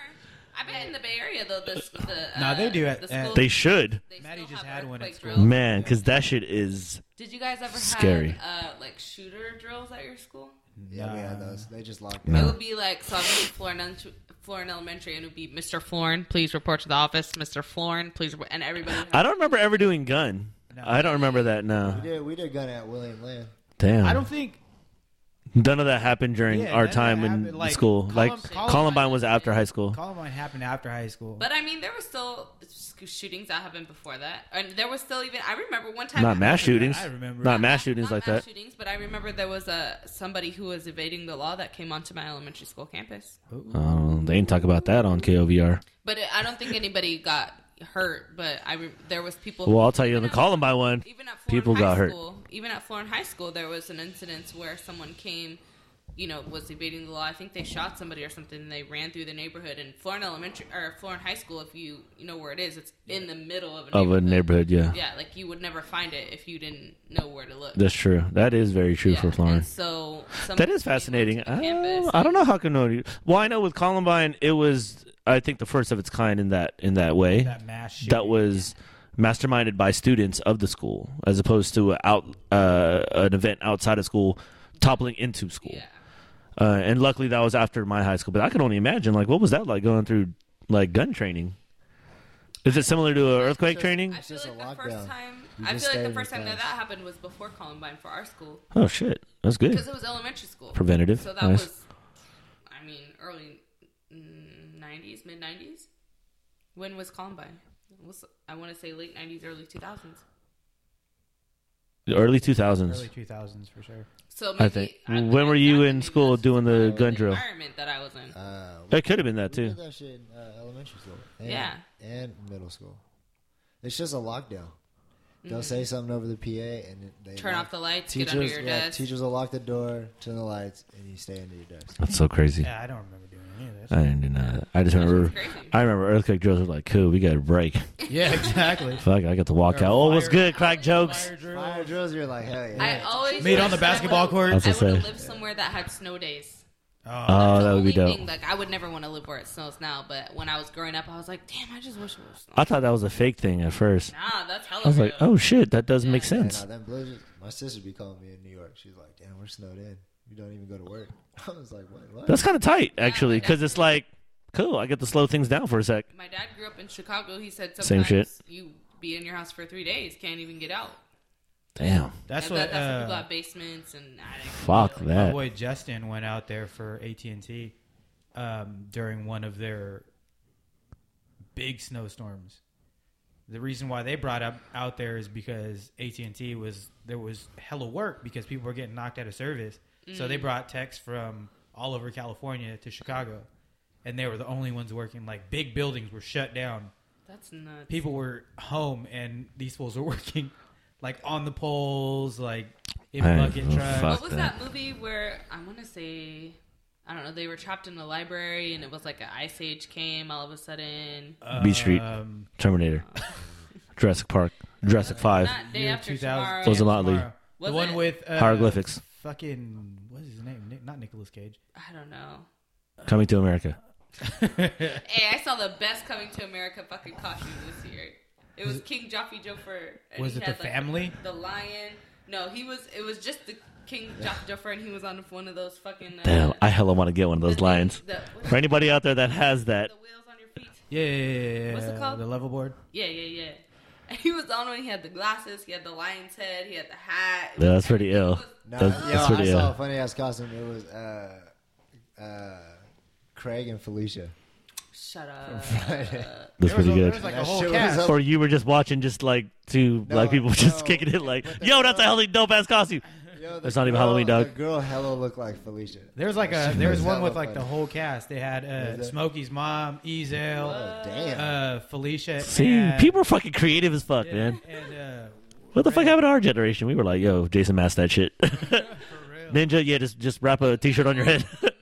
[SPEAKER 4] I bet in the Bay Area though, the, s- the uh,
[SPEAKER 2] Nah, they do it
[SPEAKER 4] The
[SPEAKER 2] at-
[SPEAKER 4] schools,
[SPEAKER 3] They should,
[SPEAKER 4] they
[SPEAKER 2] Maddie
[SPEAKER 4] still
[SPEAKER 2] just
[SPEAKER 4] have
[SPEAKER 2] had one at
[SPEAKER 4] earthquake
[SPEAKER 2] school.
[SPEAKER 4] drills.
[SPEAKER 3] man, because that shit is.
[SPEAKER 4] Did you guys ever
[SPEAKER 3] Scary.
[SPEAKER 4] have uh, like shooter drills at your school?
[SPEAKER 1] Yeah, we had those. They just locked.
[SPEAKER 4] It
[SPEAKER 1] me.
[SPEAKER 4] would be like so. I'm in Florin, Ele- Florin Elementary, and it would be Mr. Florin, please report to the office. Mr. Florin, please, report, and everybody. would
[SPEAKER 3] I don't remember ever doing gun. I don't remember that. No,
[SPEAKER 1] We did. We did gun at William Lynn.
[SPEAKER 3] damn.
[SPEAKER 2] I don't think
[SPEAKER 3] None of that happened during
[SPEAKER 2] Yeah, none
[SPEAKER 3] our
[SPEAKER 2] of that
[SPEAKER 3] time in
[SPEAKER 2] happened. Like,
[SPEAKER 3] school.
[SPEAKER 2] Colum-
[SPEAKER 3] like
[SPEAKER 2] Columbine-
[SPEAKER 3] Columbine was after high school.
[SPEAKER 2] Columbine happened after high school.
[SPEAKER 4] But I mean, there were still sc- shootings that happened before that, and there was still even. I remember one time.
[SPEAKER 3] Not mass shootings.
[SPEAKER 2] I remember.
[SPEAKER 3] Not mass shootings
[SPEAKER 4] not
[SPEAKER 3] like that.
[SPEAKER 4] mass Shootings, but I remember there was a somebody who was evading the law that came onto my elementary school campus.
[SPEAKER 3] Oh, they didn't talk about that on KOVR.
[SPEAKER 4] But it, I don't think anybody got hurt. But I re- there was people.
[SPEAKER 3] Well, I'll tell you on the Columbine one.
[SPEAKER 4] even at Florin
[SPEAKER 3] People
[SPEAKER 4] High
[SPEAKER 3] got hurt.
[SPEAKER 4] School, Even at Florin High School, there was an incident where someone came, you know, was evading the law. I think they shot somebody or something. and They ran through the neighborhood. And Florin Elementary or Florin High School, if you you know where it is, it's in the middle of a
[SPEAKER 3] Of a neighborhood, yeah.
[SPEAKER 4] Yeah, like you would never find it if you didn't know where to look.
[SPEAKER 3] That's true. That is very true
[SPEAKER 4] Yeah,
[SPEAKER 3] for
[SPEAKER 4] and
[SPEAKER 3] Florence.
[SPEAKER 4] So
[SPEAKER 3] That
[SPEAKER 4] somebody
[SPEAKER 3] is
[SPEAKER 4] came
[SPEAKER 3] fascinating.
[SPEAKER 4] onto the campus.
[SPEAKER 3] Uh, I don't know how can nobody. Well, I know with Columbine, it was I think the first of its kind in that in that way.
[SPEAKER 2] that mass shooting.
[SPEAKER 3] that was masterminded by students of the school, as opposed to a out uh, an event outside of school toppling into school.
[SPEAKER 4] Yeah.
[SPEAKER 3] Uh, and luckily, that was after my high school. But I can only imagine, like, what was that like going through like gun training? Is it similar to a earthquake training?
[SPEAKER 4] I feel
[SPEAKER 1] just
[SPEAKER 4] like
[SPEAKER 1] a
[SPEAKER 4] the first
[SPEAKER 1] lockdown.
[SPEAKER 4] time.
[SPEAKER 1] You
[SPEAKER 4] I
[SPEAKER 1] just
[SPEAKER 4] feel
[SPEAKER 1] stay
[SPEAKER 4] like the
[SPEAKER 1] in
[SPEAKER 4] first
[SPEAKER 1] your
[SPEAKER 4] time that
[SPEAKER 1] class.
[SPEAKER 4] that happened was before Columbine for our school
[SPEAKER 3] Oh shit, that's good.
[SPEAKER 4] because it was elementary school.
[SPEAKER 3] Preventative.
[SPEAKER 4] So that
[SPEAKER 3] nice.
[SPEAKER 4] was, I mean, early nineties, mid nineties. When was Columbine? It was- I want to say late nineties, early two thousands.
[SPEAKER 3] early two thousands.
[SPEAKER 2] early 2000s for sure.
[SPEAKER 4] So maybe,
[SPEAKER 3] I think.
[SPEAKER 4] I
[SPEAKER 3] When were you
[SPEAKER 4] exactly
[SPEAKER 3] in
[SPEAKER 4] maybe
[SPEAKER 3] school
[SPEAKER 4] that's
[SPEAKER 3] doing the gun
[SPEAKER 4] the
[SPEAKER 3] drill?
[SPEAKER 4] Environment that I was in.
[SPEAKER 1] Uh, we
[SPEAKER 3] It could have been that too.
[SPEAKER 1] did that shit in uh, elementary school. And,
[SPEAKER 4] Yeah.
[SPEAKER 1] And middle school. It's just a lockdown. They'll say something over the PA and they
[SPEAKER 4] Mm-hmm. Turn
[SPEAKER 1] lock-
[SPEAKER 4] off the lights.
[SPEAKER 1] Teachers,
[SPEAKER 4] get under your
[SPEAKER 1] yeah,
[SPEAKER 4] desk.
[SPEAKER 1] teachers will lock the door, turn the lights, and you stay under your desk.
[SPEAKER 3] That's so crazy.
[SPEAKER 2] Yeah, I don't remember doing Yeah, that's
[SPEAKER 3] I didn't do none of that. I just remember.
[SPEAKER 4] Crazy.
[SPEAKER 3] I remember earthquake drills were like, cool, we got a break.
[SPEAKER 2] *laughs* yeah, exactly.
[SPEAKER 3] Fuck, I got to walk
[SPEAKER 2] Or
[SPEAKER 3] out. Oh,
[SPEAKER 2] fire-
[SPEAKER 3] what's good? Crack jokes.
[SPEAKER 2] Fire drill.
[SPEAKER 1] Fire drills, you're like, hell yeah.
[SPEAKER 4] I always
[SPEAKER 2] Meet on
[SPEAKER 4] wished
[SPEAKER 2] the
[SPEAKER 4] I
[SPEAKER 2] basketball
[SPEAKER 4] would've-
[SPEAKER 2] court.
[SPEAKER 4] *laughs*
[SPEAKER 3] That's
[SPEAKER 4] I
[SPEAKER 3] what I
[SPEAKER 4] would have
[SPEAKER 3] say.
[SPEAKER 4] lived somewhere that had snow days.
[SPEAKER 2] Oh,
[SPEAKER 3] Oh,
[SPEAKER 4] That's the
[SPEAKER 3] that would be
[SPEAKER 4] only
[SPEAKER 3] dope.
[SPEAKER 4] Thing, like I would never want to live where it snows now, but when I was growing up, I was like, damn, I just wish it was snow.
[SPEAKER 3] I thought that was a fake thing at first.
[SPEAKER 4] nah, that's hella
[SPEAKER 3] I was like,
[SPEAKER 4] real.
[SPEAKER 3] oh shit, that does make
[SPEAKER 1] Yeah,
[SPEAKER 3] sense.
[SPEAKER 1] nah, uh, them blizzards. My sister be calling me in New York. She's like, damn, we're snowed in. You don't even go to work. *laughs* I was like, what? what?
[SPEAKER 3] That's kind of tight, actually,
[SPEAKER 4] like
[SPEAKER 3] because it's like, cool, I get to slow things down for a sec.
[SPEAKER 4] My dad grew up in Chicago. He said
[SPEAKER 3] Same
[SPEAKER 4] sometimes
[SPEAKER 3] shit.
[SPEAKER 4] you be in your house for three days, can't even get out.
[SPEAKER 3] Damn,
[SPEAKER 2] that's
[SPEAKER 4] And
[SPEAKER 2] what
[SPEAKER 4] that- that's why people
[SPEAKER 2] uh,
[SPEAKER 4] have basements and attics.
[SPEAKER 3] fuck
[SPEAKER 2] my
[SPEAKER 3] that.
[SPEAKER 2] boy Justin went out there for AT and T um, during one of their big snowstorms. The reason why they brought up out there is because AT and T was there was hella work because people were getting knocked out of service, so they brought techs from all over California to Chicago, and they were the only ones working. Like big buildings were shut down.
[SPEAKER 4] That's nuts.
[SPEAKER 2] People were home, and these fools were *laughs* working like on the poles, like in
[SPEAKER 3] Hey,
[SPEAKER 2] bucket
[SPEAKER 3] oh,
[SPEAKER 2] trucks.
[SPEAKER 3] fuck.
[SPEAKER 4] What was that movie where I want to say, I don't know, they were trapped in a library and it was like an ice age came all of a sudden.
[SPEAKER 3] Beat Street,
[SPEAKER 2] Um,
[SPEAKER 3] Terminator, Jurassic Park, Jurassic Five,
[SPEAKER 4] Not day
[SPEAKER 2] year
[SPEAKER 4] after
[SPEAKER 2] 2000.
[SPEAKER 4] tomorrow.
[SPEAKER 3] Those are my- Motley.
[SPEAKER 2] Tomorrow.
[SPEAKER 4] Was
[SPEAKER 2] the one
[SPEAKER 4] it?
[SPEAKER 2] with uh,
[SPEAKER 3] Hieroglyphics,
[SPEAKER 2] Fucking what's his name? Nick, not Nicolas Cage.
[SPEAKER 4] I don't know.
[SPEAKER 3] Coming to America.
[SPEAKER 4] Hey, I saw the best Coming to America fucking costume this year. It was King Joffy Joffer. and
[SPEAKER 2] Was
[SPEAKER 4] he
[SPEAKER 2] it the
[SPEAKER 4] had, like,
[SPEAKER 2] family?
[SPEAKER 4] The lion. No, he was. It was just the King Joffy Joffer, and he was on one of those fucking. Uh,
[SPEAKER 3] Damn, I hella want to get one of those
[SPEAKER 4] the-
[SPEAKER 3] lions.
[SPEAKER 4] The, what's
[SPEAKER 3] For anybody out there that has that,
[SPEAKER 4] the wheels on your feet.
[SPEAKER 2] Yeah, yeah, yeah, yeah, yeah.
[SPEAKER 4] What's it called?
[SPEAKER 2] The level board.
[SPEAKER 4] Yeah, yeah, yeah. *laughs* And he was the only one. He had the glasses. He had the lion's head. He had the hat.
[SPEAKER 3] yeah, that's pretty ill.
[SPEAKER 1] Nah,
[SPEAKER 3] That's,
[SPEAKER 1] yo,
[SPEAKER 3] that's
[SPEAKER 1] I
[SPEAKER 3] pretty uh,
[SPEAKER 1] saw a
[SPEAKER 3] ill.
[SPEAKER 1] funny ass costume. It was uh, uh, Craig and Felicia. *laughs*
[SPEAKER 4] Shut up.
[SPEAKER 3] That's pretty
[SPEAKER 2] There
[SPEAKER 3] good.
[SPEAKER 2] was like a
[SPEAKER 1] That
[SPEAKER 2] whole
[SPEAKER 1] shit was
[SPEAKER 2] cast.
[SPEAKER 1] up-
[SPEAKER 3] or you were just watching just like two black people just
[SPEAKER 1] no.
[SPEAKER 3] kicking it like,
[SPEAKER 1] What the
[SPEAKER 3] yo,
[SPEAKER 2] uh,
[SPEAKER 3] that's a
[SPEAKER 1] fuck?
[SPEAKER 3] hella dope ass costume.
[SPEAKER 1] Yo,
[SPEAKER 3] That's not even Halloween, dog.
[SPEAKER 1] The girl hello looked like Felicia.
[SPEAKER 2] There was like a
[SPEAKER 1] Shit
[SPEAKER 2] there was one
[SPEAKER 1] hella
[SPEAKER 2] with like the
[SPEAKER 1] funny.
[SPEAKER 2] whole cast. They had uh,
[SPEAKER 1] that-
[SPEAKER 2] Smokey's mom, Ezel,
[SPEAKER 1] Oh, damn.
[SPEAKER 2] uh, Felicia.
[SPEAKER 3] See,
[SPEAKER 2] and,
[SPEAKER 3] people are fucking creative as fuck, man.
[SPEAKER 2] And uh,
[SPEAKER 3] What the fuck happened to our generation? We were like, yo, Jason masked that shit.
[SPEAKER 2] *laughs* for real.
[SPEAKER 3] Ninja, yeah, just just wrap a t shirt on
[SPEAKER 2] *laughs*
[SPEAKER 3] your head. *laughs*
[SPEAKER 4] Most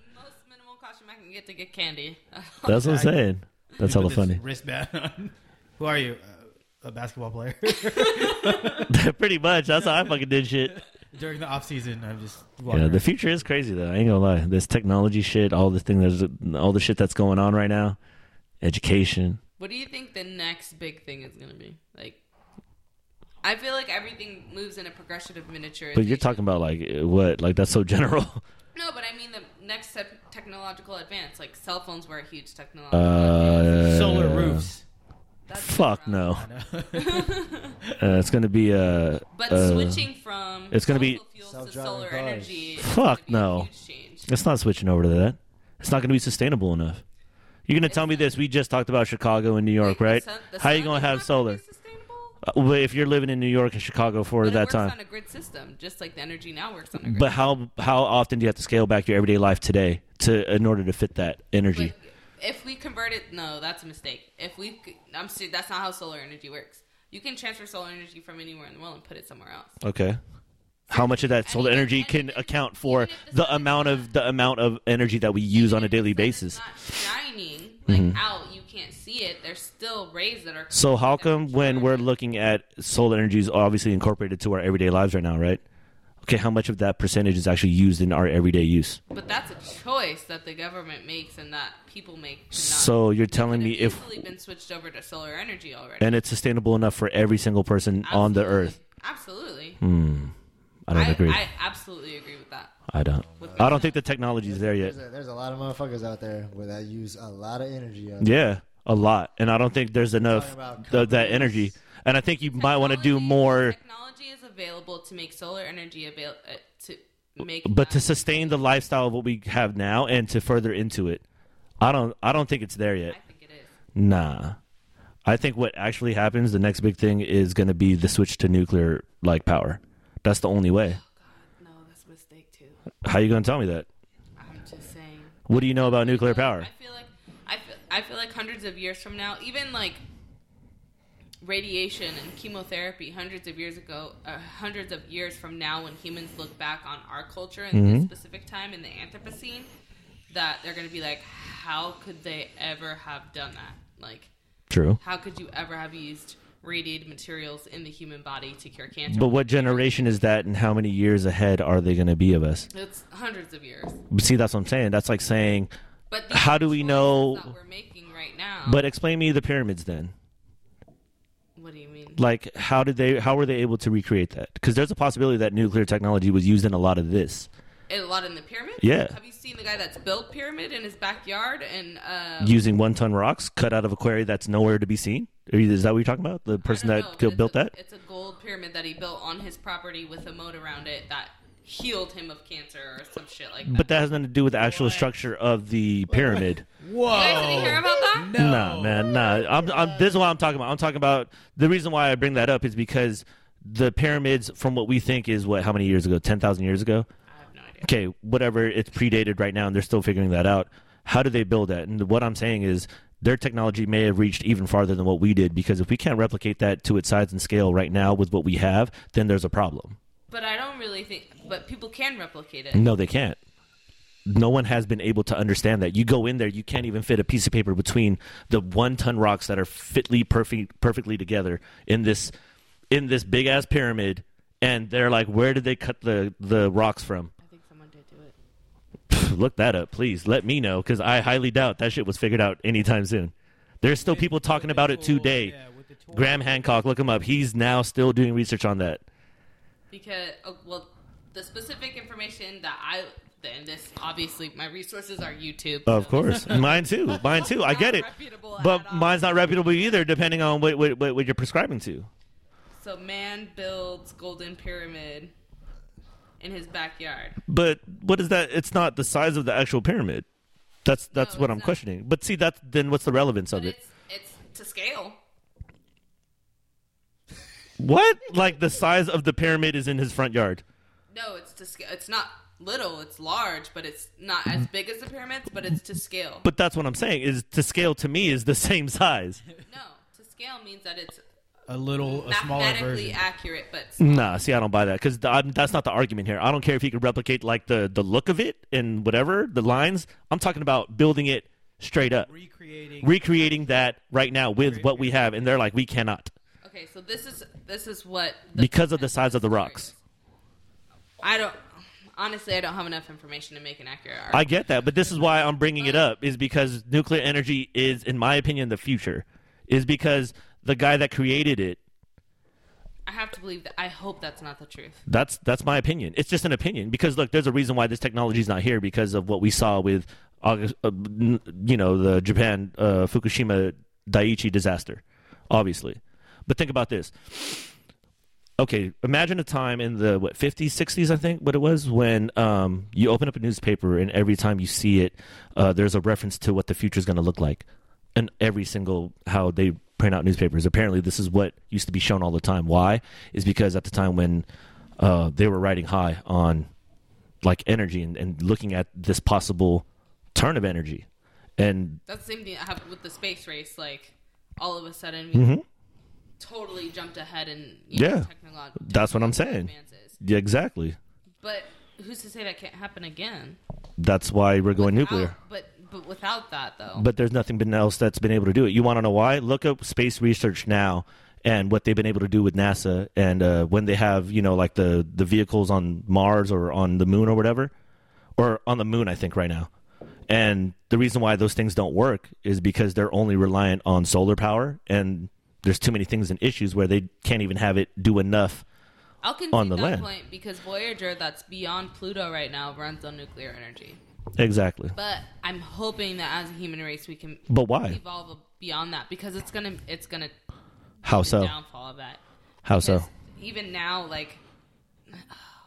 [SPEAKER 4] minimal costume I can get to get candy. *laughs*
[SPEAKER 3] that's what I'm saying. *laughs* That's
[SPEAKER 2] Put
[SPEAKER 3] hella
[SPEAKER 2] this
[SPEAKER 3] funny.
[SPEAKER 2] Wristband on. *laughs* Who are you? Uh, a basketball player. *laughs*
[SPEAKER 3] *laughs* Pretty much. That's how I fucking did
[SPEAKER 2] *laughs*
[SPEAKER 3] shit.
[SPEAKER 2] During the off season, I'm just walking
[SPEAKER 3] Yeah, the
[SPEAKER 2] around.
[SPEAKER 3] future is crazy though. I ain't gonna lie. This technology shit, all the thing there's all the shit that's going on right now. Education.
[SPEAKER 4] What do you think the next big thing is going to be? Like, I feel like everything moves in a progression of miniaturization.
[SPEAKER 3] But you're talking about like what? Like that's so general. *laughs*
[SPEAKER 4] No, but I mean the next tep- technological advance. Like cell phones were a huge technological. advance.
[SPEAKER 3] Uh,
[SPEAKER 2] solar
[SPEAKER 4] *laughs*
[SPEAKER 2] roofs.
[SPEAKER 4] That's
[SPEAKER 3] Fuck
[SPEAKER 4] wrong.
[SPEAKER 3] no. Uh, it's gonna be uh,
[SPEAKER 4] But
[SPEAKER 3] uh,
[SPEAKER 4] switching from
[SPEAKER 3] it's gonna be-
[SPEAKER 4] fossil fuels to
[SPEAKER 1] Self-driving
[SPEAKER 4] solar
[SPEAKER 1] cars.
[SPEAKER 4] energy. is
[SPEAKER 3] Fuck
[SPEAKER 4] gonna be a
[SPEAKER 3] no.
[SPEAKER 4] huge change.
[SPEAKER 3] It's not switching over to that. It's not gonna be sustainable enough. You're gonna tell me this? We just talked about Chicago and New York,
[SPEAKER 4] Like, the
[SPEAKER 3] right?
[SPEAKER 4] sun- the
[SPEAKER 3] How you
[SPEAKER 4] sun
[SPEAKER 3] gonna
[SPEAKER 4] is
[SPEAKER 3] have
[SPEAKER 4] not
[SPEAKER 3] solar?
[SPEAKER 4] be sustainable?
[SPEAKER 3] Uh, well, if you're living in New York and Chicago for
[SPEAKER 4] But it
[SPEAKER 3] that
[SPEAKER 4] works
[SPEAKER 3] time,
[SPEAKER 4] on a grid system, just like the energy now works on a grid.
[SPEAKER 3] but how how often do you have to scale back your everyday life today to in order to fit that energy?
[SPEAKER 4] Like, if we convert it, no, that's a mistake. If we, c- I'm serious, that's not how solar energy works. You can transfer solar energy from anywhere in the world and put it somewhere else.
[SPEAKER 3] Okay. How much of that solar
[SPEAKER 4] even-
[SPEAKER 3] energy
[SPEAKER 4] and
[SPEAKER 3] can
[SPEAKER 4] even-
[SPEAKER 3] account for
[SPEAKER 4] even if the
[SPEAKER 3] the
[SPEAKER 4] sun is
[SPEAKER 3] amount of
[SPEAKER 4] not-
[SPEAKER 3] the amount of energy that we use on a daily
[SPEAKER 4] Even if the
[SPEAKER 3] basis? Mm-hmm.
[SPEAKER 4] sun is not shining like out, you can't see it. There's still rays that are.
[SPEAKER 3] So how come when we're looking at solar energy is obviously incorporated to our everyday lives right now, right? Okay, how much of that percentage is actually used in our everyday use?
[SPEAKER 4] But that's a choice that the government makes and that people make. to not-
[SPEAKER 3] So you're telling
[SPEAKER 4] It
[SPEAKER 3] me
[SPEAKER 4] could have
[SPEAKER 3] if
[SPEAKER 4] easily been switched over to solar energy already
[SPEAKER 3] and it's sustainable enough for every single person on the
[SPEAKER 4] Absolutely.
[SPEAKER 3] earth? Mm,
[SPEAKER 4] Absolutely,
[SPEAKER 3] I don't
[SPEAKER 4] I,
[SPEAKER 3] agree.
[SPEAKER 4] I absolutely agree with that.
[SPEAKER 3] I don't.
[SPEAKER 4] With
[SPEAKER 3] I don't think the technology is there yet.
[SPEAKER 1] There's a, there's a lot of motherfuckers out there where that use a lot of energy. Out
[SPEAKER 3] Yeah, a lot. And I don't think there's enough
[SPEAKER 1] about
[SPEAKER 3] of that
[SPEAKER 1] companies.
[SPEAKER 3] energy. And I think you might want to do
[SPEAKER 4] Technology-
[SPEAKER 3] more
[SPEAKER 4] Technology is available to make solar energy available uh, to make.
[SPEAKER 3] but to
[SPEAKER 4] that-
[SPEAKER 3] sustain the lifestyle of what we have now and to further into it i don't i don't think it's there yet
[SPEAKER 4] I think it is.
[SPEAKER 3] nah i think what actually happens the next big thing is going to be the switch to nuclear like power that's the only way
[SPEAKER 4] No, that's a mistake too.
[SPEAKER 3] how you going to tell me that
[SPEAKER 4] I'm just saying.
[SPEAKER 3] what do you know about nuclear power
[SPEAKER 4] I feel like I feel, I feel like hundreds of years from now, even like radiation and chemotherapy, hundreds of years ago, uh, hundreds of
[SPEAKER 3] Mm-hmm.
[SPEAKER 4] years from now, when humans look back on our culture in this specific time in the Anthropocene, that they're going to be like, how could they ever have done that? Like,
[SPEAKER 3] True.
[SPEAKER 4] how could you ever have used radiated materials in the human body to cure cancer?
[SPEAKER 3] But what generation is that, and how many years ahead are they going to be of us?
[SPEAKER 4] it's hundreds of years.
[SPEAKER 3] See, that's what I'm saying. That's like saying,
[SPEAKER 4] But these
[SPEAKER 3] How do we
[SPEAKER 4] choices
[SPEAKER 3] know-
[SPEAKER 4] that we're making right now?
[SPEAKER 3] but explain me the pyramids then.
[SPEAKER 4] what do you mean?
[SPEAKER 3] Like, how did they? How were they able to recreate that? Because there's a possibility that nuclear technology was used in a lot of this.
[SPEAKER 4] A lot in the pyramid.
[SPEAKER 3] Yeah.
[SPEAKER 4] Have you seen the guy that's built pyramid in his backyard and uh,
[SPEAKER 3] using one ton rocks cut out of a quarry that's nowhere to be seen? Are you- Is that what you're talking about? The
[SPEAKER 4] I
[SPEAKER 3] person
[SPEAKER 4] don't
[SPEAKER 3] that
[SPEAKER 4] know, but
[SPEAKER 3] killed-
[SPEAKER 4] it's
[SPEAKER 3] built
[SPEAKER 4] a-
[SPEAKER 3] that?
[SPEAKER 4] It's a gold pyramid that he built on his property with a moat around it that healed him of cancer or some shit like that.
[SPEAKER 3] But that has nothing to do with the actual structure of the pyramid.
[SPEAKER 2] Whoa.
[SPEAKER 4] you guys didn't hear about that?
[SPEAKER 2] no.
[SPEAKER 3] Nah, man, nah. I'm, I'm, this is what I'm talking about. I'm talking about the reason why I bring that up is because the pyramids, from what we think, is what how many years ago? Ten thousand years ago?
[SPEAKER 4] I have no idea.
[SPEAKER 3] Okay, whatever. It's predated right now, and they're still figuring that out. How do they build that? And what I'm saying is. Their technology may have reached even farther than what we did because if we can't replicate that to its size and scale right now with what we have, then there's a problem.
[SPEAKER 4] But I don't really think. But people can replicate it.
[SPEAKER 3] No, they can't. No one has been able to understand that. You go in there, you can't even fit a piece of paper between the one ton rocks that are fitly perfect perfectly together in this in this big ass pyramid and they're like, Where did they cut the, the rocks from?
[SPEAKER 4] I think someone did do it.
[SPEAKER 3] Pff, Look that up, please. Let me know, because I highly doubt that shit was figured out anytime soon. There's still people talking about it today.
[SPEAKER 2] Yeah, with the tool.
[SPEAKER 3] Graham Hancock, look him up. He's now still doing research on that.
[SPEAKER 4] because oh, well the specific information that i then this obviously my resources are youtube
[SPEAKER 3] Of
[SPEAKER 4] so- *laughs*
[SPEAKER 3] course, mine too. Mine too. I get it,
[SPEAKER 4] Reputable at
[SPEAKER 3] but
[SPEAKER 4] all.
[SPEAKER 3] mine's not reputable either, depending on what what, what, what you're prescribing to.
[SPEAKER 4] so man builds golden pyramid in his backyard
[SPEAKER 3] But what is that? It's not the size of the actual pyramid. That's that's
[SPEAKER 4] No,
[SPEAKER 3] what
[SPEAKER 4] it's
[SPEAKER 3] I'm
[SPEAKER 4] not.
[SPEAKER 3] questioning. But see, that then what's the relevance
[SPEAKER 4] but
[SPEAKER 3] of it?
[SPEAKER 4] it's it's to scale
[SPEAKER 3] What? Like the size of the pyramid is in his front yard.
[SPEAKER 4] no it's to scale it's not little it's large but it's not as big as the pyramids but it's to scale
[SPEAKER 3] Mm-hmm. But that's what I'm saying is to scale to me is the *laughs* same size.
[SPEAKER 4] no to scale means that it's
[SPEAKER 2] a little, a smaller
[SPEAKER 4] mathematically
[SPEAKER 2] version.
[SPEAKER 4] accurate but
[SPEAKER 3] Nah, see, I don't buy that because that's not the argument here. I don't care if he could replicate like the the look of it and whatever the lines. I'm talking about building it straight up.
[SPEAKER 2] Recreating.
[SPEAKER 3] recreating that right now with what we have, and they're like, we cannot
[SPEAKER 4] okay so this is this is what the
[SPEAKER 3] because of the size of the rocks.
[SPEAKER 4] I don't. Honestly, I don't have enough information to make an accurate
[SPEAKER 3] I
[SPEAKER 4] argument.
[SPEAKER 3] get that, but this is why I'm bringing it up is because nuclear energy is, in my opinion, the future. Is because the guy that created it.
[SPEAKER 4] I, have to believe that. I hope that's not the truth.
[SPEAKER 3] That's that's my opinion. It's just an opinion because look, there's a reason why this technology is not here because of what we saw with, August, uh, n- you know, the Japan uh, Fukushima Daiichi disaster, obviously. But think about this. okay, imagine a time in the what 50s, 60s, I think, what it was when um, you open up a newspaper and every time you see it, uh, there's a reference to what the future is going to look like, and every single how they print out newspapers. Apparently, this is what used to be shown all the time. Why? Is because at the time when uh, they were riding high on like energy and, and looking at this possible turn of energy, and
[SPEAKER 4] That's the same thing that happened with the space race. Like, all of a sudden, we totally jumped ahead in you know,
[SPEAKER 3] Mm-hmm. Yeah.
[SPEAKER 4] technolog-
[SPEAKER 3] That's what I'm saying.
[SPEAKER 4] advances.
[SPEAKER 3] yeah, exactly.
[SPEAKER 4] But who's to say that can't happen again?
[SPEAKER 3] That's why we're going nuclear.
[SPEAKER 4] Out- but but without that though,
[SPEAKER 3] but there's nothing been else that's been able to do it. You want to know why? Look up space research now and what they've been able to do with NASA and uh, when they have you know like the the vehicles on Mars or on the moon or whatever, or on the moon I think right now. And the reason why those things don't work is because they're only reliant on solar power and there's too many things and issues where they can't even have it do enough.
[SPEAKER 4] I'll concede
[SPEAKER 3] on the
[SPEAKER 4] that
[SPEAKER 3] land.
[SPEAKER 4] point because Voyager, that's beyond Pluto right now, runs on nuclear energy.
[SPEAKER 3] Exactly.
[SPEAKER 4] But I'm hoping that as a human race, we can
[SPEAKER 3] But why?
[SPEAKER 4] evolve beyond that because it's gonna it's gonna
[SPEAKER 3] How
[SPEAKER 4] the
[SPEAKER 3] so?
[SPEAKER 4] downfall of that.
[SPEAKER 3] How so?
[SPEAKER 4] Because Even now, like, *sighs*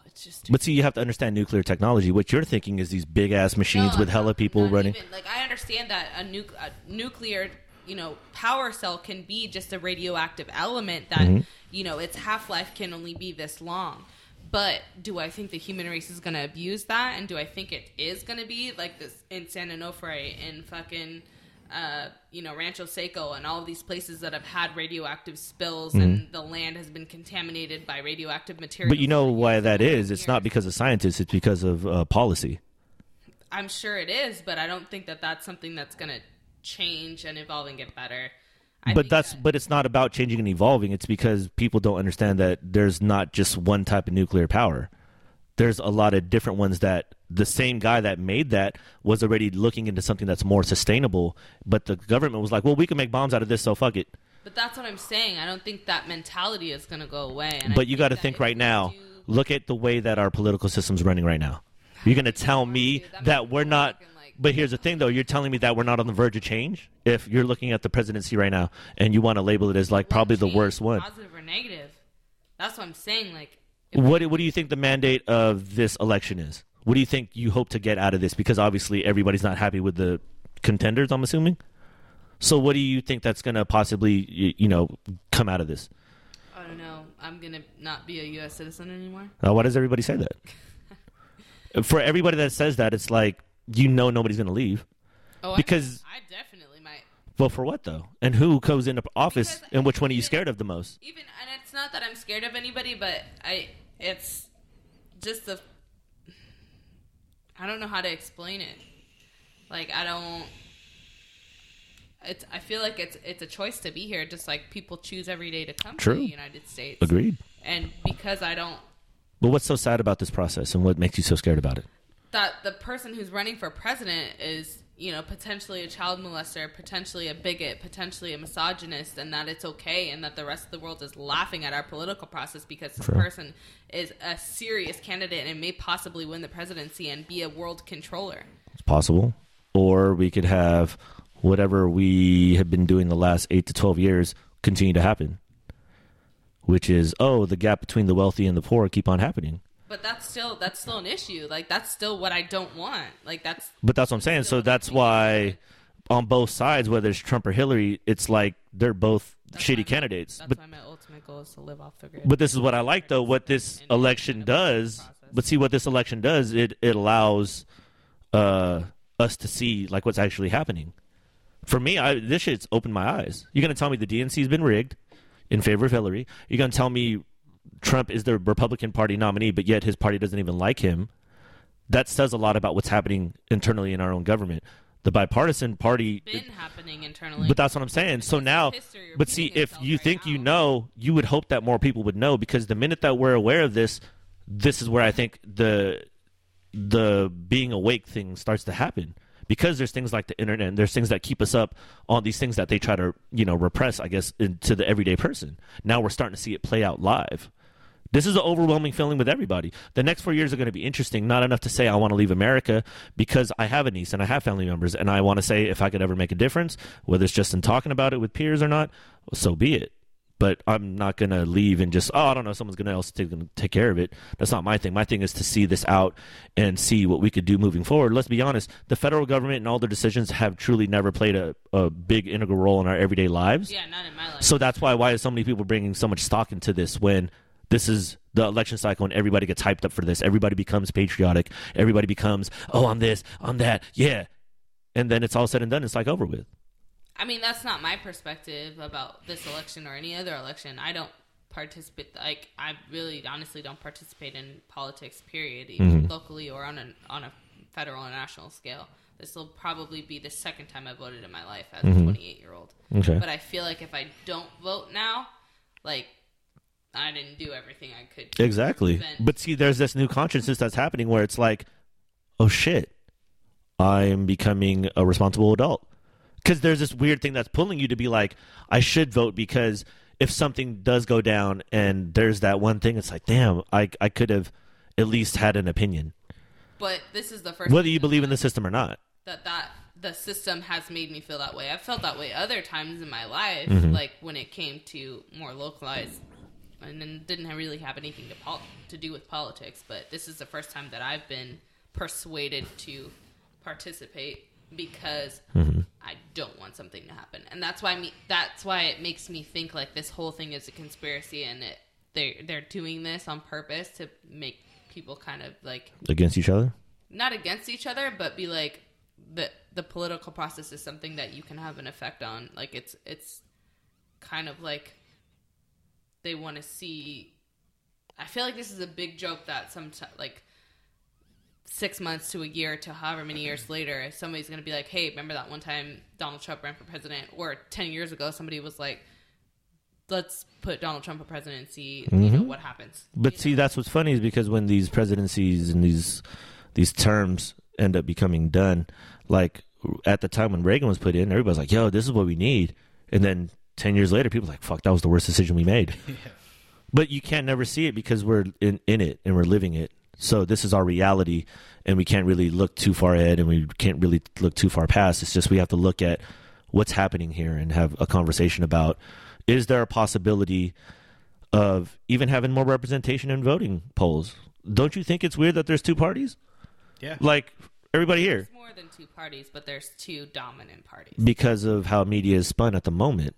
[SPEAKER 4] it's just.
[SPEAKER 3] But see, you have to understand nuclear technology. What you're thinking is these big ass machines
[SPEAKER 4] No,
[SPEAKER 3] with
[SPEAKER 4] I'm
[SPEAKER 3] hella
[SPEAKER 4] not-
[SPEAKER 3] people
[SPEAKER 4] not
[SPEAKER 3] running.
[SPEAKER 4] even- like, I understand that a, nuc- a nuclear, you know, power cell can be just a radioactive element that,
[SPEAKER 3] Mm-hmm.
[SPEAKER 4] you know, its half life can only be this long. But do I think the human race is going to abuse that? And do I think it is going to be like this in San Onofre and fucking. Uh, you know Rancho Seco and all these places that have had radioactive spills
[SPEAKER 3] Mm-hmm.
[SPEAKER 4] and the land has been contaminated by radioactive material.
[SPEAKER 3] But you know why that is? It's
[SPEAKER 4] years.
[SPEAKER 3] not because of scientists. It's because of uh, policy.
[SPEAKER 4] I'm sure it is, but I don't think that that's something that's going to change and evolve and get better. I
[SPEAKER 3] but
[SPEAKER 4] think
[SPEAKER 3] that's
[SPEAKER 4] that-
[SPEAKER 3] but it's not about changing and evolving. It's because people don't understand that there's not just one type of nuclear power. There's a lot of different ones that the same guy that made that was already looking into something that's more sustainable. But the government was like, "Well, we can make bombs out of this, so fuck it."
[SPEAKER 4] but that's what I'm saying. I don't think that mentality is going to go away. And I
[SPEAKER 3] but you got to
[SPEAKER 4] that
[SPEAKER 3] think
[SPEAKER 4] if
[SPEAKER 3] right
[SPEAKER 4] we
[SPEAKER 3] now.
[SPEAKER 4] do-
[SPEAKER 3] Look at the way that our political system's running right now. You're going to tell me
[SPEAKER 4] That makes
[SPEAKER 3] that we're
[SPEAKER 4] people
[SPEAKER 3] not.
[SPEAKER 4] fucking, like-
[SPEAKER 3] But here's the thing, though. You're telling me that we're not on the verge of change. If you're looking at the presidency right now and you want to label it as like probably the
[SPEAKER 4] change,
[SPEAKER 3] worst one,
[SPEAKER 4] Positive or negative. That's what I'm saying. Like, if
[SPEAKER 3] what what do you think the mandate of this election is? What do you think you hope to get out of this? Because obviously everybody's not happy with the contenders. I'm assuming. So what do you think that's going to possibly y- you know come out of this?
[SPEAKER 4] I don't know. I'm gonna not be a U.S. citizen anymore.
[SPEAKER 3] Now, Uh, why does everybody say that? For everybody that says that, it's like you know nobody's going to leave.
[SPEAKER 4] Oh,
[SPEAKER 3] Because-
[SPEAKER 4] I, I definitely might.
[SPEAKER 3] Well, for what though? And who goes into office?
[SPEAKER 4] Because-
[SPEAKER 3] and which one are you scared of the most?
[SPEAKER 4] Even and it's not that I'm scared of anybody, but I it's just the I don't know how to explain it. Like I don't. It's. I feel like it's it's a choice to be here, just like people choose every day to come to
[SPEAKER 3] True.
[SPEAKER 4] the United States.
[SPEAKER 3] Agreed.
[SPEAKER 4] And because I don't
[SPEAKER 3] But what's so sad about this process, and what makes you so scared about it?
[SPEAKER 4] that the person who's running for president is you know potentially a child molester potentially a bigot potentially a misogynist and that it's okay and that the rest of the world is laughing at our political process because this person is a serious candidate and may possibly win the presidency and be a world controller
[SPEAKER 3] It's possible, or we could have whatever we have been doing the last eight to twelve years continue to happen, which is oh, the gap between the wealthy and the poor keep on happening.
[SPEAKER 4] but that's still that's still an issue like that's still what i don't want like that's
[SPEAKER 3] But that's what I'm saying. So that's why on both sides, whether it's Trump or Hillary, it's like they're both shitty candidates.
[SPEAKER 4] that's
[SPEAKER 3] But
[SPEAKER 4] why my ultimate goal is to live off the grid
[SPEAKER 3] but this is what I like though. What this election does, but see what this election does, it it allows uh, us to see like what's actually happening. For me, I, this shit's opened my eyes. You're gonna tell me the DNC's been rigged in favor of Hillary. You're gonna tell me Trump is the Republican Party nominee, but yet his party doesn't even like him that says a lot about what's happening internally in our own government. The bipartisan party,
[SPEAKER 4] been happening internally
[SPEAKER 3] but that's what I'm saying. So now,
[SPEAKER 4] history
[SPEAKER 3] but see,
[SPEAKER 4] repeating
[SPEAKER 3] if
[SPEAKER 4] itself
[SPEAKER 3] you
[SPEAKER 4] right
[SPEAKER 3] think you
[SPEAKER 4] now.
[SPEAKER 3] know, you would hope that more people would know because the minute that we're aware of this, this is where I think the the being awake thing starts to happen because there's things like the internet and there's things that keep us up on these things that they try to you know repress i guess into the everyday person now we're starting to see it play out live this is an overwhelming feeling with everybody the next four years are going to be interesting not enough to say i want to leave america because i have a niece and i have family members and i want to say if i could ever make a difference whether it's just in talking about it with peers or not so be it but I'm not gonna leave and just oh I don't know someone's gonna else take, take care of it. That's not my thing. My thing is to see this out and see what we could do moving forward. Let's be honest, the federal government and all their decisions have truly never played a, a big integral role in our everyday lives.
[SPEAKER 4] yeah not in my life
[SPEAKER 3] So that's why why is so many people bringing so much stock into this when this is the election cycle and everybody gets hyped up for this. Everybody becomes patriotic. Everybody becomes oh I'm this I'm that yeah, and then it's all said and done. It's like over with.
[SPEAKER 4] I mean, that's not my perspective about this election or any other election. I don't participate. Like, I really, honestly, don't participate in politics. Period, either
[SPEAKER 3] Mm-hmm.
[SPEAKER 4] locally or on a on a federal and national scale. This will probably be the second time I voted in my life as a 28 year old.
[SPEAKER 3] Mm-hmm. Okay.
[SPEAKER 4] But I feel like if I don't vote now, like I didn't do everything I could. do.
[SPEAKER 3] Exactly.
[SPEAKER 4] prevent-
[SPEAKER 3] But see, there's this new consciousness that's happening where it's like, oh shit, I'm becoming a responsible adult. Because there's this weird thing that's pulling you to be like, I should vote because if something does go down and there's that one thing, it's like, damn, I, I could have at least had an opinion,
[SPEAKER 4] But this is the first.
[SPEAKER 3] whether you
[SPEAKER 4] time
[SPEAKER 3] believe in the system or not.
[SPEAKER 4] that that the system has made me feel that way. I've felt that way other times in my life, like when it came to more localized, and then didn't really have anything to pol- to do with politics. But this is the first time that I've been persuaded to participate because I don't want something to happen, and that's why me. That's why it makes me think like this whole thing is a conspiracy, and it they they're doing this on purpose to make people kind of like
[SPEAKER 3] Against each other?
[SPEAKER 4] not against each other, but be like the the political process is something that you can have an effect on. Like it's it's kind of like they want to see. I feel like this is a big joke that some like six months to a year to however many years later, if somebody's going to be like, hey, remember that one time Donald Trump ran for president? Or 10 years ago, somebody was like, let's put Donald Trump a president and see you know, what happens.
[SPEAKER 3] But see, that's what's funny is because when these presidencies and these these terms end up becoming done, like at the time when Reagan was put in, everybody's like, "Yo, this is what we need," and then ten years later, people are like, "Fuck, that was the worst decision we made." But you can't never see it because we're in, in it and we're living it. So this is our reality, and we can't really look too far ahead, and we can't really look too far past. It's just we have to look at what's happening here and have a conversation about: is there a possibility? of even having more representation in voting polls. Don't you think it's weird that there's two parties?
[SPEAKER 2] Yeah.
[SPEAKER 3] Like everybody here
[SPEAKER 4] It's more than two parties, but there's two dominant parties.
[SPEAKER 3] because of how media is spun at the moment.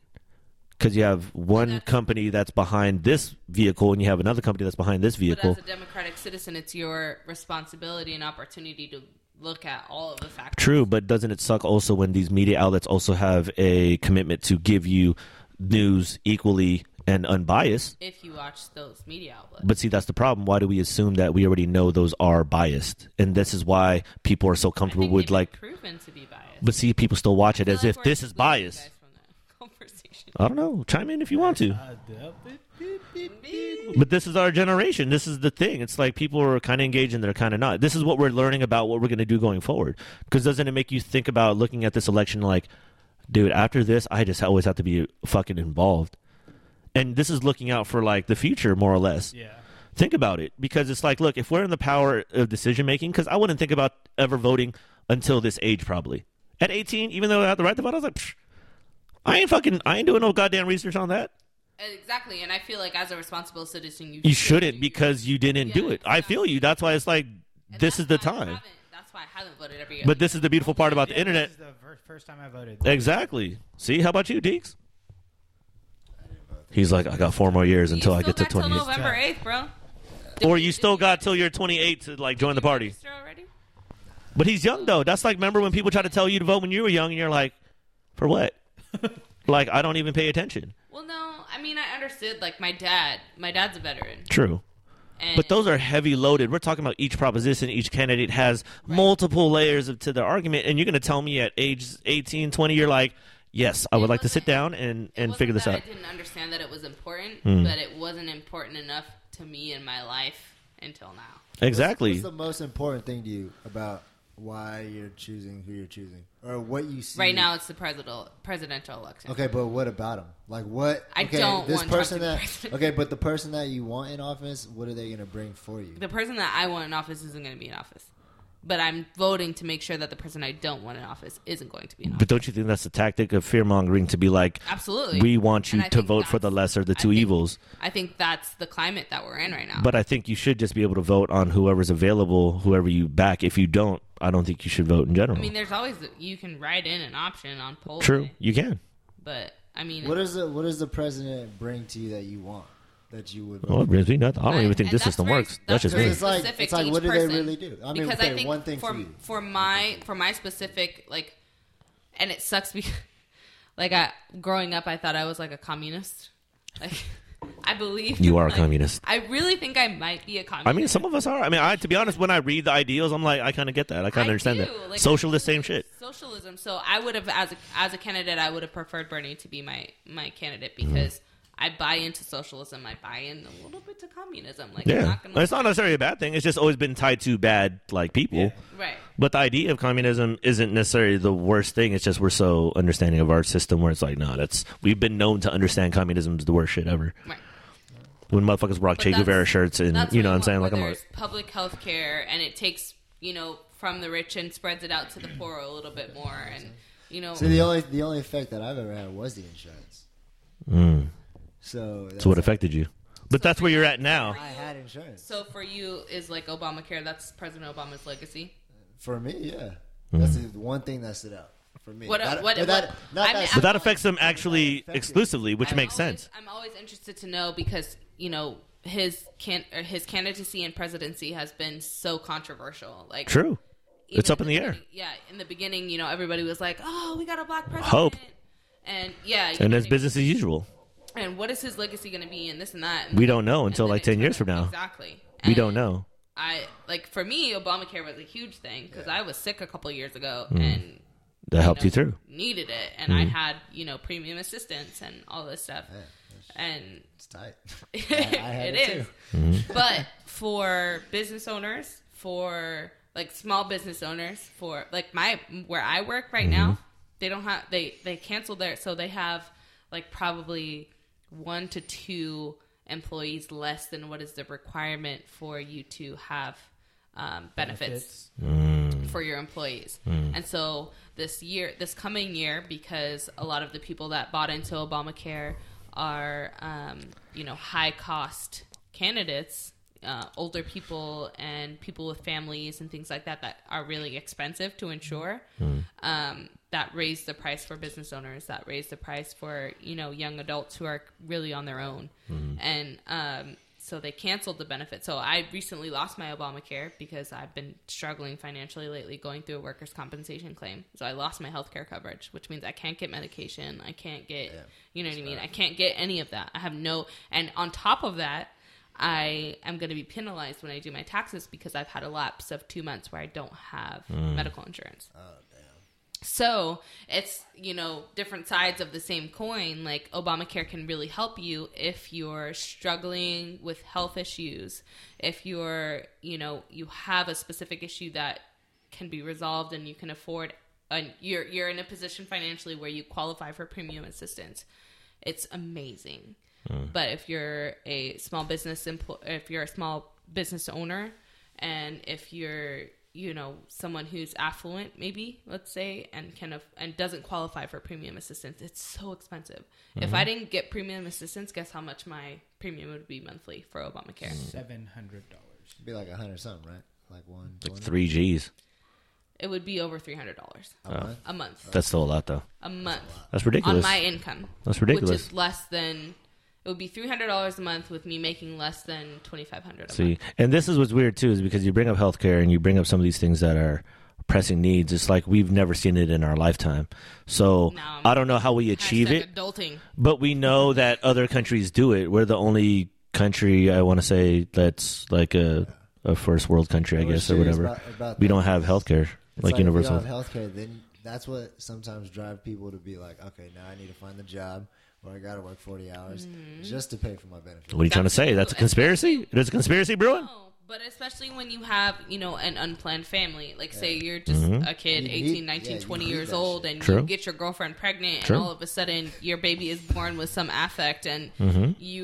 [SPEAKER 3] Because you have one company that's behind this vehicle and you have another company that's behind this
[SPEAKER 4] But as
[SPEAKER 3] vehicle.
[SPEAKER 4] a democratic citizen, it's your responsibility and opportunity to look at all of the factors.
[SPEAKER 3] True, but doesn't it suck also when these media outlets also have a commitment to give you news equally and unbiased?
[SPEAKER 4] If you watch those media outlets,
[SPEAKER 3] But see, that's the problem. Why do we assume that we already know those are biased? And this is why people are so
[SPEAKER 4] I think
[SPEAKER 3] comfortable
[SPEAKER 4] they've
[SPEAKER 3] with
[SPEAKER 4] been
[SPEAKER 3] like
[SPEAKER 4] proven to be biased.
[SPEAKER 3] But see, people still watch it as
[SPEAKER 4] Like,
[SPEAKER 3] if
[SPEAKER 4] we're
[SPEAKER 3] this is
[SPEAKER 4] excluding you
[SPEAKER 3] bias.
[SPEAKER 4] guys Uh, from that Conversation.
[SPEAKER 3] I don't know. Chime in if you want to.
[SPEAKER 2] Uh,
[SPEAKER 3] But this is our generation. This is the thing. It's like people are kind of engaged and they're kind of not. This is what we're learning about what we're going to do going forward. Because doesn't it make you think about looking at this election like, dude, after this, I just always have to be fucking involved. And this is looking out for like the future, more or less.
[SPEAKER 2] Yeah.
[SPEAKER 3] Think about it because it's like, look, if we're in the power of decision making, because I wouldn't think about ever voting until this age, probably at eighteen. Even though I had the right to vote, I was like, Psh, I ain't fucking, I ain't doing no goddamn research on that.
[SPEAKER 4] Exactly, and I feel like as a responsible citizen, you,
[SPEAKER 3] You
[SPEAKER 4] should
[SPEAKER 3] shouldn't
[SPEAKER 4] do
[SPEAKER 3] because you didn't
[SPEAKER 4] Yeah,
[SPEAKER 3] do it. I feel you. That's why it's like
[SPEAKER 4] your-
[SPEAKER 3] this is
[SPEAKER 4] And
[SPEAKER 3] the
[SPEAKER 4] that's why I
[SPEAKER 3] time.
[SPEAKER 4] haven't- That's why I haven't voted every year.
[SPEAKER 3] But this is the beautiful part about the internet.
[SPEAKER 2] This is the ver- first time I voted.
[SPEAKER 3] Exactly. See, how about you, Deeks? He's like, I got four more years until I get to
[SPEAKER 4] till
[SPEAKER 3] twenty.
[SPEAKER 4] November eighth, bro.
[SPEAKER 3] Or you still got till you're 28 to like join the party.
[SPEAKER 4] Register already?
[SPEAKER 3] But he's young though. That's like remember when people try to tell you to vote when you were young, and you're like, for
[SPEAKER 4] *laughs*
[SPEAKER 3] what? like I don't even pay attention.
[SPEAKER 4] Well, no. I mean, I understood. Like my dad, my dad's a veteran,
[SPEAKER 3] True.
[SPEAKER 4] and
[SPEAKER 3] But those are heavy loaded. We're talking about each proposition, each candidate has multiple layers of, to their argument, and you're going to tell me at age 18, 20, you're like, yes, I would like to sit down and,
[SPEAKER 4] It
[SPEAKER 3] and
[SPEAKER 4] wasn't
[SPEAKER 3] figure this
[SPEAKER 4] that
[SPEAKER 3] out. Hmm.
[SPEAKER 4] I didn't understand that it was important, but it wasn't important enough to me in my life until now.
[SPEAKER 3] Exactly.
[SPEAKER 1] What's the most important thing to you about why you're choosing who you're choosing, or what you see
[SPEAKER 4] Right now, it's the presidential presidential election.
[SPEAKER 1] Hmm. Okay, but what about him? Like what?
[SPEAKER 4] I
[SPEAKER 1] okay,
[SPEAKER 4] don't
[SPEAKER 1] this
[SPEAKER 4] want Trump
[SPEAKER 1] person
[SPEAKER 4] to be
[SPEAKER 1] that.
[SPEAKER 4] president.
[SPEAKER 1] Okay, but the person that you want in office, what are they going to bring for you?
[SPEAKER 4] The person that I want in office isn't going to be in office, but I'm voting to make sure that the person I don't want in office isn't going to be in office.
[SPEAKER 3] but don't you think that's the tactic of fear mongering to be like,
[SPEAKER 4] Absolutely.
[SPEAKER 3] we want
[SPEAKER 4] And
[SPEAKER 3] you
[SPEAKER 4] I
[SPEAKER 3] to
[SPEAKER 4] think
[SPEAKER 3] vote for the
[SPEAKER 4] that's-
[SPEAKER 3] lesser of the
[SPEAKER 4] I
[SPEAKER 3] two
[SPEAKER 4] think-
[SPEAKER 3] evils?
[SPEAKER 4] I think that's the climate that we're in right now.
[SPEAKER 3] But I think you should just be able to vote on whoever's available, whoever you back. If you don't, I don't think you should vote in general.
[SPEAKER 4] I mean, there's always you can write in an option on poll.
[SPEAKER 3] True.
[SPEAKER 4] day,
[SPEAKER 3] You can.
[SPEAKER 4] but I mean,
[SPEAKER 1] What does the What does the president bring to you that you want that you would?
[SPEAKER 3] Well, it brings me nothing. Oh, I don't
[SPEAKER 4] Right.
[SPEAKER 3] even think
[SPEAKER 4] And
[SPEAKER 3] this system
[SPEAKER 4] very-
[SPEAKER 3] works. That's just
[SPEAKER 1] very
[SPEAKER 3] me.
[SPEAKER 1] It's like-
[SPEAKER 4] specific
[SPEAKER 1] it's like,
[SPEAKER 4] to
[SPEAKER 1] what
[SPEAKER 4] each
[SPEAKER 1] do they
[SPEAKER 4] person.
[SPEAKER 1] really do? I mean,
[SPEAKER 4] because
[SPEAKER 1] okay,
[SPEAKER 4] I think
[SPEAKER 1] one thing
[SPEAKER 4] for,
[SPEAKER 1] for you.
[SPEAKER 4] for my for my specific like, and it sucks because *laughs* like I growing up I thought I was like a communist. Like *laughs* I believe
[SPEAKER 3] You
[SPEAKER 4] in,
[SPEAKER 3] are a
[SPEAKER 4] *laughs* like-
[SPEAKER 3] communist.
[SPEAKER 4] I really think I might be a communist.
[SPEAKER 3] I mean, some of us are. I mean, I to be honest, when I read the ideals, I'm like, I kind of get that. I kind of understand
[SPEAKER 4] do,
[SPEAKER 3] that.
[SPEAKER 4] like,
[SPEAKER 3] Socialist,
[SPEAKER 4] I
[SPEAKER 3] same
[SPEAKER 4] do
[SPEAKER 3] shit.
[SPEAKER 4] Socialism. So I would have, as a, as a candidate, I would have preferred Bernie to be my my candidate
[SPEAKER 3] Mm-hmm.
[SPEAKER 4] because I buy into socialism. I buy in a little bit to communism. Like, I'm
[SPEAKER 3] Yeah,
[SPEAKER 4] not gonna,
[SPEAKER 3] it's not necessarily a bad thing. It's just always been tied to bad like people.
[SPEAKER 4] right.
[SPEAKER 3] But the idea of communism isn't necessarily the worst thing. It's just we're so understanding of our system where it's like, no, that's we've been known to understand communism is the worst shit ever.
[SPEAKER 4] Right.
[SPEAKER 3] When motherfuckers rock Che
[SPEAKER 4] that's-
[SPEAKER 3] Guevara shirts and
[SPEAKER 4] That's
[SPEAKER 3] you know what I'm
[SPEAKER 4] want,
[SPEAKER 3] saying,
[SPEAKER 4] where
[SPEAKER 3] like I'm
[SPEAKER 4] there's
[SPEAKER 3] like,
[SPEAKER 4] public health care, and it takes you know from the rich and spreads it out to the poor a little bit more, and you know.
[SPEAKER 1] So the only the only effect that I've ever had was the insurance. So that's
[SPEAKER 3] Hmm. so what affected you? But that's where you're at now.
[SPEAKER 1] I had insurance
[SPEAKER 4] so for you is like Obamacare. That's President Obama's legacy.
[SPEAKER 1] for me. Yeah,
[SPEAKER 3] Mm-hmm.
[SPEAKER 1] that's the one thing that stood out for me.
[SPEAKER 4] What-
[SPEAKER 1] That-
[SPEAKER 4] what-
[SPEAKER 1] but that-
[SPEAKER 4] what-
[SPEAKER 1] not
[SPEAKER 4] I'm-
[SPEAKER 1] that-
[SPEAKER 3] But that affects them actually
[SPEAKER 1] Affected.
[SPEAKER 3] exclusively, which
[SPEAKER 4] I'm
[SPEAKER 3] makes
[SPEAKER 4] always-
[SPEAKER 3] sense.
[SPEAKER 4] I'm always interested to know because you know his can or his candidacy and presidency has been so controversial. Like
[SPEAKER 3] True.
[SPEAKER 4] even
[SPEAKER 3] It's up in the air.
[SPEAKER 4] beginning- Yeah, in the beginning, you know, everybody was like, "Oh, we got a black president."
[SPEAKER 3] Hope.
[SPEAKER 4] And yeah, you
[SPEAKER 3] And
[SPEAKER 4] know
[SPEAKER 3] it's
[SPEAKER 4] what I mean?
[SPEAKER 3] business as usual.
[SPEAKER 4] And what is his legacy going to be, and this and that. And
[SPEAKER 3] We don't know until
[SPEAKER 4] and then
[SPEAKER 3] like
[SPEAKER 4] it
[SPEAKER 3] ten
[SPEAKER 4] turned
[SPEAKER 3] years
[SPEAKER 4] out-
[SPEAKER 3] from now.
[SPEAKER 4] Exactly.
[SPEAKER 3] We
[SPEAKER 4] And
[SPEAKER 3] don't know.
[SPEAKER 4] I like for me, Obamacare was a huge thing because I was sick a couple years ago and
[SPEAKER 3] Mm. That helped
[SPEAKER 4] know,
[SPEAKER 3] you through. Mm.
[SPEAKER 4] Needed it, and I had you know premium assistance and all this stuff, and
[SPEAKER 1] It's tight. *laughs* had
[SPEAKER 4] *laughs* it
[SPEAKER 1] it
[SPEAKER 4] is. But for business owners, for like small business owners, for like my where I work right now, they don't have they they canceled their so they have like probably one to two employees less than what is the requirement for you to have um, benefits
[SPEAKER 2] It's-
[SPEAKER 4] for your employees. And so this year, this coming year, because a lot of the people that bought into Obamacare are, um, you know, high cost candidates, uh, older people and people with families and things like that that are really expensive to insure. Um, that raised the price for business owners. That raised the price for you know young adults who are really on their own. And um, so they canceled the benefit. So I recently lost my Obamacare because I've been struggling financially lately, going through a workers' compensation claim. So I lost my health care coverage, which means I can't get medication. I can't get, you know what I mean? I can't get any of that. I have no, and on top of that, I am going to be penalized when I do my taxes because I've had a lapse of two months where I don't have medical insurance. So it's, you know, different sides of the same coin. Like Obamacare can really help you if you're struggling with health issues, if you're, you know, you have a specific issue that can be resolved and you can afford and you're you're in a position financially where you qualify for premium assistance. It's amazing. But if you're a small business empl- if you're a small business owner and if you're you know someone who's affluent maybe let's say and can aff and doesn't qualify for premium assistance it's so expensive if
[SPEAKER 3] Mm-hmm.
[SPEAKER 4] i didn't get premium assistance guess how much my premium would be monthly for obamacare
[SPEAKER 3] Mm.
[SPEAKER 2] Seven hundred dollars.
[SPEAKER 1] It'd be like a hundred something, right? Like one twenty
[SPEAKER 3] Three G's.
[SPEAKER 4] it would be over $300
[SPEAKER 1] a month.
[SPEAKER 4] a month
[SPEAKER 3] That's still a lot, though.
[SPEAKER 4] a month
[SPEAKER 3] That's
[SPEAKER 4] on
[SPEAKER 3] ridiculous.
[SPEAKER 4] my income
[SPEAKER 3] That's
[SPEAKER 4] which
[SPEAKER 3] ridiculous.
[SPEAKER 4] is less than it would be $300 a month with me making less than $2500 a
[SPEAKER 3] See,
[SPEAKER 4] month
[SPEAKER 3] and this is what's weird too, is because you bring up healthcare and you bring up some of these things that are pressing needs. It's like we've never seen it in our lifetime. So
[SPEAKER 4] No, I'm-
[SPEAKER 3] I don't know how we achieve
[SPEAKER 4] Hashtag
[SPEAKER 3] it,
[SPEAKER 4] adulting
[SPEAKER 3] but we know that other countries do it. We're the only country I want to say that's like a a first world country, I
[SPEAKER 1] We're
[SPEAKER 3] guess, or
[SPEAKER 1] serious
[SPEAKER 3] whatever.
[SPEAKER 1] about- about
[SPEAKER 3] we
[SPEAKER 1] that.
[SPEAKER 3] don't have healthcare
[SPEAKER 1] It's
[SPEAKER 3] like, universal.
[SPEAKER 1] If you don't have healthcare, then that's what sometimes drive people to be like, okay, now I need to find the job where I got to work forty hours
[SPEAKER 4] Mm-hmm.
[SPEAKER 1] just to pay for my benefits.
[SPEAKER 3] what are you trying to say?
[SPEAKER 4] That's
[SPEAKER 3] That's a
[SPEAKER 4] true.
[SPEAKER 3] conspiracy. There's a conspiracy brewing.
[SPEAKER 4] No, but especially when you have, you know, an unplanned family. Like, say you're just a kid,
[SPEAKER 1] You need-
[SPEAKER 4] 18, 19,
[SPEAKER 1] yeah, you
[SPEAKER 4] 20
[SPEAKER 1] need
[SPEAKER 4] years
[SPEAKER 1] that
[SPEAKER 4] old,
[SPEAKER 1] shit.
[SPEAKER 4] and
[SPEAKER 3] Mm-hmm. True.
[SPEAKER 4] you get your girlfriend pregnant,
[SPEAKER 3] True.
[SPEAKER 4] and all of a sudden your baby is born with some affect, and you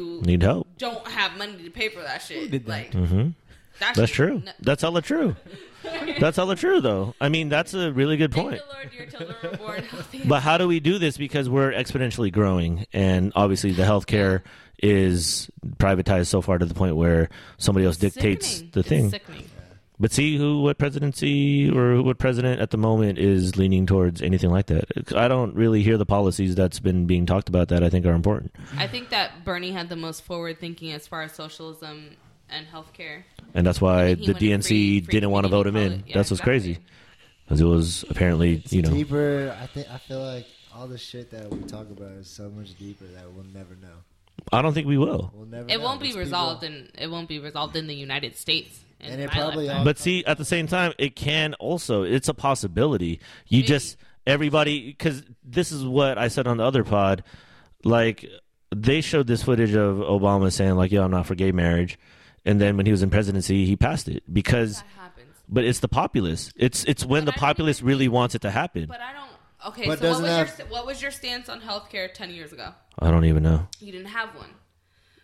[SPEAKER 3] Mm-hmm. Need help.
[SPEAKER 4] don't have money to pay for that shit.
[SPEAKER 2] did that?
[SPEAKER 4] Like,
[SPEAKER 3] That's *laughs* true.
[SPEAKER 4] n-
[SPEAKER 3] That's hella true. That's hella true, though. I mean, that's a really good
[SPEAKER 4] Thank
[SPEAKER 3] point.
[SPEAKER 4] the Lord your children
[SPEAKER 3] *laughs*
[SPEAKER 4] were born healthy.
[SPEAKER 3] But how do we do this? Because we're exponentially growing, and obviously the healthcare is privatized so far to the point where somebody else dictates
[SPEAKER 4] Sickening.
[SPEAKER 3] the
[SPEAKER 4] It's
[SPEAKER 3] thing.
[SPEAKER 4] sickening.
[SPEAKER 3] But see who, what presidency or what president at the moment is leaning towards anything like that. I don't really hear the policies that's been being talked about that I think are important.
[SPEAKER 4] I think that Bernie had the most forward thinking as far as socialism and healthcare.
[SPEAKER 3] and that's why
[SPEAKER 4] And he
[SPEAKER 3] the
[SPEAKER 4] wanted
[SPEAKER 3] DNC
[SPEAKER 4] free- free
[SPEAKER 3] didn't want to vote him
[SPEAKER 4] community
[SPEAKER 3] in.
[SPEAKER 4] college. Yeah,
[SPEAKER 3] that's what's
[SPEAKER 4] exactly.
[SPEAKER 3] crazy, because it was apparently you know
[SPEAKER 1] Deeper, I think. I feel like all the shit that we talk about is so much deeper that we'll never know.
[SPEAKER 3] I don't think we will.
[SPEAKER 1] We'll never.
[SPEAKER 4] It
[SPEAKER 1] know.
[SPEAKER 4] won't be
[SPEAKER 1] These people-
[SPEAKER 4] resolved, in it won't be resolved in the United States. in
[SPEAKER 1] And it
[SPEAKER 4] my
[SPEAKER 1] probably
[SPEAKER 4] lifetime.
[SPEAKER 1] all-
[SPEAKER 3] But see, at the same time, it can also. It's a possibility. You just everybody because this is what I said on the other pod. Like they showed this footage of Obama saying like, "Yo, I'm not for gay marriage," and then when he was in presidency, he passed it because.
[SPEAKER 4] that happens.
[SPEAKER 3] But it's the populace. It's it's when
[SPEAKER 4] But
[SPEAKER 3] the
[SPEAKER 4] I don't
[SPEAKER 3] populace
[SPEAKER 4] even
[SPEAKER 3] really wants it to happen.
[SPEAKER 4] But I don't. Okay,
[SPEAKER 1] But
[SPEAKER 4] so what
[SPEAKER 1] doesn't
[SPEAKER 4] was,
[SPEAKER 1] that-
[SPEAKER 4] your, st- what was your stance on healthcare 10 years ago?
[SPEAKER 3] I don't even know.
[SPEAKER 4] You didn't have one.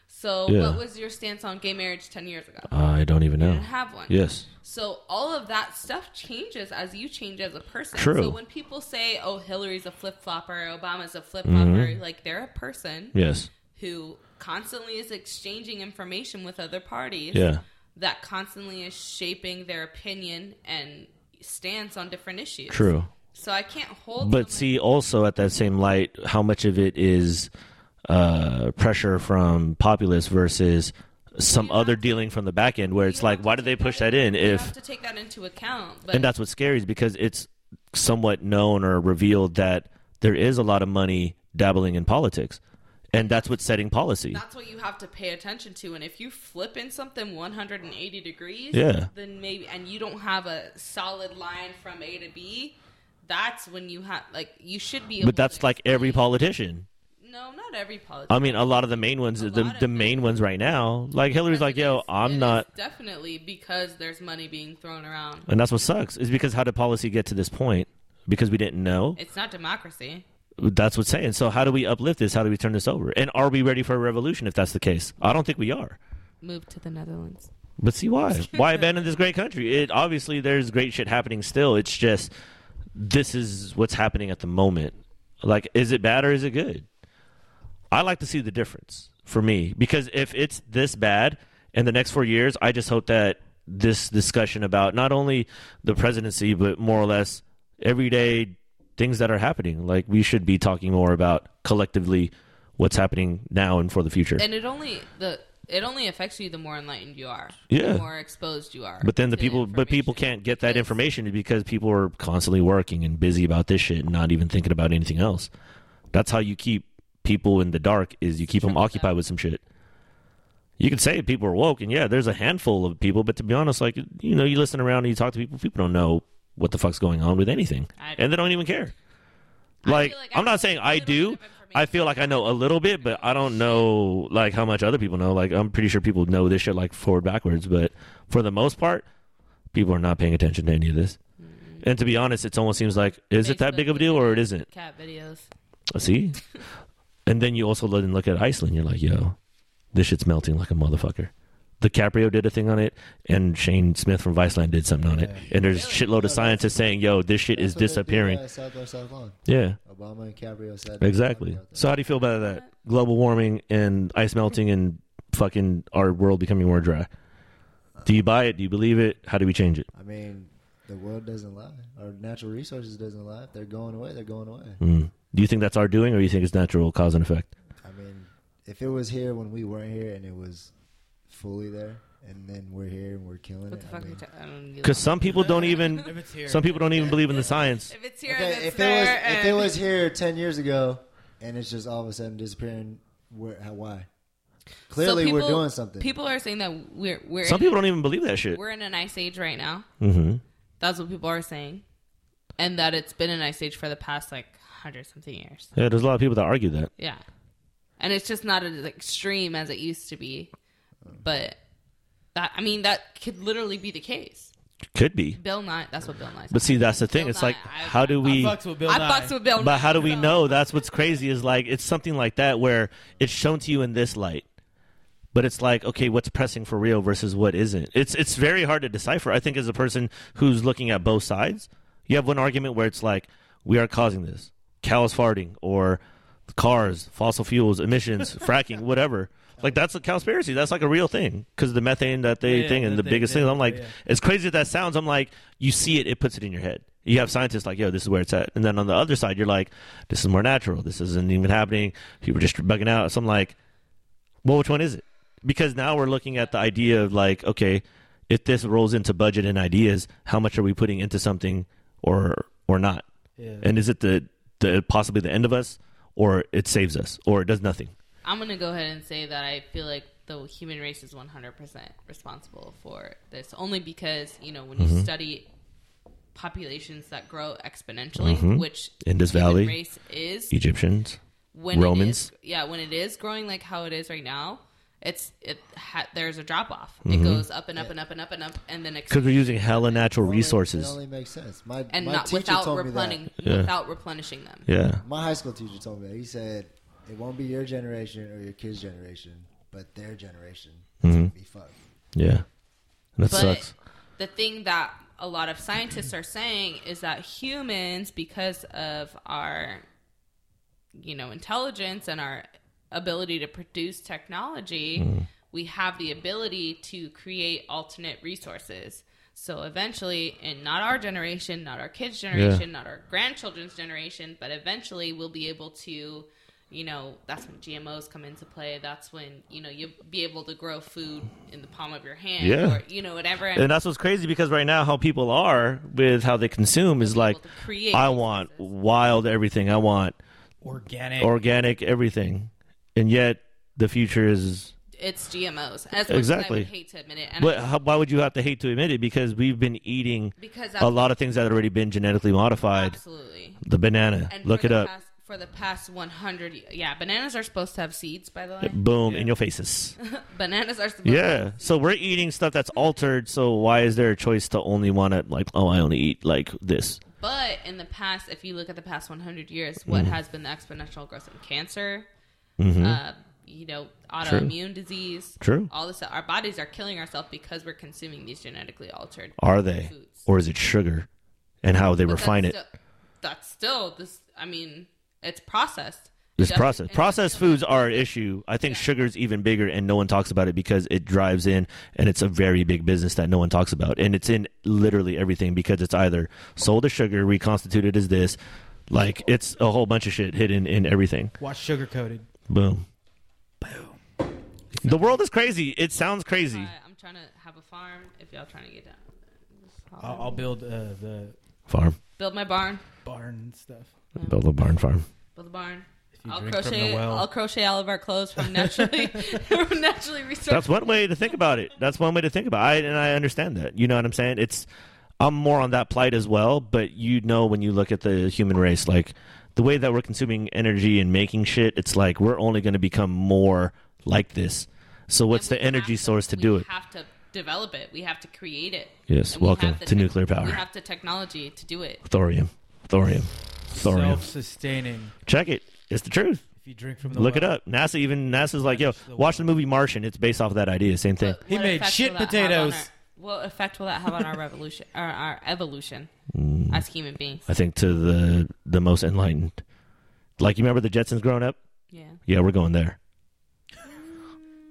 [SPEAKER 4] So
[SPEAKER 3] Yeah.
[SPEAKER 4] what was your stance on gay marriage 10 years ago?
[SPEAKER 3] I don't even
[SPEAKER 4] You
[SPEAKER 3] know.
[SPEAKER 4] didn't have one.
[SPEAKER 3] Yes.
[SPEAKER 4] So all of that stuff changes as you change as a person.
[SPEAKER 3] True.
[SPEAKER 4] So when people say, oh, Hillary's a flip flopper, Obama's a flip flopper,
[SPEAKER 3] Mm-hmm.
[SPEAKER 4] like they're a person
[SPEAKER 3] Yes.
[SPEAKER 4] who constantly is exchanging information with other parties
[SPEAKER 3] Yeah.
[SPEAKER 4] that constantly is shaping their opinion and stance on different issues.
[SPEAKER 3] True.
[SPEAKER 4] So I can't hold
[SPEAKER 3] But
[SPEAKER 4] someone-
[SPEAKER 3] see, also at that same light, how much of it is uh, pressure from populace versus some
[SPEAKER 4] Well, you
[SPEAKER 3] other
[SPEAKER 4] have to-
[SPEAKER 3] dealing from the back end, where
[SPEAKER 4] You
[SPEAKER 3] it's
[SPEAKER 4] have
[SPEAKER 3] like,
[SPEAKER 4] to
[SPEAKER 3] why did they
[SPEAKER 4] take
[SPEAKER 3] push that in?
[SPEAKER 4] into- you
[SPEAKER 3] If
[SPEAKER 4] have to take that into account, but
[SPEAKER 3] and that's what's scary is because it's somewhat known or revealed that there is a lot of money dabbling in politics, and that's what's setting policy.
[SPEAKER 4] That's what you have to pay attention to. And if you flip in something 180 degrees,
[SPEAKER 3] Yeah.
[SPEAKER 4] then maybe, and you don't have a solid line from A to B, that's when you have, like, you should be. Able
[SPEAKER 3] But that's
[SPEAKER 4] to
[SPEAKER 3] like every
[SPEAKER 4] explain-
[SPEAKER 3] politician.
[SPEAKER 4] No, not every politician.
[SPEAKER 3] I mean, a lot of the main ones,
[SPEAKER 4] A
[SPEAKER 3] the,
[SPEAKER 4] lot of
[SPEAKER 3] the
[SPEAKER 4] them.
[SPEAKER 3] main ones right now, like Hillary's like, yo, I'm not,
[SPEAKER 4] Definitely because there's money being thrown around.
[SPEAKER 3] and that's what sucks is because how did policy get to this point? Because we didn't know.
[SPEAKER 4] It's not democracy.
[SPEAKER 3] That's what's saying. So how do we uplift this? How do we turn this over? And are we ready for a revolution if that's the case? I don't think we are.
[SPEAKER 4] Move to the Netherlands.
[SPEAKER 3] But see why? Why abandon this great country? It obviously there's great shit happening still. It's just this is what's happening at the moment. Like, is it bad or is it good? I like to see the difference for me because if it's this bad in the next four years, I just hope that this discussion about not only the presidency but more or less everyday things that are happening. Like, we should be talking more about collectively what's happening now and for the future.
[SPEAKER 4] And it only the it only affects you the more enlightened you are.
[SPEAKER 3] Yeah.
[SPEAKER 4] The more exposed you are.
[SPEAKER 3] But then the
[SPEAKER 4] to
[SPEAKER 3] people, but people
[SPEAKER 4] information.
[SPEAKER 3] can't get that
[SPEAKER 4] Because-
[SPEAKER 3] information because people are constantly working and busy about this shit and not even thinking about anything else. That's how you keep people in the dark is you keep them occupied with some shit. You can say people are woke, and yeah, there's a handful of people, but to be honest, like you know, you listen around and you talk to people, people don't know what the fuck's going on with anything,
[SPEAKER 4] I-
[SPEAKER 3] and they don't even care.
[SPEAKER 4] I feel
[SPEAKER 3] Like,
[SPEAKER 4] like I
[SPEAKER 3] I'm
[SPEAKER 4] know
[SPEAKER 3] not saying
[SPEAKER 4] a
[SPEAKER 3] I
[SPEAKER 4] little bit
[SPEAKER 3] do.
[SPEAKER 4] of information.
[SPEAKER 3] I feel like I know a little bit, but I don't know like how much other people know. Like I'm pretty sure people know this shit like forward backwards, but for the most part, people are not paying attention to any of this.
[SPEAKER 4] Mm.
[SPEAKER 3] And to be honest, it almost seems like is it that
[SPEAKER 4] Facebook
[SPEAKER 3] big of a deal or it isn't?
[SPEAKER 4] cat videos.
[SPEAKER 3] See?
[SPEAKER 4] *laughs*
[SPEAKER 3] and then you also look and look at Iceland, you're like, yo, this shit's melting like a motherfucker. DiCaprio did a thing on it, and Shane Smith from Viceland did something on it. And there's
[SPEAKER 4] Oh,
[SPEAKER 3] shitload of scientists saying, yo, this shit is
[SPEAKER 1] That's what they do,
[SPEAKER 3] disappearing.
[SPEAKER 1] uh, South by South Lawn.
[SPEAKER 3] Yeah.
[SPEAKER 1] Obama and Cabrio said
[SPEAKER 3] Exactly. So how do you feel about that? Global warming and ice melting and fucking our world becoming more dry. Do you buy it? Do you believe it? How do we change it?
[SPEAKER 1] I mean, the world doesn't lie. Our natural resources doesn't lie. If they're going away, they're going away.
[SPEAKER 3] Mm. Do you think that's our doing, or you think it's natural cause and effect?
[SPEAKER 1] I mean, if it was here when we weren't here and it was fully there, and then we're here and we're killing
[SPEAKER 4] What the
[SPEAKER 1] it.
[SPEAKER 4] fuck?
[SPEAKER 1] I
[SPEAKER 4] Are you
[SPEAKER 1] mean,
[SPEAKER 4] ta- I don't get
[SPEAKER 3] Because some people don't even
[SPEAKER 2] If it's here,
[SPEAKER 3] some people don't even believe in the science.
[SPEAKER 4] if it's here, and
[SPEAKER 1] okay,
[SPEAKER 4] it's
[SPEAKER 1] if it
[SPEAKER 4] there,
[SPEAKER 1] was
[SPEAKER 4] and
[SPEAKER 1] if it was here ten years ago, and it's just all of a sudden disappearing, where how, why?
[SPEAKER 4] So
[SPEAKER 1] Clearly,
[SPEAKER 4] people-
[SPEAKER 1] we're doing something.
[SPEAKER 4] People are saying that we're we're
[SPEAKER 3] Some
[SPEAKER 4] in,
[SPEAKER 3] people don't even believe that shit.
[SPEAKER 4] we're in an ice age right now.
[SPEAKER 3] hmm
[SPEAKER 4] That's what people are saying, and that it's been an ice age for the past like hundred something years.
[SPEAKER 3] Yeah, there's a lot of people that argue that.
[SPEAKER 4] Yeah, and it's just not as extreme as it used to be. But that I mean, that could literally be the case.
[SPEAKER 3] Could be,
[SPEAKER 4] Bill Nye. That's what Bill Nye.
[SPEAKER 3] but see, that's the thing. It's like, how do we?
[SPEAKER 2] fucks with Bill
[SPEAKER 4] I
[SPEAKER 2] Nye.
[SPEAKER 4] fucks with Bill.
[SPEAKER 3] But
[SPEAKER 4] Nye,
[SPEAKER 3] how do we
[SPEAKER 4] so-
[SPEAKER 3] know? That's what's crazy is like it's something like that where it's shown to you in this light. But it's like, okay, what's pressing for real versus what isn't? It's it's very hard to decipher. I think as a person who's looking at both sides, you have one argument where it's like, we are causing this. Cows farting or cars, fossil
[SPEAKER 2] *laughs*
[SPEAKER 3] fuels, emissions, fracking, whatever. Like that's a conspiracy. That's like a real thing because the methane that they
[SPEAKER 2] Yeah,
[SPEAKER 3] thing
[SPEAKER 2] yeah,
[SPEAKER 3] and the
[SPEAKER 2] that they
[SPEAKER 3] biggest
[SPEAKER 2] did,
[SPEAKER 3] thing. I'm like,
[SPEAKER 2] yeah.
[SPEAKER 3] as crazy as that sounds, I'm like, you see it, it puts it in your head. You have scientists like, yo, this is where it's at. And then on the other side, you're like, this is more natural. This isn't even happening. People are just bugging out. So I'm like, well, which one is it? Because now we're looking at the idea of like, okay, if this rolls into budget and ideas, how much are we putting into something or or not?
[SPEAKER 2] Yeah.
[SPEAKER 3] And is it the, the possibly the end of us or it saves us or it does nothing?
[SPEAKER 4] I'm gonna go ahead and say that I feel like the human race is 100% responsible for this, only because you know when
[SPEAKER 3] Mm-hmm.
[SPEAKER 4] you study populations that grow exponentially, which
[SPEAKER 3] Indus
[SPEAKER 4] human
[SPEAKER 3] Mm-hmm. Valley.
[SPEAKER 4] race is
[SPEAKER 3] Egyptians.
[SPEAKER 4] when it is-
[SPEAKER 3] Romans.
[SPEAKER 4] yeah, when it is growing like how it is right now, it's it ha- there's a drop off.
[SPEAKER 3] Mm-hmm.
[SPEAKER 4] It goes up and up and up and up and up, and then
[SPEAKER 3] Because we're using hella natural
[SPEAKER 1] Only- It
[SPEAKER 3] resources.
[SPEAKER 1] only makes sense. My
[SPEAKER 4] and
[SPEAKER 1] my
[SPEAKER 4] not
[SPEAKER 1] teacher
[SPEAKER 4] without
[SPEAKER 1] told me
[SPEAKER 4] replenishing
[SPEAKER 3] Yeah.
[SPEAKER 4] without replenishing them.
[SPEAKER 3] Yeah.
[SPEAKER 1] that. My high school teacher told me that. He said it won't be your generation or your kids' generation, but their generation is gonna be fucked.
[SPEAKER 3] Yeah. That
[SPEAKER 4] But
[SPEAKER 3] sucks.
[SPEAKER 4] the thing that a lot of scientists are saying is that humans, because of our, you know, intelligence and our ability to produce technology,
[SPEAKER 3] Mm.
[SPEAKER 4] we have the ability to create alternate resources. So eventually, in not our generation, not our kids' generation, not our grandchildren's generation, but eventually we'll be able to, you know, that's when GMOs come into play. That's when, you know, you'll be able to grow food in the palm of your hand
[SPEAKER 3] Yeah.
[SPEAKER 4] or, you know, whatever.
[SPEAKER 3] And that's what's crazy because right now, how people are with how they consume is like,
[SPEAKER 4] to create
[SPEAKER 3] I
[SPEAKER 4] these
[SPEAKER 3] want
[SPEAKER 4] places.
[SPEAKER 3] wild everything. I want
[SPEAKER 2] organic.
[SPEAKER 3] organic everything. and yet the future is.
[SPEAKER 4] It's GMOs. As much as I would
[SPEAKER 3] Exactly.
[SPEAKER 4] hate to admit it, and
[SPEAKER 3] But
[SPEAKER 4] I-
[SPEAKER 3] how, why would you have to hate to admit it? Because we've been eating
[SPEAKER 4] because
[SPEAKER 3] a lot of things that had already been genetically modified.
[SPEAKER 4] absolutely.
[SPEAKER 3] The banana,
[SPEAKER 4] And
[SPEAKER 3] look
[SPEAKER 4] for
[SPEAKER 3] it
[SPEAKER 4] the
[SPEAKER 3] up.
[SPEAKER 4] Past, for the past 100, y- yeah, bananas are supposed to have seeds. By the way,
[SPEAKER 3] Boom
[SPEAKER 2] Yeah.
[SPEAKER 3] in your
[SPEAKER 4] *laughs*
[SPEAKER 3] faces.
[SPEAKER 4] bananas are supposed.
[SPEAKER 3] Yeah. So we're eating stuff that's altered. So why is there a choice to only want to like? Oh, I only eat like this.
[SPEAKER 4] But in the past, if you look at the past 100 years, what
[SPEAKER 3] Mm-hmm.
[SPEAKER 4] has been the exponential growth in cancer? Uh, you know, autoimmune disease.
[SPEAKER 3] True.
[SPEAKER 4] All this, our bodies are killing ourselves because we're consuming these genetically altered.
[SPEAKER 3] Are they,
[SPEAKER 4] Foods.
[SPEAKER 3] or is it sugar, and how they
[SPEAKER 4] But
[SPEAKER 3] refine it?
[SPEAKER 4] that's still- that's still this. I mean, it's processed.
[SPEAKER 3] This
[SPEAKER 4] Def-
[SPEAKER 3] process.
[SPEAKER 4] and-
[SPEAKER 3] Processed foods are an issue. I think sugar's even bigger, and no one talks about it because it drives in, and it's a very big business that no one talks about, and it's in literally everything because it's either sold as sugar, reconstituted as this, like it's a whole bunch of shit hidden in everything.
[SPEAKER 2] Watch sugar coated.
[SPEAKER 3] Boom. Boom. The world is crazy. It sounds crazy.
[SPEAKER 4] I- I'm trying to have a farm. If y'all trying to get down, with it, just holler.
[SPEAKER 2] I'll, I'll build uh, the
[SPEAKER 3] Farm.
[SPEAKER 4] build my barn.
[SPEAKER 2] barn and stuff.
[SPEAKER 3] Build a barn farm.
[SPEAKER 4] Build a barn.
[SPEAKER 2] you
[SPEAKER 4] I'll
[SPEAKER 2] drink from the
[SPEAKER 4] crochet.
[SPEAKER 2] well.
[SPEAKER 4] I'll crochet all of our clothes from
[SPEAKER 3] *laughs*
[SPEAKER 4] naturally *laughs* from naturally resourced.
[SPEAKER 3] That's one way to think about it. That's one way to think about it. I, and I understand that. You know what I'm saying? It's I'm more on that plight as well, but you know when you look at the human race, like the way that we're consuming energy and making shit, it's like we're only going to become more like this. So what's
[SPEAKER 4] And
[SPEAKER 3] the
[SPEAKER 4] we have
[SPEAKER 3] energy source to do it?
[SPEAKER 4] We have to develop it. We have to create it.
[SPEAKER 3] Yes,
[SPEAKER 4] And we
[SPEAKER 3] welcome
[SPEAKER 4] have the
[SPEAKER 3] to nuclear power.
[SPEAKER 4] We have the technology to do it.
[SPEAKER 3] Thorium. Thorium. Thorium.
[SPEAKER 2] Self-sustaining.
[SPEAKER 3] Check it. It's the truth.
[SPEAKER 2] If you drink from the
[SPEAKER 3] Look it
[SPEAKER 2] well.
[SPEAKER 3] up. NASA even NASA's like, yo,
[SPEAKER 2] Touch the
[SPEAKER 3] watch the movie Martian. It's based off of that idea. Same thing.
[SPEAKER 4] What
[SPEAKER 2] He made
[SPEAKER 4] effect
[SPEAKER 2] shit
[SPEAKER 4] will that have on
[SPEAKER 2] potatoes.
[SPEAKER 4] our- What effect will that have on our revolution or our evolution as human beings?
[SPEAKER 3] Mm. I think to the the most enlightened. Like you remember the Jetsons growing up?
[SPEAKER 4] Yeah.
[SPEAKER 3] Yeah, we're going there.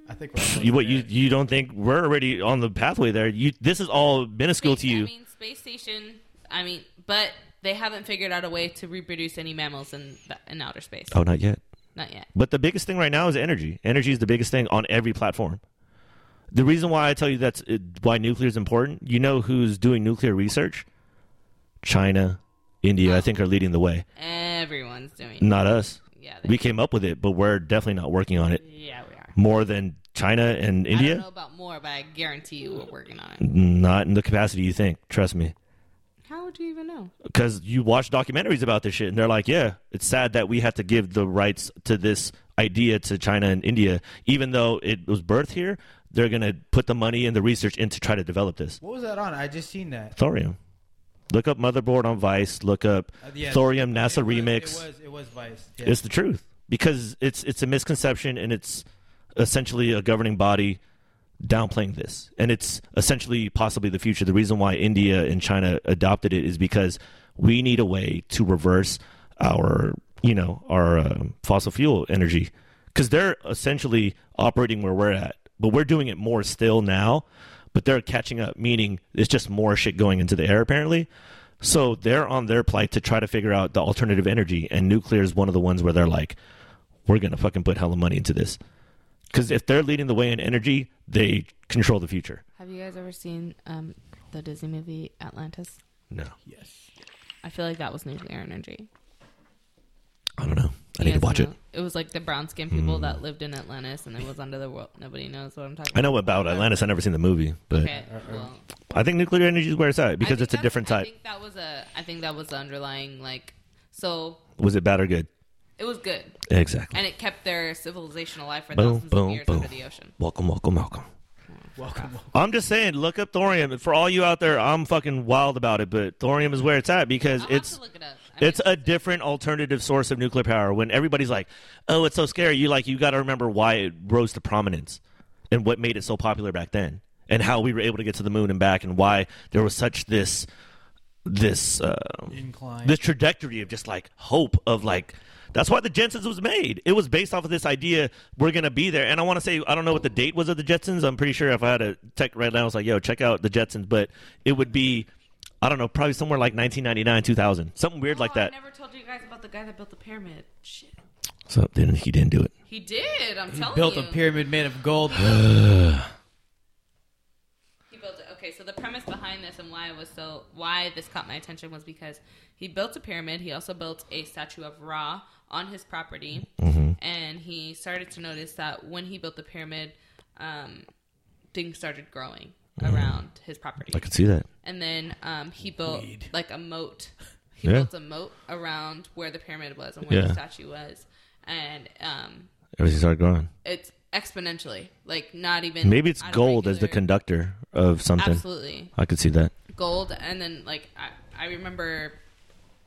[SPEAKER 2] I think we're
[SPEAKER 3] You, what you you don't think we're already on the pathway there? You this is all minuscule to
[SPEAKER 4] Space-
[SPEAKER 3] you.
[SPEAKER 4] I mean, space station. I mean, but they haven't figured out a way to reproduce any mammals in the, in outer space.
[SPEAKER 3] oh, not yet.
[SPEAKER 4] Not yet.
[SPEAKER 3] But the biggest thing right now is energy. Energy is the biggest thing on every platform. The reason why I tell you that's uh, why nuclear is important. You know who's doing nuclear research? China, India, I think are leading the way.
[SPEAKER 4] Everyone's doing. it.
[SPEAKER 3] Not us.
[SPEAKER 4] Yeah. They,
[SPEAKER 3] We came up with it, but we're definitely not working on it
[SPEAKER 4] yeah, we are.
[SPEAKER 3] more than China and
[SPEAKER 4] I don't know
[SPEAKER 3] India.
[SPEAKER 4] about more, but I guarantee you we're working on it.
[SPEAKER 3] Not in the capacity you think. Trust me.
[SPEAKER 4] How would you even know?
[SPEAKER 3] because you watch documentaries about this shit and they're like yeah it's sad that we have to give the rights to this idea to china and india even though it was birthed here they're going to put the money and the research in to try to develop this
[SPEAKER 2] What was that on? I just seen that.
[SPEAKER 3] thorium look up motherboard on vice look up
[SPEAKER 2] Uh, yeah,
[SPEAKER 3] thorium
[SPEAKER 2] it
[SPEAKER 3] nasa
[SPEAKER 2] was-
[SPEAKER 3] remix
[SPEAKER 2] It was, it was Vice. Yeah.
[SPEAKER 3] it's the truth because it's it's a misconception and it's essentially a governing body downplaying this and it's essentially possibly the future the reason why india and china adopted it is because we need a way to reverse our you know our um, fossil fuel energy because they're essentially operating where we're at but we're doing it more still now but they're catching up meaning it's just more shit going into the air apparently so they're on their plight to try to figure out the alternative energy, and nuclear is one of the ones where they're like, we're gonna fucking put hella money into this, because if they're leading the way in energy, they control the future.
[SPEAKER 4] Have you guys ever seen um, the Disney movie Atlantis?
[SPEAKER 3] No,
[SPEAKER 2] yes.
[SPEAKER 4] I feel like that was nuclear energy.
[SPEAKER 3] I don't know. I
[SPEAKER 4] You
[SPEAKER 3] need to
[SPEAKER 4] guys
[SPEAKER 3] watch
[SPEAKER 4] know?
[SPEAKER 3] it. Hmm.
[SPEAKER 4] It was like the brown skinned people that lived in Atlantis and it was under the world. Nobody knows what I'm talking
[SPEAKER 3] I
[SPEAKER 4] about.
[SPEAKER 3] know about Atlantis. I never seen the movie, but
[SPEAKER 4] Okay, well,
[SPEAKER 3] I think nuclear energy is where it's at
[SPEAKER 4] I
[SPEAKER 3] because
[SPEAKER 4] think
[SPEAKER 3] it's a
[SPEAKER 4] that's-
[SPEAKER 3] different
[SPEAKER 4] I
[SPEAKER 3] type.
[SPEAKER 4] think that was a. I think that was the underlying like. So
[SPEAKER 3] Was it bad or good?
[SPEAKER 4] it was good,
[SPEAKER 3] Exactly.
[SPEAKER 4] and it kept their civilization alive for
[SPEAKER 3] Boom,
[SPEAKER 4] thousands
[SPEAKER 3] boom,
[SPEAKER 4] of years
[SPEAKER 3] boom.
[SPEAKER 4] under the ocean.
[SPEAKER 3] Welcome, welcome, welcome.
[SPEAKER 2] Welcome.
[SPEAKER 3] I'm just saying, look up thorium. For all you out there, I'm fucking wild about it, but thorium is where it's at because
[SPEAKER 4] I'll
[SPEAKER 3] it's
[SPEAKER 4] have to look it up. I mean,
[SPEAKER 3] It's a different alternative source of nuclear power. When everybody's like, "Oh, it's so scary," you like you got to remember why it rose to prominence and what made it so popular back then, and how we were able to get to the moon and back, and why there was such this this uh,
[SPEAKER 2] Incline.
[SPEAKER 3] this trajectory of just like hope of like. That's why the Jetsons was made. It was based off of this idea we're gonna be there. And I want to say I don't know what the date was of the Jetsons. I'm pretty sure if I had a tech right now, I was like, "Yo, check out the Jetsons," but it would be. I don't know, probably somewhere like 1999, 2000, something weird
[SPEAKER 4] oh,
[SPEAKER 3] like that.
[SPEAKER 4] I never told you guys about the guy that built the pyramid. Shit,
[SPEAKER 3] So then he didn't do it.
[SPEAKER 4] he did. I'm telling
[SPEAKER 2] built
[SPEAKER 4] you,
[SPEAKER 2] a pyramid made of gold.
[SPEAKER 4] He built it. Okay, so the premise behind this and why it was so why this caught my attention was
[SPEAKER 3] Mm-hmm.
[SPEAKER 4] because he built a pyramid. He also built a statue of Ra on his property, and he started to notice that when he built the pyramid, um, things started growing
[SPEAKER 3] Mm-hmm.
[SPEAKER 4] around his property.
[SPEAKER 3] I could see that.
[SPEAKER 4] and then um, he built
[SPEAKER 2] Weed.
[SPEAKER 4] like a moat. He
[SPEAKER 3] Yeah.
[SPEAKER 4] built a moat around where the pyramid was and where
[SPEAKER 3] Yeah.
[SPEAKER 4] the statue was, and um,
[SPEAKER 3] Everything started growing.
[SPEAKER 4] it's exponentially like not even
[SPEAKER 3] Maybe it's
[SPEAKER 4] at a
[SPEAKER 3] gold as the
[SPEAKER 4] regular-
[SPEAKER 3] conductor of something.
[SPEAKER 4] Absolutely,
[SPEAKER 3] I could see that.
[SPEAKER 4] gold and then like I, I remember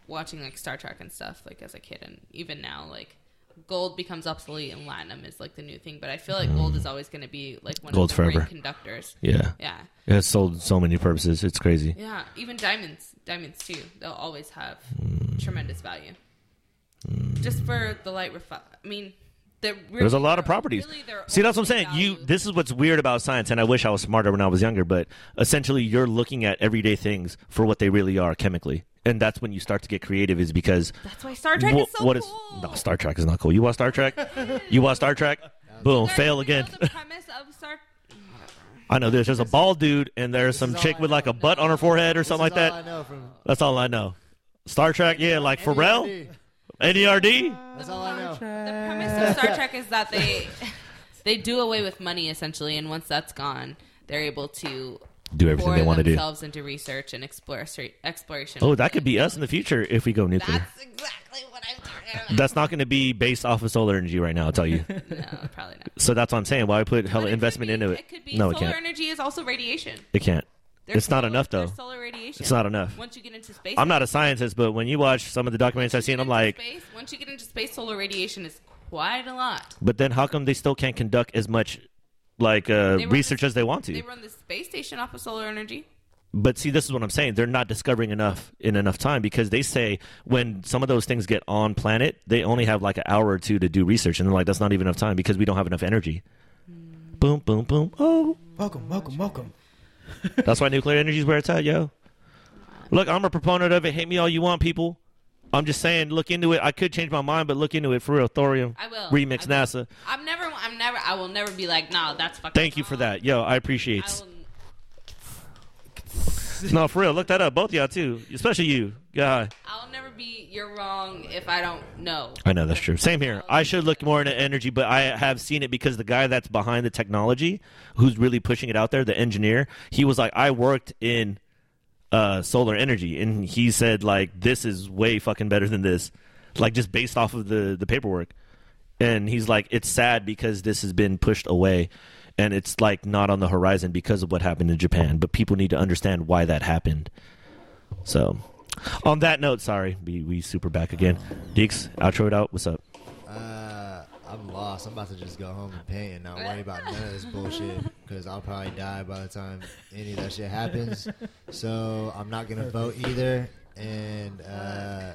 [SPEAKER 4] watching like star trek and stuff like as a kid and even now like gold becomes obsolete and latinum is like the new thing but i feel like gold is always going to be like one
[SPEAKER 3] Gold's
[SPEAKER 4] of the great
[SPEAKER 3] forever.
[SPEAKER 4] conductors
[SPEAKER 3] Yeah.
[SPEAKER 4] yeah
[SPEAKER 3] It has sold so many purposes. It's crazy.
[SPEAKER 4] yeah even diamonds diamonds too they'll always have tremendous value just for the light refle i mean they're really-
[SPEAKER 3] Mm. There's a lot of
[SPEAKER 4] they're-
[SPEAKER 3] properties.
[SPEAKER 4] really their
[SPEAKER 3] See, that's what I'm
[SPEAKER 4] only
[SPEAKER 3] saying. You
[SPEAKER 4] value-
[SPEAKER 3] this is what's weird about science and I wish I was smarter when I was younger, but essentially you're looking at everyday things for what they really are chemically. And that's when you start to get creative is because
[SPEAKER 4] that's why star trek is
[SPEAKER 3] wh-
[SPEAKER 4] so
[SPEAKER 3] what is-
[SPEAKER 4] cool
[SPEAKER 3] No, Star Trek is not cool. You watch Star
[SPEAKER 4] *laughs*
[SPEAKER 3] Trek? you watch Star Trek? Boom,
[SPEAKER 4] Guys,
[SPEAKER 3] fail
[SPEAKER 4] you
[SPEAKER 3] again. *laughs*
[SPEAKER 4] know the premise of star
[SPEAKER 3] I know there's just a bald dude and there's some
[SPEAKER 1] is
[SPEAKER 3] chick
[SPEAKER 1] all I
[SPEAKER 3] with like
[SPEAKER 1] know.
[SPEAKER 3] a butt on her forehead or something like
[SPEAKER 1] This is all
[SPEAKER 3] that.
[SPEAKER 1] I know from
[SPEAKER 3] That's all I know. Star Trek, yeah, like Pharrell,
[SPEAKER 1] NERD.
[SPEAKER 3] E NERD.
[SPEAKER 1] E That's all I know.
[SPEAKER 4] The premise of Star Trek is that they Uh, *laughs* they do away with money essentially, and once that's gone, they're able to
[SPEAKER 3] Do
[SPEAKER 4] pour
[SPEAKER 3] everything they want to do.
[SPEAKER 4] themselves into research and explore, exploration.
[SPEAKER 3] Oh, that could be us in the future if we go nuclear.
[SPEAKER 4] That's exactly what I'm talking
[SPEAKER 3] That's not going to be based off of solar energy right now. I'll tell you.
[SPEAKER 4] about. No, probably
[SPEAKER 3] *laughs*
[SPEAKER 4] not.
[SPEAKER 3] So that's what I'm saying. Why I put hella
[SPEAKER 4] But it
[SPEAKER 3] investment
[SPEAKER 4] could be-
[SPEAKER 3] into it?
[SPEAKER 4] It could be
[SPEAKER 3] no, it
[SPEAKER 4] solar
[SPEAKER 3] can't.
[SPEAKER 4] energy is also radiation.
[SPEAKER 3] It can't.
[SPEAKER 4] There's
[SPEAKER 3] It's not
[SPEAKER 4] solar-
[SPEAKER 3] enough, though.
[SPEAKER 4] there's Solar radiation.
[SPEAKER 3] It's not enough.
[SPEAKER 4] Once you get into space,
[SPEAKER 3] I'm not a scientist, but when you watch some of the documentaries I've seen, I'm like,
[SPEAKER 4] space, once you get into space, solar radiation is quite a lot.
[SPEAKER 3] but then how come they still can't conduct as much like uh,
[SPEAKER 4] run
[SPEAKER 3] research
[SPEAKER 4] this-
[SPEAKER 3] as they want to?
[SPEAKER 4] They run the space station off of solar energy.
[SPEAKER 3] but see, this is what I'm saying. They're not discovering enough in enough time because they say when some of those things get on planet, they only have like an hour or two to do research, and they're like, that's not even enough time because we don't have enough energy.
[SPEAKER 4] Hmm.
[SPEAKER 3] Boom, boom, boom. Oh,
[SPEAKER 2] *gasps* Welcome, welcome, welcome.
[SPEAKER 3] that's why nuclear energy is where it's at, yo. Look, I'm a proponent of it. Hate me all you want, people. I'm just saying, look into it. I could change my mind, but look into it for real. Thorium.
[SPEAKER 4] I will.
[SPEAKER 3] Remix
[SPEAKER 4] I will.
[SPEAKER 3] NASA.
[SPEAKER 4] I'm never. I'm never. I will never be like, nah, that's fucking.
[SPEAKER 3] Thank you for
[SPEAKER 4] wrong."
[SPEAKER 3] that. Yo, I appreciate
[SPEAKER 4] I
[SPEAKER 3] it.
[SPEAKER 4] will,
[SPEAKER 3] No, for real. Look that up. Both of y'all, too. Especially you. God.
[SPEAKER 4] I'll never be. You're wrong if I don't know.
[SPEAKER 3] I know that's true. Same here. I should look more into energy, but I have seen it because the guy that's behind the technology, who's really pushing it out there, the engineer, he was like, I worked in uh, solar energy, and he said like, this is way fucking better than this, like just based off of the the paperwork. And he's like, it's sad because this has been pushed away, and it's like not on the horizon because of what happened in Japan. But people need to understand why that happened. So, on that note, sorry, we we super back again. Deeks, outro it out. What's up?
[SPEAKER 1] Uh, I'm lost. I'm about to just go home and paint and not worry about none of this bullshit because I'll probably die by the time any of that shit happens. So I'm not gonna vote either. And uh,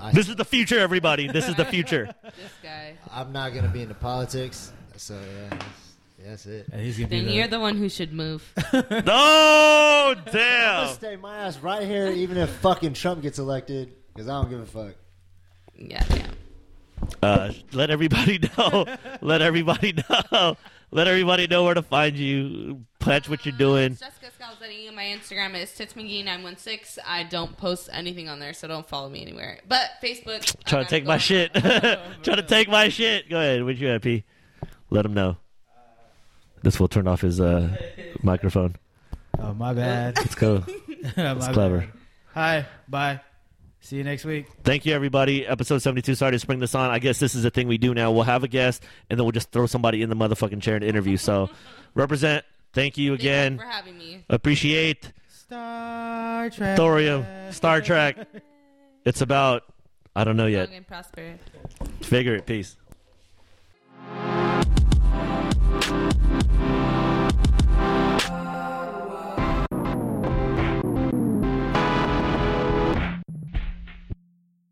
[SPEAKER 1] I,
[SPEAKER 3] This is the future, everybody. This is the future.
[SPEAKER 4] This
[SPEAKER 3] *laughs*
[SPEAKER 4] guy.
[SPEAKER 1] I'm not gonna be into politics. So yeah, that's, that's it.
[SPEAKER 2] And he's gonna be
[SPEAKER 4] Then
[SPEAKER 2] the-
[SPEAKER 4] you're the one who
[SPEAKER 3] *laughs*
[SPEAKER 4] should move.
[SPEAKER 3] No,
[SPEAKER 1] I'm
[SPEAKER 3] damn.
[SPEAKER 1] gonna stay my ass right here, even if fucking Trump gets elected, because I don't give a fuck.
[SPEAKER 4] yeah, damn.
[SPEAKER 3] Uh, let everybody *laughs* know. Let everybody *laughs* know. Let everybody know where to find you. Pledge what you're doing.
[SPEAKER 4] It's Jessica Scalzetti. and My Instagram is titsmcgee916. I don't post anything on there, so don't follow me anywhere. But Facebook. I
[SPEAKER 3] Trying
[SPEAKER 4] gotta
[SPEAKER 3] to take
[SPEAKER 4] go.
[SPEAKER 3] my shit. *laughs* Trying to take my shit. Go ahead. What you at, P? Let him know. This will turn off his uh, microphone.
[SPEAKER 2] Oh my *laughs* bad.
[SPEAKER 3] Let's go.
[SPEAKER 2] That's
[SPEAKER 3] clever.
[SPEAKER 2] Hi. Bye. See you next week.
[SPEAKER 3] Thank you, everybody. Episode 72. Sorry to spring this on. I guess this is a thing we do now. We'll have a guest, and then we'll just throw somebody in the motherfucking chair and interview. So,
[SPEAKER 4] *laughs*
[SPEAKER 3] represent. Thank you
[SPEAKER 4] Thank you
[SPEAKER 3] again.
[SPEAKER 4] for having me.
[SPEAKER 3] appreciate
[SPEAKER 2] Star Trek.
[SPEAKER 3] thorium
[SPEAKER 4] *laughs*
[SPEAKER 3] star trek it's about i don't know yet
[SPEAKER 4] Long and prosper.
[SPEAKER 3] figure it peace